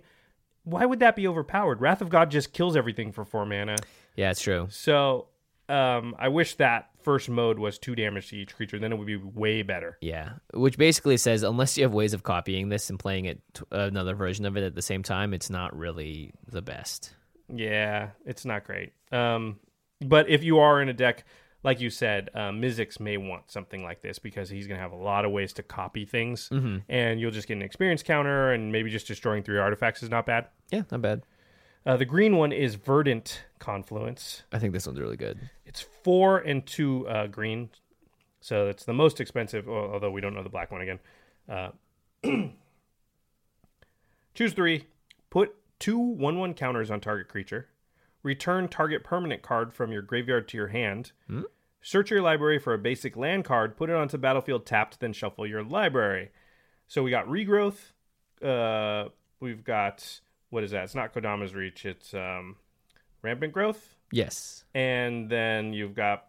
[SPEAKER 3] why would that be overpowered? Wrath of God just kills everything for four mana.
[SPEAKER 1] yeah, it's true.
[SPEAKER 3] So um, I wish that first mode was two damage to each creature. Then it would be way better.
[SPEAKER 1] Yeah, which basically says unless you have ways of copying this and playing it t- another version of it at the same time, it's not really the best.
[SPEAKER 3] Yeah, it's not great. Um, but if you are in a deck, like you said, uh, Mizzix may want something like this because he's going to have a lot of ways to copy things. And you'll just get an experience counter, and maybe just destroying three artifacts is not bad.
[SPEAKER 1] Yeah, not bad.
[SPEAKER 3] Uh, the green one is Verdant Confluence.
[SPEAKER 1] I think this one's really good.
[SPEAKER 3] It's four and two uh, green, so it's the most expensive. al- Although we don't know the black one again. Uh, [CLEARS THROAT] choose three. Put two one-one counters on target creature. Return target permanent card from your graveyard to your hand. Search your library for a basic land card. Put it onto battlefield tapped. Then shuffle your library. So we got regrowth. Uh, we've got what is that? It's not Kodama's Reach. It's um, rampant growth
[SPEAKER 1] Yes.
[SPEAKER 3] and then you've got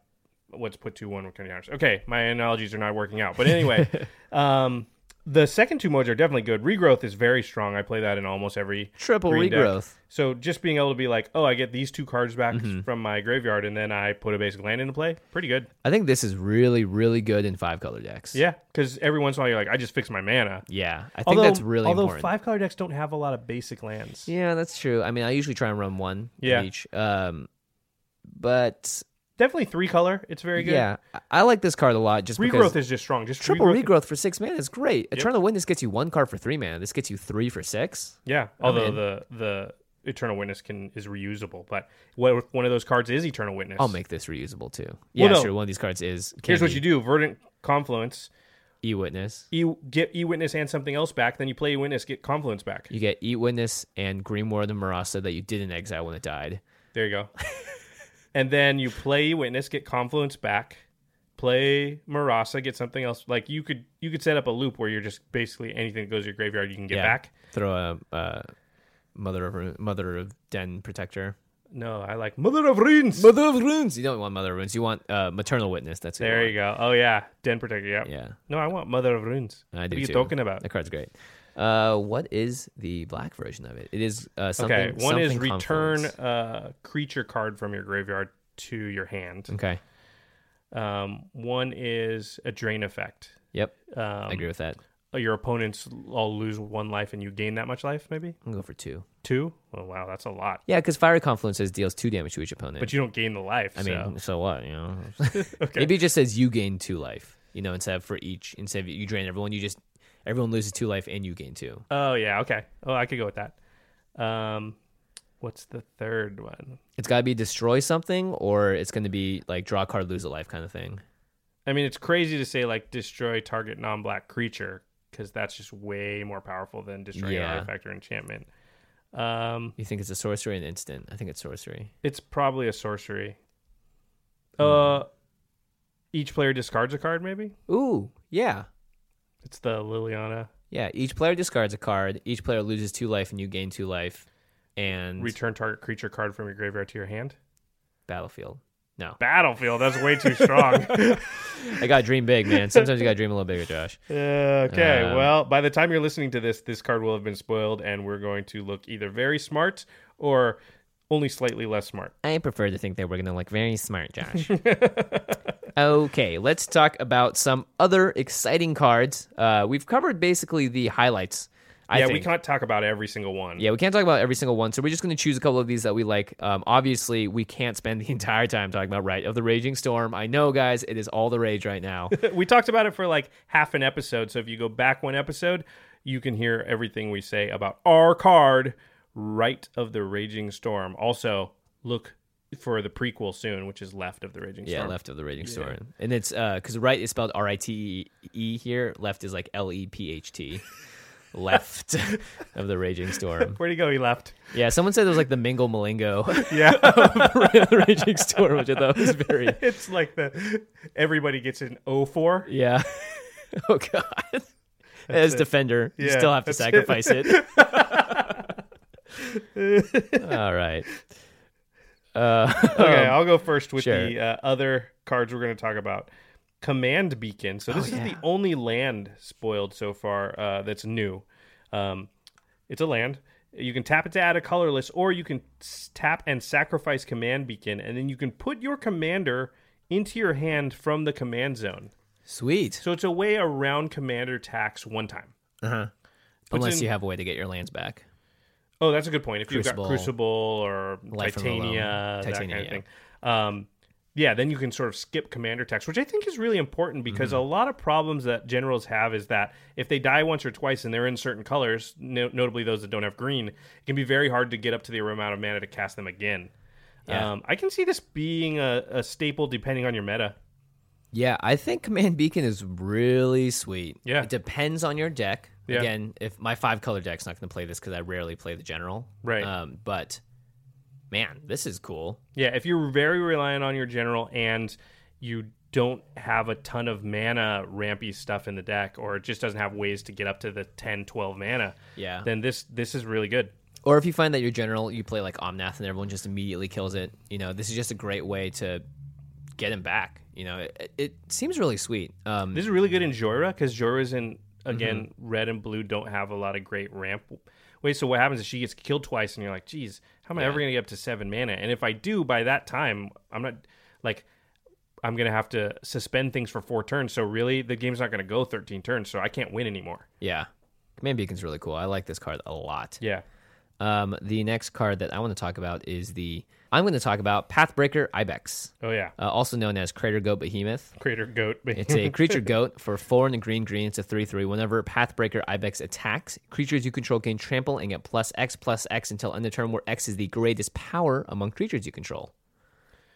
[SPEAKER 3] what's put to one with twenty dollars. Okay, my analogies are not working out,
[SPEAKER 1] [LAUGHS]
[SPEAKER 3] but anyway, um, the second two modes are definitely good. Regrowth is very strong. I play that in almost every
[SPEAKER 1] Triple
[SPEAKER 3] green deck.
[SPEAKER 1] regrowth.
[SPEAKER 3] So just being able to be like, oh, I get these two cards back
[SPEAKER 1] Mm-hmm.
[SPEAKER 3] from my graveyard, and then I put a basic land into play. Pretty good,
[SPEAKER 1] I think this is really, really good in five color decks.
[SPEAKER 3] yeah. Because every once in a while you're like, I just fixed my mana.
[SPEAKER 1] Yeah. I think
[SPEAKER 3] although,
[SPEAKER 1] that's really
[SPEAKER 3] although
[SPEAKER 1] important.
[SPEAKER 3] five color decks don't have a lot of basic lands.
[SPEAKER 1] Yeah, that's true. I mean, I usually try and run one of
[SPEAKER 3] Yeah.
[SPEAKER 1] each. Um, but
[SPEAKER 3] Definitely three color. It's very good.
[SPEAKER 1] yeah, I- I like this card a lot just because
[SPEAKER 3] Regrowth is just strong. Just
[SPEAKER 1] triple
[SPEAKER 3] regrowth.
[SPEAKER 1] regrowth for six mana is great. Eternal Wind this gets you one card for three mana. This gets you three for six.
[SPEAKER 3] Yeah, although the the Eternal Witness can is reusable, but what one of those cards is Eternal Witness.
[SPEAKER 1] I'll make this reusable too. Yeah,
[SPEAKER 3] no.
[SPEAKER 1] sure. One of these cards is can
[SPEAKER 3] Here's what you do: Verdant Confluence,
[SPEAKER 1] E Witness.
[SPEAKER 3] e, get E Witness and something else back. Then you play E Witness, get Confluence back.
[SPEAKER 1] You get Eat Witness and Green Ward and Marasa that you didn't exile when it died.
[SPEAKER 3] There
[SPEAKER 1] [LAUGHS]
[SPEAKER 3] you go. and then you play E Witness, get Confluence back. Play Marasa, get something else. Like you could you could set up a loop where you're just basically anything that goes to your graveyard you can get
[SPEAKER 1] Yeah.
[SPEAKER 3] back.
[SPEAKER 1] Throw a uh, Mother of Mother of Den Protector.
[SPEAKER 3] No, I like Mother of Runes.
[SPEAKER 1] Mother of Runes. You don't want Mother of Runes. You want uh, Maternal Witness. That's who
[SPEAKER 3] There
[SPEAKER 1] want.
[SPEAKER 3] you go. Oh yeah, Den Protector. Yeah.
[SPEAKER 1] Yeah.
[SPEAKER 3] No, I want Mother of Runes.
[SPEAKER 1] I do
[SPEAKER 3] What are you
[SPEAKER 1] too.
[SPEAKER 3] talking about?
[SPEAKER 1] That card's great. Uh, what is the black version of it? It is uh, something.
[SPEAKER 3] Okay, one is
[SPEAKER 1] something
[SPEAKER 3] return
[SPEAKER 1] Confluence.
[SPEAKER 3] uh, creature card from your graveyard to your hand.
[SPEAKER 1] Okay.
[SPEAKER 3] Um, one is a drain effect.
[SPEAKER 1] Yep.
[SPEAKER 3] Um,
[SPEAKER 1] I agree with that.
[SPEAKER 3] Your opponents all lose one life and you gain that much life, maybe
[SPEAKER 1] I'm gonna go for two.
[SPEAKER 3] two. Well, wow, that's a lot.
[SPEAKER 1] Yeah, because Fiery Confluence says deals two damage to each opponent.
[SPEAKER 3] But you don't gain the life.
[SPEAKER 1] I mean, so, what? You know. [LAUGHS]
[SPEAKER 3] Okay.
[SPEAKER 1] Maybe it just says you gain two life. You know, instead of for each, instead of you drain everyone, you just everyone loses two life and you gain two.
[SPEAKER 3] oh yeah, okay. Oh, I could go with that. Um, what's the third one?
[SPEAKER 1] It's got to be destroy something, or it's going to be like draw a card, lose a life kind of thing.
[SPEAKER 3] I mean, it's crazy to say like destroy target non-black creature because that's just way more powerful than destroying
[SPEAKER 1] Yeah.
[SPEAKER 3] an artifact or enchantment. Um,
[SPEAKER 1] You think it's a sorcery and instant? I think it's sorcery.
[SPEAKER 3] It's probably a sorcery.
[SPEAKER 1] Hmm.
[SPEAKER 3] Uh, each player discards a card. Maybe
[SPEAKER 1] Ooh, yeah.
[SPEAKER 3] it's the Liliana
[SPEAKER 1] Yeah, each player discards a card. Each player loses two life, and you gain two life. And
[SPEAKER 3] return target creature card from your graveyard to your hand.
[SPEAKER 1] battlefield. No,
[SPEAKER 3] Battlefield. That's way
[SPEAKER 1] [LAUGHS]
[SPEAKER 3] too strong.
[SPEAKER 1] I got to dream big, man. Sometimes you got to dream a little bigger, Josh.
[SPEAKER 3] okay.
[SPEAKER 1] Um,
[SPEAKER 3] well, by the time you're listening to this, this card will have been spoiled, and we're going to look either very smart or only slightly less smart.
[SPEAKER 1] I prefer to think that we're going to look very smart,
[SPEAKER 3] [LAUGHS]
[SPEAKER 1] Josh. okay, let's talk about some other exciting cards. Uh, we've covered basically the highlights. I
[SPEAKER 3] yeah,
[SPEAKER 1] think.
[SPEAKER 3] we can't talk about every single one.
[SPEAKER 1] Yeah, we can't talk about every single one, so we're just going to choose a couple of these that we like. Um, obviously, we can't spend the [LAUGHS] entire time talking about Right of the Raging Storm. I know, guys, it is all the rage right
[SPEAKER 3] [LAUGHS]
[SPEAKER 1] now.
[SPEAKER 3] we talked about it for like half an episode. So if you go back one episode, you can hear everything we say about our card, Right of the Raging Storm. Also, look for the prequel soon, which is Left of the Raging
[SPEAKER 1] yeah,
[SPEAKER 3] Storm.
[SPEAKER 1] Left of the Raging Storm, and it's because Right is spelled R I T E here, Left is like L E P H
[SPEAKER 3] [LAUGHS]
[SPEAKER 1] T. Left [LAUGHS] of the Raging Storm.
[SPEAKER 3] Where'd he go? He left.
[SPEAKER 1] Yeah, someone said it was like the Mingle
[SPEAKER 3] [LAUGHS]
[SPEAKER 1] Malingo
[SPEAKER 3] Yeah.
[SPEAKER 1] of the [LAUGHS] Raging Storm, which I thought was very.
[SPEAKER 3] it's like the everybody gets an O four.
[SPEAKER 1] Yeah. [LAUGHS] Oh God. As defender, you
[SPEAKER 3] Yeah,
[SPEAKER 1] still have to
[SPEAKER 3] that's it.
[SPEAKER 1] sacrifice it. [LAUGHS] All right. Uh,
[SPEAKER 3] Okay,
[SPEAKER 1] um,
[SPEAKER 3] I'll go first with
[SPEAKER 1] sure.
[SPEAKER 3] the uh, other cards we're going to talk about. Command Beacon. So this is the only land spoiled so far uh, that's new. Um, it's a land. You can tap it to add a colorless, or you can s- tap and sacrifice Command Beacon, and then you can put your commander into your hand from the command zone.
[SPEAKER 1] sweet.
[SPEAKER 3] So it's a way around commander tax one time.
[SPEAKER 1] Unless
[SPEAKER 3] in-
[SPEAKER 1] you have a way to get your lands back.
[SPEAKER 3] Oh, that's a good point. If you've got
[SPEAKER 1] Crucible.
[SPEAKER 3] Crucible or
[SPEAKER 1] Life of the
[SPEAKER 3] Titania,
[SPEAKER 1] Loam.
[SPEAKER 3] that
[SPEAKER 1] Titania,
[SPEAKER 3] kind
[SPEAKER 1] yeah.
[SPEAKER 3] of thing. Um, yeah, then you can sort of skip commander text, which I think is really important
[SPEAKER 1] Mm.
[SPEAKER 3] because a lot of problems that generals have is that if they die once or twice and they're in certain colors, no- notably those that don't have green, it can be very hard to get up to the amount of mana to cast them again.
[SPEAKER 1] Yeah.
[SPEAKER 3] Um, I can see this being a, a staple depending on your meta.
[SPEAKER 1] Yeah, I think Command Beacon is really sweet.
[SPEAKER 3] Yeah.
[SPEAKER 1] It depends on your deck.
[SPEAKER 3] Yeah.
[SPEAKER 1] Again, if my five color deck's not going to play this because I rarely play the general.
[SPEAKER 3] Right.
[SPEAKER 1] Um, but man, this is cool.
[SPEAKER 3] Yeah, if you're very reliant on your general and you don't have a ton of mana rampy stuff in the deck or it just doesn't have ways to get up to the 10 12 mana,
[SPEAKER 1] Yeah.
[SPEAKER 3] then this this is really good.
[SPEAKER 1] Or if you find that your general, you play like Omnath and everyone just immediately kills it. You know, this is just a great way to get him back. You know, it, it seems really sweet. Um,
[SPEAKER 3] This is really good in Jorah cuz Jorah's in again red and blue don't have a lot of great ramp ways. So what happens is she gets killed twice and you're like, "Geez, how am I ever going to get up to 7 mana?" And if I do by that time, I'm not like I'm going to have to suspend things for 4 turns. So really the game's not going to go 13 turns, so I can't win anymore.
[SPEAKER 1] yeah, Command Beacon's really cool. I like this card a lot.
[SPEAKER 3] Yeah.
[SPEAKER 1] Um, the next card that I want to talk about is the I'm going to talk about Pathbreaker Ibex,
[SPEAKER 3] Oh yeah.
[SPEAKER 1] uh, also known as Crater Goat Behemoth.
[SPEAKER 3] Crater goat.
[SPEAKER 1] Uh,
[SPEAKER 3] [LAUGHS]
[SPEAKER 1] It's a creature goat for four and a green green. It's a three three. Whenever Pathbreaker Ibex attacks, creatures you control gain trample and get plus X plus X until end of turn, where X is the greatest power among creatures you control.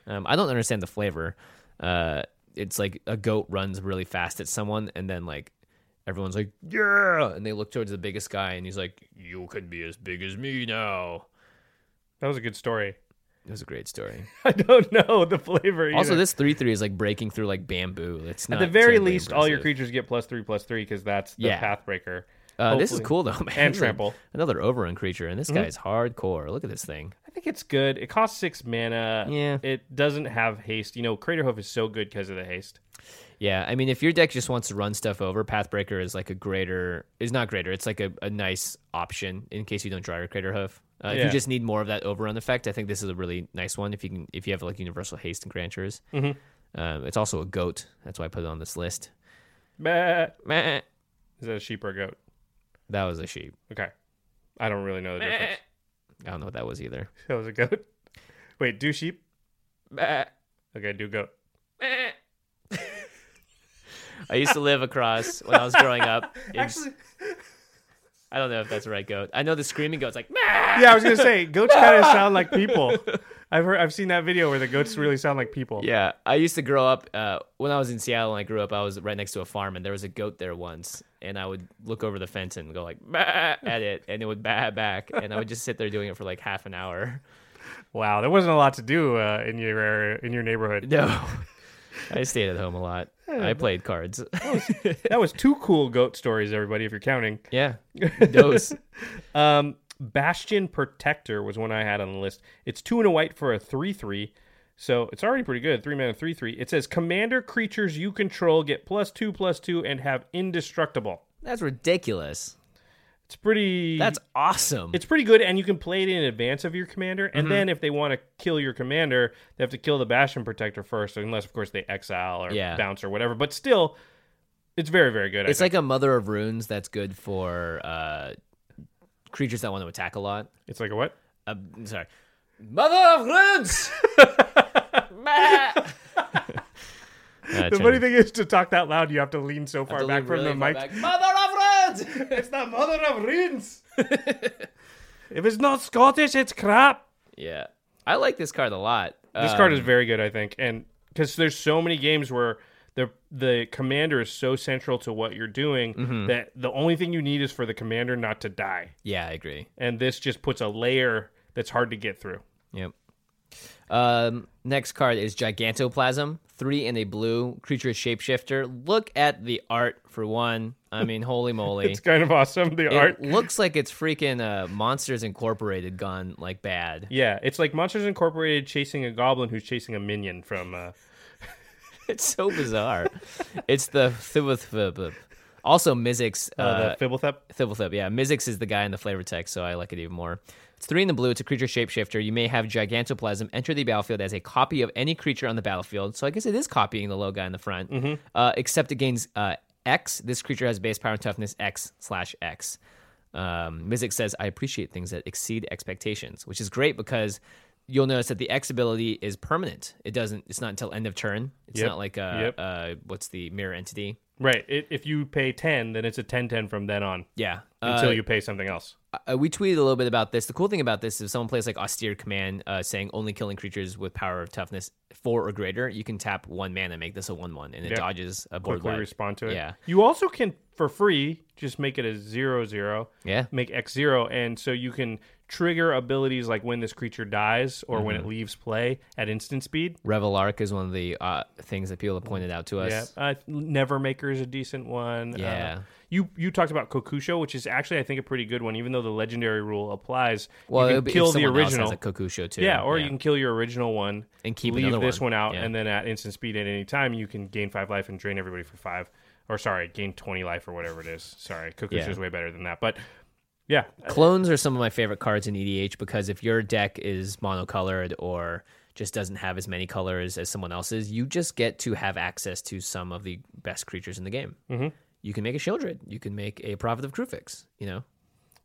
[SPEAKER 1] Um, I don't understand the flavor. Uh, it's like a goat runs really fast at someone, and then like everyone's like yeah, and they look towards the biggest guy, and he's like, "You can be as big as me now."
[SPEAKER 3] that was a good story. [LAUGHS]
[SPEAKER 1] It was a great story.
[SPEAKER 3] I don't know the flavor.
[SPEAKER 1] Also,
[SPEAKER 3] either.
[SPEAKER 1] this three three is like breaking through like bamboo. It's
[SPEAKER 3] at
[SPEAKER 1] not
[SPEAKER 3] the very
[SPEAKER 1] terribly
[SPEAKER 3] least, all your
[SPEAKER 1] impressive.
[SPEAKER 3] creatures get plus three plus three because that's the
[SPEAKER 1] Yeah.
[SPEAKER 3] pathbreaker.
[SPEAKER 1] Uh, this is
[SPEAKER 3] Hopefully.
[SPEAKER 1] cool though, [LAUGHS] man.
[SPEAKER 3] And trample. Mm-hmm.
[SPEAKER 1] Another overrun creature, and this guy's hardcore. Look at this thing.
[SPEAKER 3] I think it's good. It costs six mana.
[SPEAKER 1] Yeah.
[SPEAKER 3] It doesn't have haste. You know, Craterhoof is so good because of the haste.
[SPEAKER 1] Yeah, I mean, if your deck just wants to run stuff over, Pathbreaker is like a greater. Is not greater. It's like a, a nice option in case you don't draw your Crater Hoof. Uh, If
[SPEAKER 3] Yeah.
[SPEAKER 1] you just need more of that overrun effect, I think this is a really nice one. If you can, if you have like universal haste and grantures,
[SPEAKER 3] Mm-hmm.
[SPEAKER 1] um, it's also a goat. That's why I put it on this list.
[SPEAKER 3] Meh.
[SPEAKER 1] Meh.
[SPEAKER 3] Is that a sheep or a goat?
[SPEAKER 1] That was a sheep.
[SPEAKER 3] Okay. I don't really know the difference. [LAUGHS]
[SPEAKER 1] I don't know what that was either.
[SPEAKER 3] That was a goat. Wait, do sheep?
[SPEAKER 1] Meh.
[SPEAKER 3] Okay, do goat.
[SPEAKER 1] I used to live across when I was growing [LAUGHS] up. Actually, I don't know if that's the right goat. I know the screaming goat's like, "Meh!"
[SPEAKER 3] Yeah, I was gonna say goats kind of sound like [LAUGHS] people. I've heard, I've seen that video where the goats really sound like people.
[SPEAKER 1] yeah. I used to grow up uh, when I was in Seattle. When I grew up, I was right next to a farm, and there was a goat there once. And I would look over the fence and go like "Meh," at it, and it would bah back, and I would just sit there doing it for like half an hour.
[SPEAKER 3] Wow, there wasn't a lot to do uh, in your area, in your neighborhood.
[SPEAKER 1] [LAUGHS] No, [LAUGHS] I stayed at home a [LAUGHS] lot. I played cards.
[SPEAKER 3] [LAUGHS]
[SPEAKER 1] [LAUGHS]
[SPEAKER 3] That was two cool goat stories, everybody. If you're counting,
[SPEAKER 1] yeah, those.
[SPEAKER 3] um, Bastion Protector was one I had on the list. It's two and a white for a three three, so it's already pretty good. Three mana three three. It says commander creatures you control get plus two plus two and have indestructible.
[SPEAKER 1] That's ridiculous.
[SPEAKER 3] It's pretty.
[SPEAKER 1] That's awesome.
[SPEAKER 3] it's pretty good, and you can play it in advance of your commander.
[SPEAKER 1] Mm-hmm.
[SPEAKER 3] And then if they want to kill your commander, they have to kill the Bastion Protector first, unless of course they exile or
[SPEAKER 1] Yeah.
[SPEAKER 3] bounce or whatever. But still, it's very very good. I
[SPEAKER 1] It's like a mother of runes that's good for uh creatures that want to attack a lot.
[SPEAKER 3] It's like a what?
[SPEAKER 1] Uh, sorry, mother of
[SPEAKER 3] [LAUGHS]
[SPEAKER 1] [LAUGHS] Uh, roots.
[SPEAKER 3] The funny thing is, to talk that loud, you have to lean so far back from the mic.
[SPEAKER 1] Mother of roots.
[SPEAKER 3] [LAUGHS] It's the mother of rins. if it's not Scottish, it's crap.
[SPEAKER 1] yeah, I like this card a lot. Uh,
[SPEAKER 3] This card is very good, I think, and because there's so many games where the the commander is so central to what you're doing that the only thing you need is for the commander not to die,
[SPEAKER 1] yeah, I agree.
[SPEAKER 3] and this just puts a layer that's hard to get through.
[SPEAKER 1] Yep. Um, next card is Gigantoplasm. Three and a blue creature is shapeshifter. Look at the art for one. I mean, holy moly.
[SPEAKER 3] [LAUGHS] It's kind of awesome. The
[SPEAKER 1] it
[SPEAKER 3] art,
[SPEAKER 1] looks like it's freaking uh, Monsters Incorporated gone like bad.
[SPEAKER 3] yeah, it's like Monsters Incorporated chasing a goblin who's chasing a minion from. Uh,
[SPEAKER 1] It's so bizarre. it's the Thibblethib. Also, Mizzix. Uh,
[SPEAKER 3] uh, the Fibblethep.
[SPEAKER 1] Thibblethib, yeah. Mizzix is the guy in the flavor text, so I like it even more. It's three in the blue. It's a creature shapeshifter. You may have Gigantoplasm enter the battlefield as a copy of any creature on the battlefield. So I guess it is copying the low guy in the front,
[SPEAKER 3] Mm-hmm.
[SPEAKER 1] uh, except it gains uh, X. This creature has base power and toughness X slash X. Um, Mizzix says, I appreciate things that exceed expectations, which is great because you'll notice that the X ability is permanent. It doesn't, it's not until end of turn. It's
[SPEAKER 3] Yep.
[SPEAKER 1] not like, uh,
[SPEAKER 3] Yep.
[SPEAKER 1] uh, what's the mirror entity?
[SPEAKER 3] Right. It, if you pay 10, then it's a 10 10 from then on
[SPEAKER 1] Yeah.
[SPEAKER 3] until
[SPEAKER 1] Uh,
[SPEAKER 3] you pay something else.
[SPEAKER 1] uh, we tweeted a little bit about this. The cool thing about this is if someone plays like austere command, uh, saying only killing creatures with power of toughness four or greater, you can tap one mana, make this a one one, and it
[SPEAKER 3] Yeah.
[SPEAKER 1] dodges a board
[SPEAKER 3] Quickly
[SPEAKER 1] wipe.
[SPEAKER 3] respond to it.
[SPEAKER 1] Yeah,
[SPEAKER 3] You also can, for free, just make it a zero zero.
[SPEAKER 1] yeah,
[SPEAKER 3] Make X zero. And so you can trigger abilities like when this creature dies or when
[SPEAKER 1] Mm-hmm.
[SPEAKER 3] it leaves play at instant speed.
[SPEAKER 1] Revel Arc is one of the uh, things that people have pointed out to us.
[SPEAKER 3] Yeah. Uh, Nevermaker is a decent one. Uh,
[SPEAKER 1] Yeah.
[SPEAKER 3] you you talked about Kokusho, which is actually, I think, a pretty good one, even though the legendary rule applies.
[SPEAKER 1] Well,
[SPEAKER 3] you
[SPEAKER 1] it'll
[SPEAKER 3] can
[SPEAKER 1] be
[SPEAKER 3] kill
[SPEAKER 1] if
[SPEAKER 3] the
[SPEAKER 1] someone
[SPEAKER 3] original.
[SPEAKER 1] Else has a Kokusho too.
[SPEAKER 3] Yeah, or you can kill your original one
[SPEAKER 1] And keep
[SPEAKER 3] leave
[SPEAKER 1] another
[SPEAKER 3] this
[SPEAKER 1] one.
[SPEAKER 3] one, out,
[SPEAKER 1] Yeah.
[SPEAKER 3] and then at instant speed at any time you can gain five life and drain everybody for five, or sorry, gain twenty life or whatever it is. Sorry, Kokusho's
[SPEAKER 1] Yeah.
[SPEAKER 3] way better than that, but yeah,
[SPEAKER 1] Clones are some of my favorite cards in EDH because if your deck is monocolored or just doesn't have as many colors as someone else's, you just get to have access to some of the best creatures in the game. Mm-hmm. You can make a Shieldred. You can make a Prophet of Krufix. You know,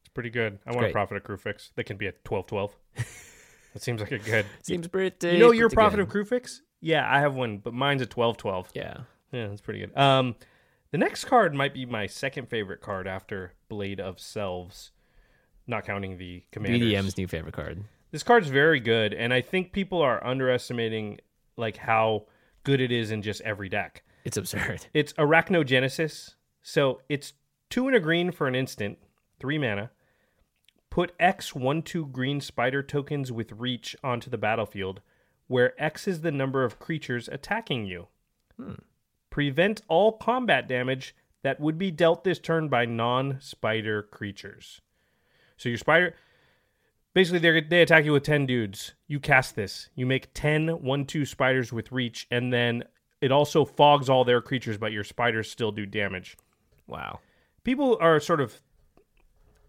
[SPEAKER 3] it's pretty good. I want
[SPEAKER 1] great.
[SPEAKER 3] a profit of crew fix that can be a
[SPEAKER 1] [LAUGHS]
[SPEAKER 3] twelve twelve. that seems like a good.
[SPEAKER 1] seems pretty.
[SPEAKER 3] You know your profit of crew fix? Yeah, I have one, but mine's a twelve twelve.
[SPEAKER 1] Yeah,
[SPEAKER 3] Yeah, that's pretty good. Um, the next card might be my second favorite card after Blade of Selves, not counting the commanders.
[SPEAKER 1] BDM's new favorite card.
[SPEAKER 3] this card's very good and i think people are underestimating like how good it is in just every deck
[SPEAKER 1] It's absurd.
[SPEAKER 3] it's arachnogenesis so it's two and a green for an instant three mana put x one two green spider tokens with reach onto the battlefield where x is the number of creatures attacking you prevent all combat damage that would be dealt this turn by non-spider creatures so your spider Basically, they they attack you with 10 dudes. You cast this. You make 10 1 2 spiders with reach, and then it also fogs all their creatures, but your spiders still do damage.
[SPEAKER 1] [LAUGHS] Wow.
[SPEAKER 3] People are sort of.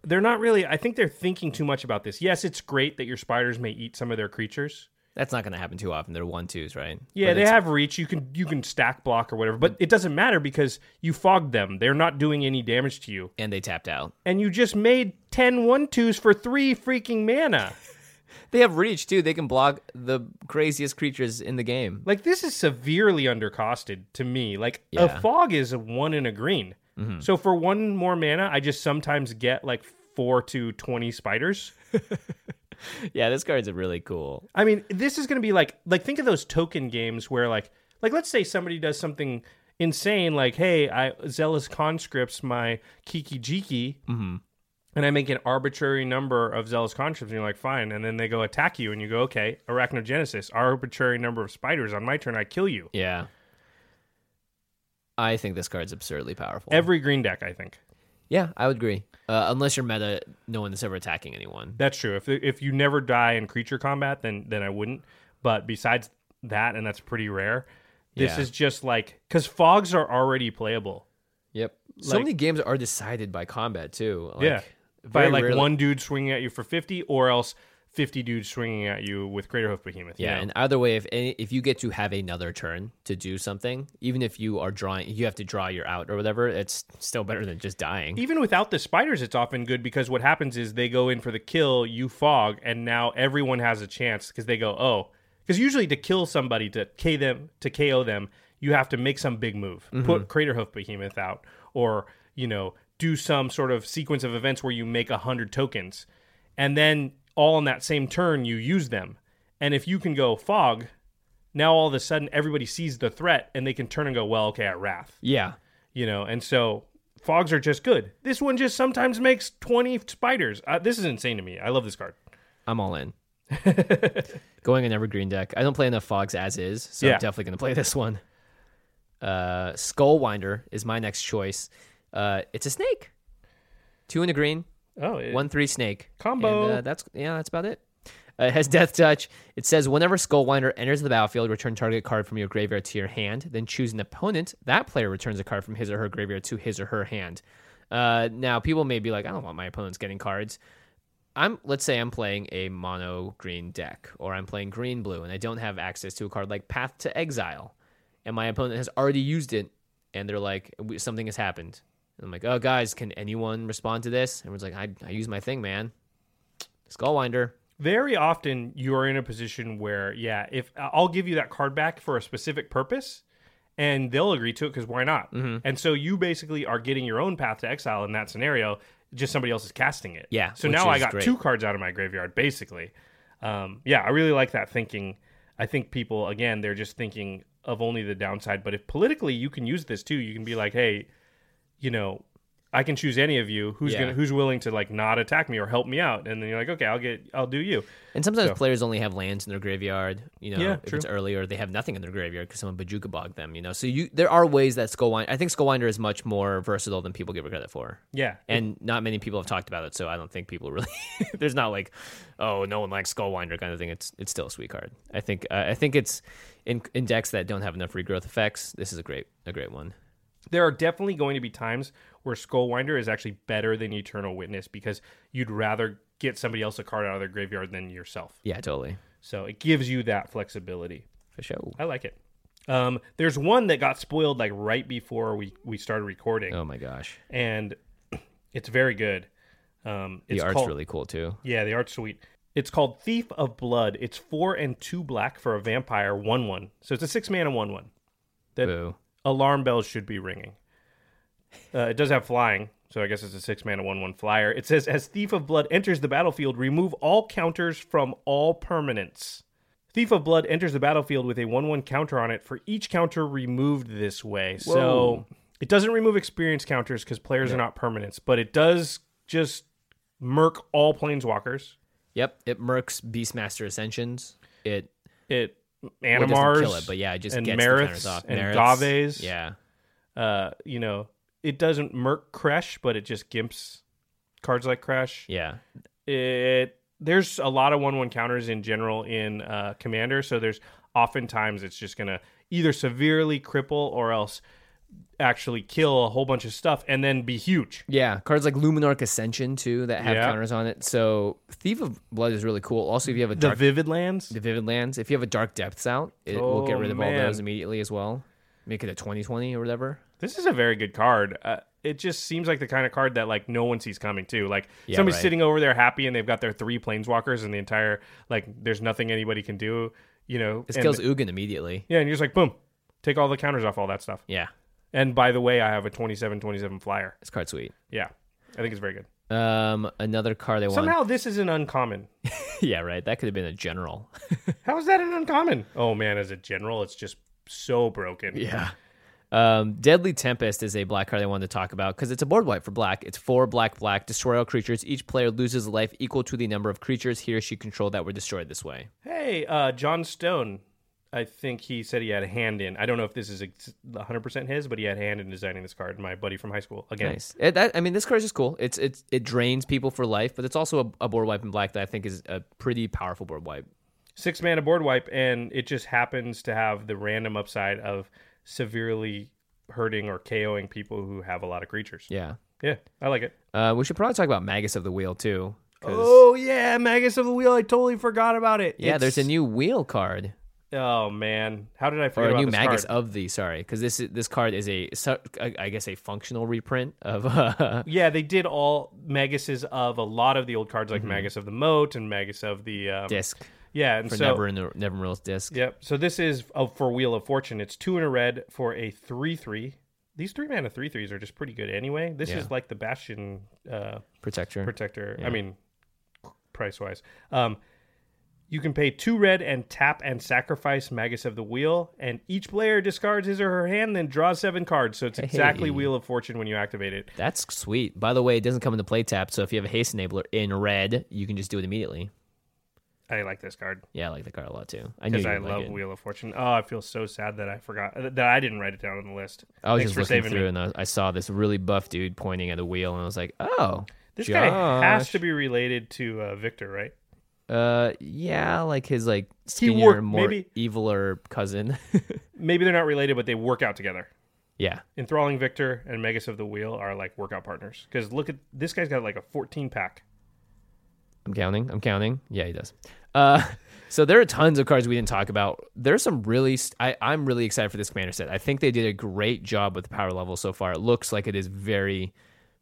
[SPEAKER 3] They're not really. I think they're thinking too much about this. Yes, it's great that your spiders may eat some of their creatures.
[SPEAKER 1] That's not going to happen too often. They're one twos, right?
[SPEAKER 3] Yeah,
[SPEAKER 1] But
[SPEAKER 3] they
[SPEAKER 1] it's-
[SPEAKER 3] have reach. You can you can stack block or whatever, but it doesn't matter because you fogged them. They're not doing any damage to you,
[SPEAKER 1] and they tapped out.
[SPEAKER 3] and you just made 10 1 2s for three freaking mana.
[SPEAKER 1] They have reach too. They can block the craziest creatures in the game.
[SPEAKER 3] Like this is severely undercosted to me. Like
[SPEAKER 1] Yeah.
[SPEAKER 3] a fog is a one in a green. So for one more mana, I just sometimes get like four to twenty spiders.
[SPEAKER 1] [LAUGHS] Yeah, this card's really cool.
[SPEAKER 3] I mean, this is gonna be like like think of those token games where like like let's say somebody does something insane, like, hey, I zealous conscripts my Kiki Jiki and I make an arbitrary number of zealous conscripts, and you're like, fine, and then they go attack you and you go, Okay, arachnogenesis, arbitrary number of spiders. On my turn I kill you.
[SPEAKER 1] Yeah. I think this card's absurdly powerful.
[SPEAKER 3] Every green deck, I think.
[SPEAKER 1] yeah, I would agree. Uh, unless you're meta, no one is ever attacking anyone.
[SPEAKER 3] That's true. If if you never die in creature combat, then then I wouldn't. But besides that, and that's pretty rare. This
[SPEAKER 1] Yeah.
[SPEAKER 3] is just like because fogs are already playable.
[SPEAKER 1] Yep. So
[SPEAKER 3] Like-
[SPEAKER 1] many games are decided by combat too. Like,
[SPEAKER 3] yeah, by
[SPEAKER 1] very
[SPEAKER 3] like
[SPEAKER 1] rarely-
[SPEAKER 3] one dude swinging at you for fifty, or else 50 dudes swinging at you with Crater Hoof Behemoth. you
[SPEAKER 1] Yeah,
[SPEAKER 3] know?
[SPEAKER 1] and either way, if any, if you get to have another turn to do something, even if you are drawing, you have to draw your out or whatever. It's still better than just dying.
[SPEAKER 3] even without the spiders, it's often good because what happens is they go in for the kill, you fog, and now everyone has a chance because they go, oh, because usually to kill somebody to k them to KO them, you have to make some big move, put Craterhoof Behemoth out, or you know do some sort of sequence of events where you make a hundred tokens, and then all in that same turn you use them, and if you can go fog. Now all of a sudden everybody sees the threat and they can turn and go, well, okay, I wrath
[SPEAKER 1] Yeah,
[SPEAKER 3] you know and so fogs are just good this one just sometimes makes 20 spiders uh, this is insane to me i love this card
[SPEAKER 1] I'm all in. [LAUGHS] going an evergreen deck. I don't play enough fogs as is, so
[SPEAKER 3] Yeah.
[SPEAKER 1] I'm definitely going to play this one. Uh, Skullwinder is my next choice. Uh, it's a snake. Two in a green,
[SPEAKER 3] oh it,
[SPEAKER 1] one three snake
[SPEAKER 3] Combo.
[SPEAKER 1] And, uh, that's yeah, that's about it. Uh, it has death touch. It says whenever Skullwinder enters the battlefield, return target card from your graveyard to your hand. Then choose an opponent. That player returns a card from his or her graveyard to his or her hand. Uh, now people may be like, I don't want my opponents getting cards. I'm let's say I'm playing a mono green deck or I'm playing green blue and I don't have access to a card like Path to Exile and my opponent has already used it and they're like "We- something has happened. And I'm like, "Oh guys, can anyone respond to this?" Everyone's like, "I I use my thing, man." Skullwinder.
[SPEAKER 3] very often you are in a position where yeah if i'll give you that card back for a specific purpose and they'll agree to it because why not
[SPEAKER 1] Mm-hmm.
[SPEAKER 3] and so you basically are getting your own path to exile in that scenario just somebody else is casting it
[SPEAKER 1] Yeah,
[SPEAKER 3] so
[SPEAKER 1] which
[SPEAKER 3] now i
[SPEAKER 1] is
[SPEAKER 3] got
[SPEAKER 1] great.
[SPEAKER 3] two cards out of my graveyard basically um, yeah i really like that thinking i think people again they're just thinking of only the downside but if politically you can use this too you can be like hey you know I can choose any of you who's
[SPEAKER 1] Yeah.
[SPEAKER 3] gonna who's willing to like not attack me or help me out, and then you're like, okay, I'll get, I'll do you.
[SPEAKER 1] And sometimes players only have lands in their graveyard, you know,
[SPEAKER 3] Yeah,
[SPEAKER 1] if
[SPEAKER 3] true.
[SPEAKER 1] it's early or they have nothing in their graveyard because someone bajuka bogged them, you know. So you there are ways that Skullwinder I think Skullwinder is much more versatile than people give it credit for.
[SPEAKER 3] Yeah,
[SPEAKER 1] and not many people have talked about it, so I don't think people really. [LAUGHS] there's not like, oh, no one likes Skullwinder kind of thing. It's it's still a sweet card. I think uh, I think it's in, in decks that don't have enough regrowth effects. This is a great a great one.
[SPEAKER 3] there are definitely going to be times where Skullwinder is actually better than Eternal Witness because you'd rather get somebody else a card out of their graveyard than yourself.
[SPEAKER 1] Yeah, totally
[SPEAKER 3] So it gives you that flexibility.
[SPEAKER 1] for sure.
[SPEAKER 3] I like it. Um, there's one that got spoiled like right before we we started recording,
[SPEAKER 1] Oh my gosh,
[SPEAKER 3] and [CLEARS THROAT] it's very good. Um,
[SPEAKER 1] the
[SPEAKER 3] it's
[SPEAKER 1] art's
[SPEAKER 3] called-
[SPEAKER 1] really cool too.
[SPEAKER 3] Yeah, the art suite. It's called Thief of Blood. It's four and two black for a vampire, one one. So it's a six mana one one. That
[SPEAKER 1] Boo.
[SPEAKER 3] alarm bells should be ringing. Uh, it does have flying, so I guess it's a six mana one one flyer. It says as Thief of Blood enters the battlefield, remove all counters from all permanents. Thief of Blood enters the battlefield with a one one counter on it for each counter removed this way. So
[SPEAKER 1] Whoa.
[SPEAKER 3] it doesn't remove experience counters because players are not permanents, but it does just murk all planeswalkers.
[SPEAKER 1] Yep, it murks Beastmaster Ascensions. It
[SPEAKER 3] It
[SPEAKER 1] well, it doesn't
[SPEAKER 3] Animars,
[SPEAKER 1] kill it, but yeah, it just
[SPEAKER 3] and
[SPEAKER 1] gets the counters
[SPEAKER 3] Meriths
[SPEAKER 1] off.
[SPEAKER 3] and
[SPEAKER 1] Meriths,
[SPEAKER 3] Gaves.
[SPEAKER 1] Yeah,
[SPEAKER 3] uh, you know, it doesn't merc Crash, but it just gimps cards like Crash.
[SPEAKER 1] yeah.
[SPEAKER 3] It there's a lot of one one counters in general in uh, Commander, so there's oftentimes it's just gonna either severely cripple or else actually kill a whole bunch of stuff and then be huge.
[SPEAKER 1] Yeah, cards like Luminarch Ascension too that have
[SPEAKER 3] Yeah.
[SPEAKER 1] counters on it. So Thief of Blood is really cool. Also, if you have a
[SPEAKER 3] The
[SPEAKER 1] dark
[SPEAKER 3] Vivid Lands.
[SPEAKER 1] the vivid lands. If you have a dark depths out, it will get
[SPEAKER 3] Oh,
[SPEAKER 1] rid of all
[SPEAKER 3] man.
[SPEAKER 1] those immediately as well. Make it a 2020 or whatever.
[SPEAKER 3] This is a very good card. Uh, it just seems like the kind of card that like no one sees coming too. Like
[SPEAKER 1] Yeah,
[SPEAKER 3] somebody's
[SPEAKER 1] right.
[SPEAKER 3] sitting over there happy and they've got their three planeswalkers and the entire like there's nothing anybody can do. You know,
[SPEAKER 1] This
[SPEAKER 3] and-
[SPEAKER 1] kills Ugin immediately.
[SPEAKER 3] Yeah, and you're just like, boom, take all the counters off all that stuff.
[SPEAKER 1] Yeah,
[SPEAKER 3] And by the way, I have a 27 27 flyer.
[SPEAKER 1] this card's sweet.
[SPEAKER 3] Yeah, I think it's very good.
[SPEAKER 1] Um, another card I want.
[SPEAKER 3] Somehow this is an uncommon.
[SPEAKER 1] [LAUGHS] yeah, right. That could have been a general.
[SPEAKER 3] How is that an uncommon? Oh man, as a general, it's just so broken.
[SPEAKER 1] Yeah. Um, Deadly Tempest is a black card I wanted to talk about because it's a board wipe for black. It's four black, black. Destroy all creatures. Each player loses a life equal to the number of creatures he or she controlled that were destroyed this way.
[SPEAKER 3] Hey, uh, John Stone. I think he said he had a hand in. I don't know if this is ex- 100% his, but he had a hand in designing this card. My buddy from high school. Again,
[SPEAKER 1] Nice. It, that, I mean, this card is just cool. It's it's it drains people for life, but it's also a, a board wipe in black that I think is a pretty powerful board wipe.
[SPEAKER 3] six mana board wipe, and it just happens to have the random upside of severely hurting or KOing people who have a lot of creatures.
[SPEAKER 1] Yeah.
[SPEAKER 3] yeah I like it.
[SPEAKER 1] Uh, we should probably talk about Magus of the Wheel too. 'cause-
[SPEAKER 3] Oh yeah, Magus of the Wheel. I totally forgot about it.
[SPEAKER 1] yeah, there's a
[SPEAKER 3] It's-
[SPEAKER 1] new wheel card
[SPEAKER 3] Oh man, how did I
[SPEAKER 1] or
[SPEAKER 3] forget
[SPEAKER 1] a
[SPEAKER 3] about
[SPEAKER 1] new
[SPEAKER 3] this
[SPEAKER 1] Magus
[SPEAKER 3] card?
[SPEAKER 1] of the sorry because this is, this card is a su- I I guess a functional reprint of uh,
[SPEAKER 3] Yeah, they did all Maguses of a lot of the old cards,
[SPEAKER 1] Mm-hmm.
[SPEAKER 3] like Magus of the Moat and Magus of the um,
[SPEAKER 1] [LAUGHS] disc
[SPEAKER 3] Yeah, and
[SPEAKER 1] for
[SPEAKER 3] so
[SPEAKER 1] Never in the Nevermill's disc.
[SPEAKER 3] Yep. So this is oh, for Wheel of Fortune. It's two in a red for a three three. These three mana three threes are just pretty good anyway. This
[SPEAKER 1] Yeah.
[SPEAKER 3] is like the Bastion uh,
[SPEAKER 1] Protector.
[SPEAKER 3] Protector. I mean, price wise, um, you can pay two red and tap and sacrifice Magus of the Wheel, and each player discards his or her hand, then draws seven cards. So it's exactly
[SPEAKER 1] Hey.
[SPEAKER 3] Wheel of Fortune when you activate it.
[SPEAKER 1] That's sweet. By the way, it doesn't come into play tap, so if you have a haste enabler in red, you can just do it immediately.
[SPEAKER 3] I like this card
[SPEAKER 1] Yeah, I like the card a lot too. I knew
[SPEAKER 3] because
[SPEAKER 1] you
[SPEAKER 3] I
[SPEAKER 1] would like
[SPEAKER 3] love
[SPEAKER 1] it.
[SPEAKER 3] Wheel of Fortune. Oh, I feel so sad that I forgot uh, that I didn't write it down on the list.
[SPEAKER 1] I was
[SPEAKER 3] Thanks
[SPEAKER 1] just
[SPEAKER 3] for
[SPEAKER 1] looking
[SPEAKER 3] saving
[SPEAKER 1] through
[SPEAKER 3] me.
[SPEAKER 1] and I, I saw this really buff dude pointing at a wheel, and I was like, "Oh,
[SPEAKER 3] This guy has
[SPEAKER 1] Josh.
[SPEAKER 3] to be related to uh, Victor, right?
[SPEAKER 1] Uh, yeah, like his like skinnier,
[SPEAKER 3] worked-
[SPEAKER 1] more
[SPEAKER 3] maybe-
[SPEAKER 1] eviler cousin. [LAUGHS]
[SPEAKER 3] Maybe they're not related, but they work out together.
[SPEAKER 1] yeah,
[SPEAKER 3] Enthralling Victor and Magus of the Wheel are like workout partners. Because look at this guy's got like a 14 pack.
[SPEAKER 1] I'm counting. I'm counting. Yeah, he does. Uh, [LAUGHS] so there are tons of cards we didn't talk about. There's some really. St- I, I'm really excited for this commander set. I think they did a great job with the power level so far. It looks like it is very,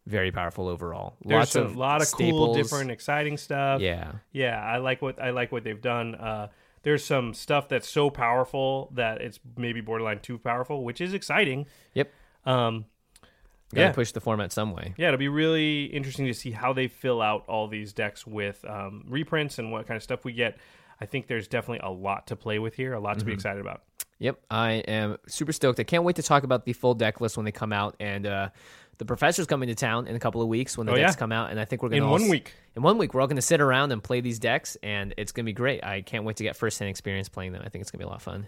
[SPEAKER 1] very powerful overall.
[SPEAKER 3] There's a lot of
[SPEAKER 1] staples.
[SPEAKER 3] cool, different, exciting stuff.
[SPEAKER 1] Yeah,
[SPEAKER 3] yeah. I like what I like what they've done. Uh, there's some stuff that's so powerful that it's maybe borderline too powerful, which is exciting.
[SPEAKER 1] Yep.
[SPEAKER 3] Um,
[SPEAKER 1] Got to
[SPEAKER 3] Yeah.
[SPEAKER 1] push the format some way.
[SPEAKER 3] yeah, it'll be really interesting to see how they fill out all these decks with um, reprints and what kind of stuff we get. I think there's definitely a lot to play with here, a lot to
[SPEAKER 1] Mm-hmm.
[SPEAKER 3] be excited about.
[SPEAKER 1] Yep, I am super stoked. I can't wait to talk about the full deck list when they come out, and uh, the professor's coming to town in a couple of weeks when the
[SPEAKER 3] Oh,
[SPEAKER 1] decks
[SPEAKER 3] yeah.
[SPEAKER 1] come out, and I think we're gonna
[SPEAKER 3] In
[SPEAKER 1] all
[SPEAKER 3] one
[SPEAKER 1] s-
[SPEAKER 3] week.
[SPEAKER 1] In one week, we're all gonna sit around and play these decks, and it's gonna be great. I can't wait to get firsthand experience playing them. I think it's gonna be a lot of fun.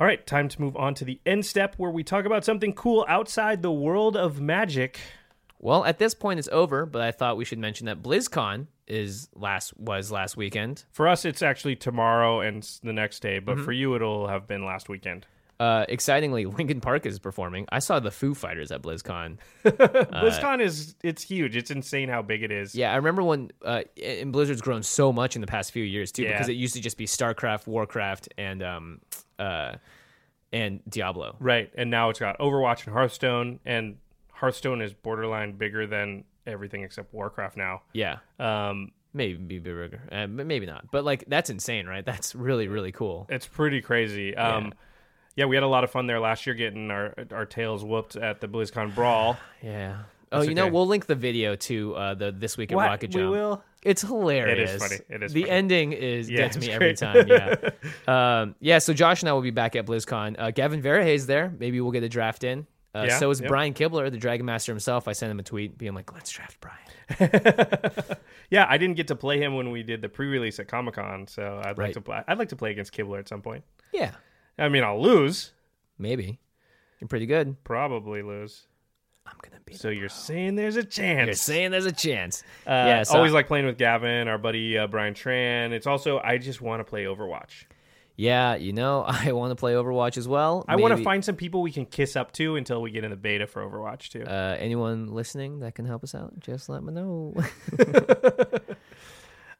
[SPEAKER 3] All right, time to move on to the end step where we talk about something cool outside the world of magic.
[SPEAKER 1] Well, at this point, it's over, but I thought we should mention that BlizzCon is last was last weekend.
[SPEAKER 3] For us, it's actually tomorrow and s- the next day,
[SPEAKER 1] Mm-hmm.
[SPEAKER 3] but for you, it'll have been last weekend.
[SPEAKER 1] Uh, excitingly, [LAUGHS] Lincoln Park is performing. I saw the Foo Fighters at BlizzCon.
[SPEAKER 3] BlizzCon is it's huge. It's insane how big it is.
[SPEAKER 1] Uh, Yeah, I remember when uh, and Blizzard's grown so much in the past few years too,
[SPEAKER 3] Yeah.
[SPEAKER 1] because it used to just be StarCraft, WarCraft, and um, uh, and Diablo.
[SPEAKER 3] Right, and now it's got Overwatch and Hearthstone, and Hearthstone is borderline bigger than everything except Warcraft now.
[SPEAKER 1] Yeah, Uh,
[SPEAKER 3] Um,
[SPEAKER 1] maybe be bigger, uh, m- maybe not. But like that's insane, right? That's really really
[SPEAKER 3] [LAUGHS]
[SPEAKER 1] cool.
[SPEAKER 3] it's pretty crazy. Um, yeah. we had a lot of fun there last year getting our our tails whooped at the
[SPEAKER 1] [SIGHS]
[SPEAKER 3] BlizzCon brawl.
[SPEAKER 1] Yeah. Oh,
[SPEAKER 3] That's
[SPEAKER 1] you know,
[SPEAKER 3] okay.
[SPEAKER 1] we'll link the video to uh, the this week at
[SPEAKER 3] What?
[SPEAKER 1] Rocket
[SPEAKER 3] We
[SPEAKER 1] Jump.
[SPEAKER 3] will.
[SPEAKER 1] It's hilarious.
[SPEAKER 3] funny. It is
[SPEAKER 1] The
[SPEAKER 3] funny.
[SPEAKER 1] ending is
[SPEAKER 3] Yeah,
[SPEAKER 1] gets
[SPEAKER 3] it's
[SPEAKER 1] me every
[SPEAKER 3] great.
[SPEAKER 1] time.
[SPEAKER 3] [LAUGHS]
[SPEAKER 1] Yeah. um, yeah. So Josh and I will be back at BlizzCon. Uh, Gavin Verhey's there. Maybe we'll get a draft in. Uh,
[SPEAKER 3] Yeah,
[SPEAKER 1] so is
[SPEAKER 3] yep.
[SPEAKER 1] Brian Kibler, the Dragon Master himself. I sent him a tweet being like, "Let's draft Brian."
[SPEAKER 3] Yeah, I didn't get to play him when we did the pre-release at Comic Con, so I'd
[SPEAKER 1] Right.
[SPEAKER 3] like to play. I'd like to play against Kibler at some point.
[SPEAKER 1] Yeah,
[SPEAKER 3] I mean, I'll lose,
[SPEAKER 1] maybe. You're pretty good.
[SPEAKER 3] probably lose.
[SPEAKER 1] I'm gonna be.
[SPEAKER 3] So you're saying there's a chance?
[SPEAKER 1] You're saying there's a chance.
[SPEAKER 3] Uh,
[SPEAKER 1] yeah. So
[SPEAKER 3] always like playing with Gavin, our buddy uh, Brian Tran. It's also I just want to play Overwatch.
[SPEAKER 1] yeah, you know, [LAUGHS] I want to play Overwatch as well.
[SPEAKER 3] I want to
[SPEAKER 1] Maybe,
[SPEAKER 3] find some people we can kiss up to until we get in the beta for Overwatch too.
[SPEAKER 1] Uh, anyone listening that can help us out, just let me know. [LAUGHS]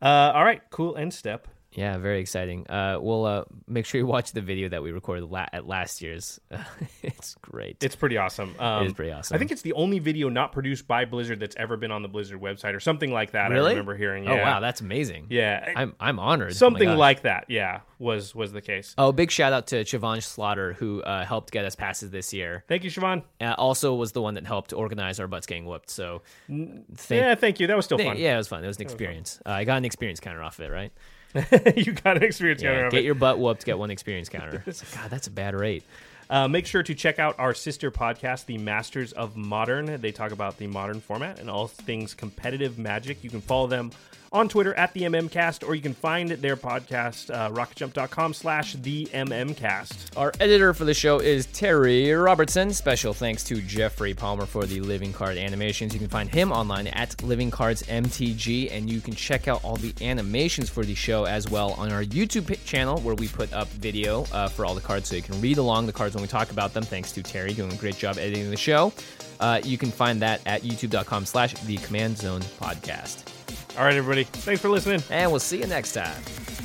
[SPEAKER 3] Uh, all right, cool end step.
[SPEAKER 1] Yeah, very exciting. Uh, well, uh, make sure you watch the video that we recorded la- at last year's. [LAUGHS] it's great.
[SPEAKER 3] It's pretty awesome. Um,
[SPEAKER 1] is pretty awesome.
[SPEAKER 3] I think it's the only video not produced by Blizzard that's ever been on the Blizzard website or something like that.
[SPEAKER 1] really.
[SPEAKER 3] I remember hearing. Yeah.
[SPEAKER 1] Oh wow, that's amazing.
[SPEAKER 3] yeah,
[SPEAKER 1] I'm I'm honored.
[SPEAKER 3] something
[SPEAKER 1] Oh my gosh.
[SPEAKER 3] like that. Yeah, was was the case.
[SPEAKER 1] Oh, big shout out to Siobhan Slaughter who uh, helped get us passes this year.
[SPEAKER 3] Thank you, Siobhan.
[SPEAKER 1] Uh, also, was the one that helped organize our butts getting whooped. So, thank.
[SPEAKER 3] Yeah, thank you. That was still
[SPEAKER 1] thank-
[SPEAKER 3] fun.
[SPEAKER 1] yeah, it was fun. It was an experience. uh, I got an experience counter off of it, right?
[SPEAKER 3] [LAUGHS] you got an experience
[SPEAKER 1] Yeah,
[SPEAKER 3] going on.
[SPEAKER 1] get your butt whooped,
[SPEAKER 3] [LAUGHS]
[SPEAKER 1] get one experience counter. It's like, God, that's a bad rate.
[SPEAKER 3] Uh, make sure to check out our sister podcast, The Masters of Modern. They talk about the modern format and all things competitive magic. You can follow them on Twitter at the MMCast, or you can find their podcast, uh, rocketjump.com slash the MMCast.
[SPEAKER 1] Our editor for the show is Terry Robertson. Special thanks to Jeffrey Palmer for the Living Card animations. You can find him online at Living Cards MTG, and you can check out all the animations for the show as well on our YouTube pi- channel, where we put up video uh, for all the cards, so you can read along the cards when we talk about them. Thanks to Terry doing a great job editing the show. Uh, you can find that at youtube.com/slash The Command Zone Podcast.
[SPEAKER 3] All right, everybody. Thanks for listening.
[SPEAKER 1] And we'll see you next time.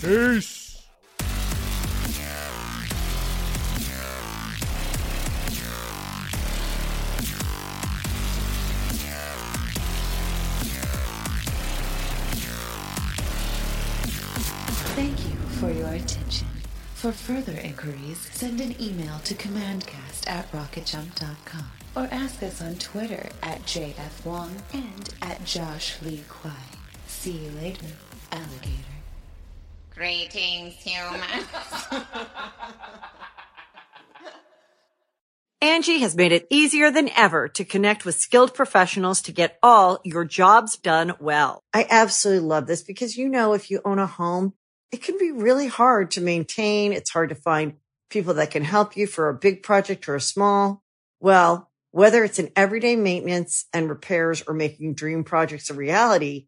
[SPEAKER 3] Peace.
[SPEAKER 2] Thank you for your attention. For further inquiries, send an email to commandcast at rocketjump.com or ask us on Twitter at JF Wong and at Josh Lee Kwai. See you later, alligator.
[SPEAKER 4] Greetings, human.
[SPEAKER 5] Angie has made it easier than ever to connect with skilled professionals to get all your jobs done well. I absolutely love this because, you know, if you own a home, it can be really hard to maintain. It's hard to find people that can help you for a big project or a small. Well, whether it's in everyday maintenance and repairs or making dream projects a reality,